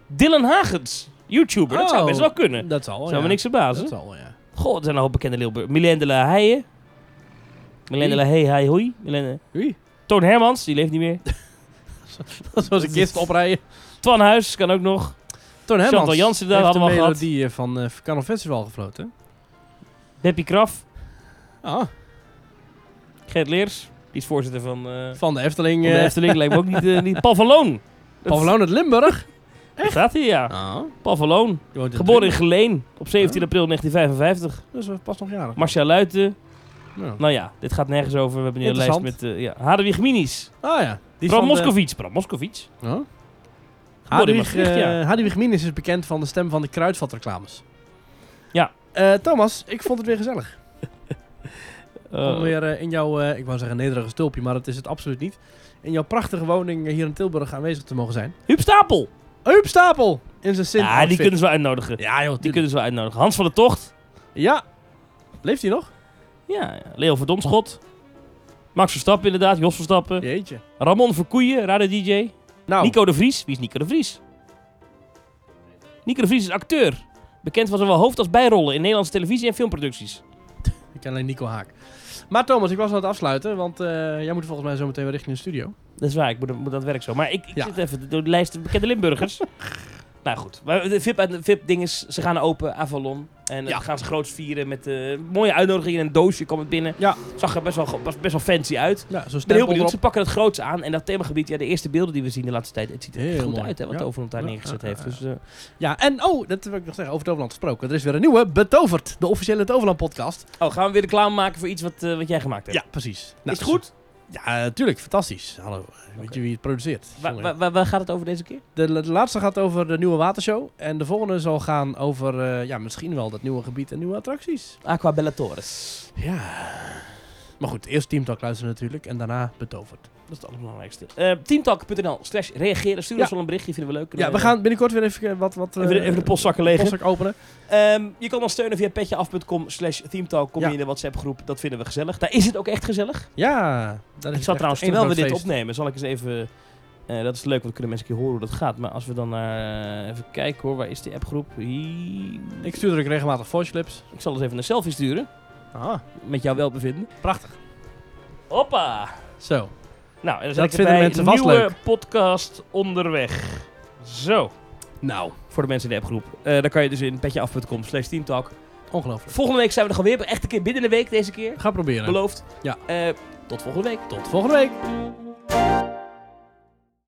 Speaker 2: Dylan Hagens, YouTuber. Dat zou
Speaker 4: Oh,
Speaker 2: best wel kunnen.
Speaker 4: Dat zal wel,
Speaker 2: Zou
Speaker 4: ja.
Speaker 2: me niks verbazen.
Speaker 4: Dat zal wel, ja.
Speaker 2: Goh, er zijn een hoop bekende Limburgers. Milène de la Heijen. Milène de la Hey, Hai, Hoi. Milène...
Speaker 4: Oei.
Speaker 2: Toon Hermans, die leeft niet meer.
Speaker 4: Zoals een kist oprijden.
Speaker 2: Twan Huis kan ook nog.
Speaker 4: Toen
Speaker 2: Chantal
Speaker 4: Hermans
Speaker 2: Jansen, daar
Speaker 4: heeft
Speaker 2: hadden we
Speaker 4: de
Speaker 2: al gehad.
Speaker 4: melodie eh, van eh Carnaval Festival gefloten.
Speaker 2: Deppie Kraf.
Speaker 4: Ah,
Speaker 2: Gert Leers. Die is voorzitter van, eh
Speaker 4: van de Efteling.
Speaker 2: van de
Speaker 4: eh
Speaker 2: Efteling. Lijkt me ook niet... eh, niet. Paul van Loon. Dat-
Speaker 4: Paviljoen uit Limburg.
Speaker 2: Daar Staat hij, ja.
Speaker 4: Ah.
Speaker 2: Paul van Loon.
Speaker 4: Je woont in
Speaker 2: Geboren in Geleen. Op 17 april 1955.
Speaker 4: Dus we pas nog jaren.
Speaker 2: Marcia Luiten.
Speaker 4: Ja.
Speaker 2: Nou ja, dit gaat nergens over. We hebben nu een lijst met...
Speaker 4: Interessant.
Speaker 2: eh ja. Hadewig Minis.
Speaker 4: Ah ja. Die
Speaker 2: Bram
Speaker 4: van de-
Speaker 2: Moscovic. Bram Moscovic.
Speaker 4: Huh?
Speaker 2: Geboren in
Speaker 4: Hadwig,
Speaker 2: Maastricht, ja.
Speaker 4: eh, Hadwig Minis is bekend van de stem van de kruidvatreclames.
Speaker 2: Ja.
Speaker 4: Eh, Thomas, ik vond het weer gezellig. Om
Speaker 2: Eh,
Speaker 4: weer eh, in jouw, eh, ik wou zeggen nederige stulpje, maar dat is het absoluut niet. In jouw prachtige woning eh, hier in Tilburg aanwezig te mogen zijn.
Speaker 2: Huub Stapel.
Speaker 4: Huub Stapel in zijn zin.
Speaker 2: Ja, die kunnen ze wel uitnodigen.
Speaker 4: Ja joh,
Speaker 2: Die kunnen ze wel uitnodigen. Hans van der Tocht.
Speaker 4: Ja. Leeft hij nog?
Speaker 2: Ja, ja. Leo Verdomschot. Max Verstappen inderdaad, Jos Verstappen.
Speaker 4: Jeetje.
Speaker 2: Ramon Verkoeien, Radio DJ.
Speaker 4: Nou,
Speaker 2: Eh. Nico de Vries. Wie is Nico de Vries? Nico de Vries is acteur. Bekend van zowel hoofd- als bijrollen in Nederlandse televisie en filmproducties.
Speaker 4: Ik ken alleen Nico Haak. Maar Thomas, ik was aan het afsluiten, want eh, jij moet volgens mij zo meteen weer richting de studio.
Speaker 2: Dat is waar, ik moet, moet aan het werk zo. Maar ik, ik
Speaker 4: Ja.
Speaker 2: zit even door de lijst bekende Limburgers. nou goed, maar de VIP, en de VIP-ding is, ze gaan open, Avalon. En
Speaker 4: Ja.
Speaker 2: dan gaan ze groots vieren met eh, mooie uitnodigingen. Een doosje kwam het binnen.
Speaker 4: Ja.
Speaker 2: Zag er best wel, go- best wel fancy uit.
Speaker 4: Ja,
Speaker 2: Ik
Speaker 4: zo
Speaker 2: ben heel
Speaker 4: stempel
Speaker 2: benieuwd,
Speaker 4: erop.
Speaker 2: ze pakken het groots aan. En dat themagebied, ja, de eerste beelden die we zien de laatste tijd, het ziet er
Speaker 4: Heel
Speaker 2: echt goed
Speaker 4: mooi.
Speaker 2: uit, hè, wat
Speaker 4: Ja.
Speaker 2: Toverland daar
Speaker 4: Ja,
Speaker 2: neergezet
Speaker 4: ja,
Speaker 2: heeft.
Speaker 4: ja,
Speaker 2: Dus, eh,
Speaker 4: Ja, en oh, dat wil ik nog zeggen, over Toverland gesproken. Er is weer een nieuwe Betoverd, de officiële Toverland podcast.
Speaker 2: oh, gaan we weer reclame maken voor iets wat, eh, wat jij gemaakt hebt?
Speaker 4: Ja, precies. Nou,
Speaker 2: Is het goed?
Speaker 4: Ja, natuurlijk. Fantastisch. Hallo. Weet je wie het produceert?
Speaker 2: Wa-
Speaker 4: Sorry.
Speaker 2: wa- wa- waar gaat het over deze keer?
Speaker 4: De, la- de laatste gaat over de nieuwe watershow. En de volgende zal gaan over eh, ja, misschien wel dat nieuwe gebied en nieuwe attracties.
Speaker 2: Aqua Bellatoris.
Speaker 4: Ja. Maar goed, eerst Team Talk luisteren natuurlijk en daarna betoverd.
Speaker 2: Dat is het allerbelangrijkste. Eh teamtalk.nl slash reageren. Stuur
Speaker 4: Ja.
Speaker 2: ons wel een berichtje, vinden we leuk.
Speaker 4: Ja,
Speaker 2: Eh,
Speaker 4: we gaan binnenkort weer even eh, wat... wat
Speaker 2: Even de,
Speaker 4: eh,
Speaker 2: even de postzakken leeg.
Speaker 4: postzak openen.
Speaker 2: Ehm, je kan ons steunen via petjeaf.com slash themetalk. Kom
Speaker 4: Ja.
Speaker 2: je in de WhatsApp groep, dat vinden we gezellig. Daar is het ook echt gezellig.
Speaker 4: Ja. dat is
Speaker 2: Ik zal
Speaker 4: echt
Speaker 2: trouwens,
Speaker 4: één
Speaker 2: terwijl we
Speaker 4: groot
Speaker 2: dit
Speaker 4: feest.
Speaker 2: opnemen, zal ik eens even... eh, dat is leuk, want dan kunnen mensen een keer horen hoe dat gaat. Maar als we dan naar... even kijken hoor, waar is die appgroep? Hier.
Speaker 4: Ik stuur er ook regelmatig voice clips.
Speaker 2: Ik zal eens even een selfie sturen.
Speaker 4: Ah,
Speaker 2: Met jouw welbevinden.
Speaker 4: prachtig.
Speaker 2: Hoppa!
Speaker 4: Zo.
Speaker 2: Nou, en dan
Speaker 4: Dat
Speaker 2: zet ik
Speaker 4: vinden
Speaker 2: erbij,
Speaker 4: mensen vast
Speaker 2: nieuwe
Speaker 4: leuk.
Speaker 2: podcast onderweg. Zo.
Speaker 4: Nou,
Speaker 2: Voor de mensen in de appgroep. Eh daar kan je dus in petjeaf.com slash teamtalk.
Speaker 4: ongelooflijk.
Speaker 2: Volgende week zijn we er gewoon weer. Echt een keer binnen de week deze keer.
Speaker 4: Ga proberen.
Speaker 2: Beloofd.
Speaker 4: Ja.
Speaker 2: Eh, tot volgende week.
Speaker 4: Tot volgende week.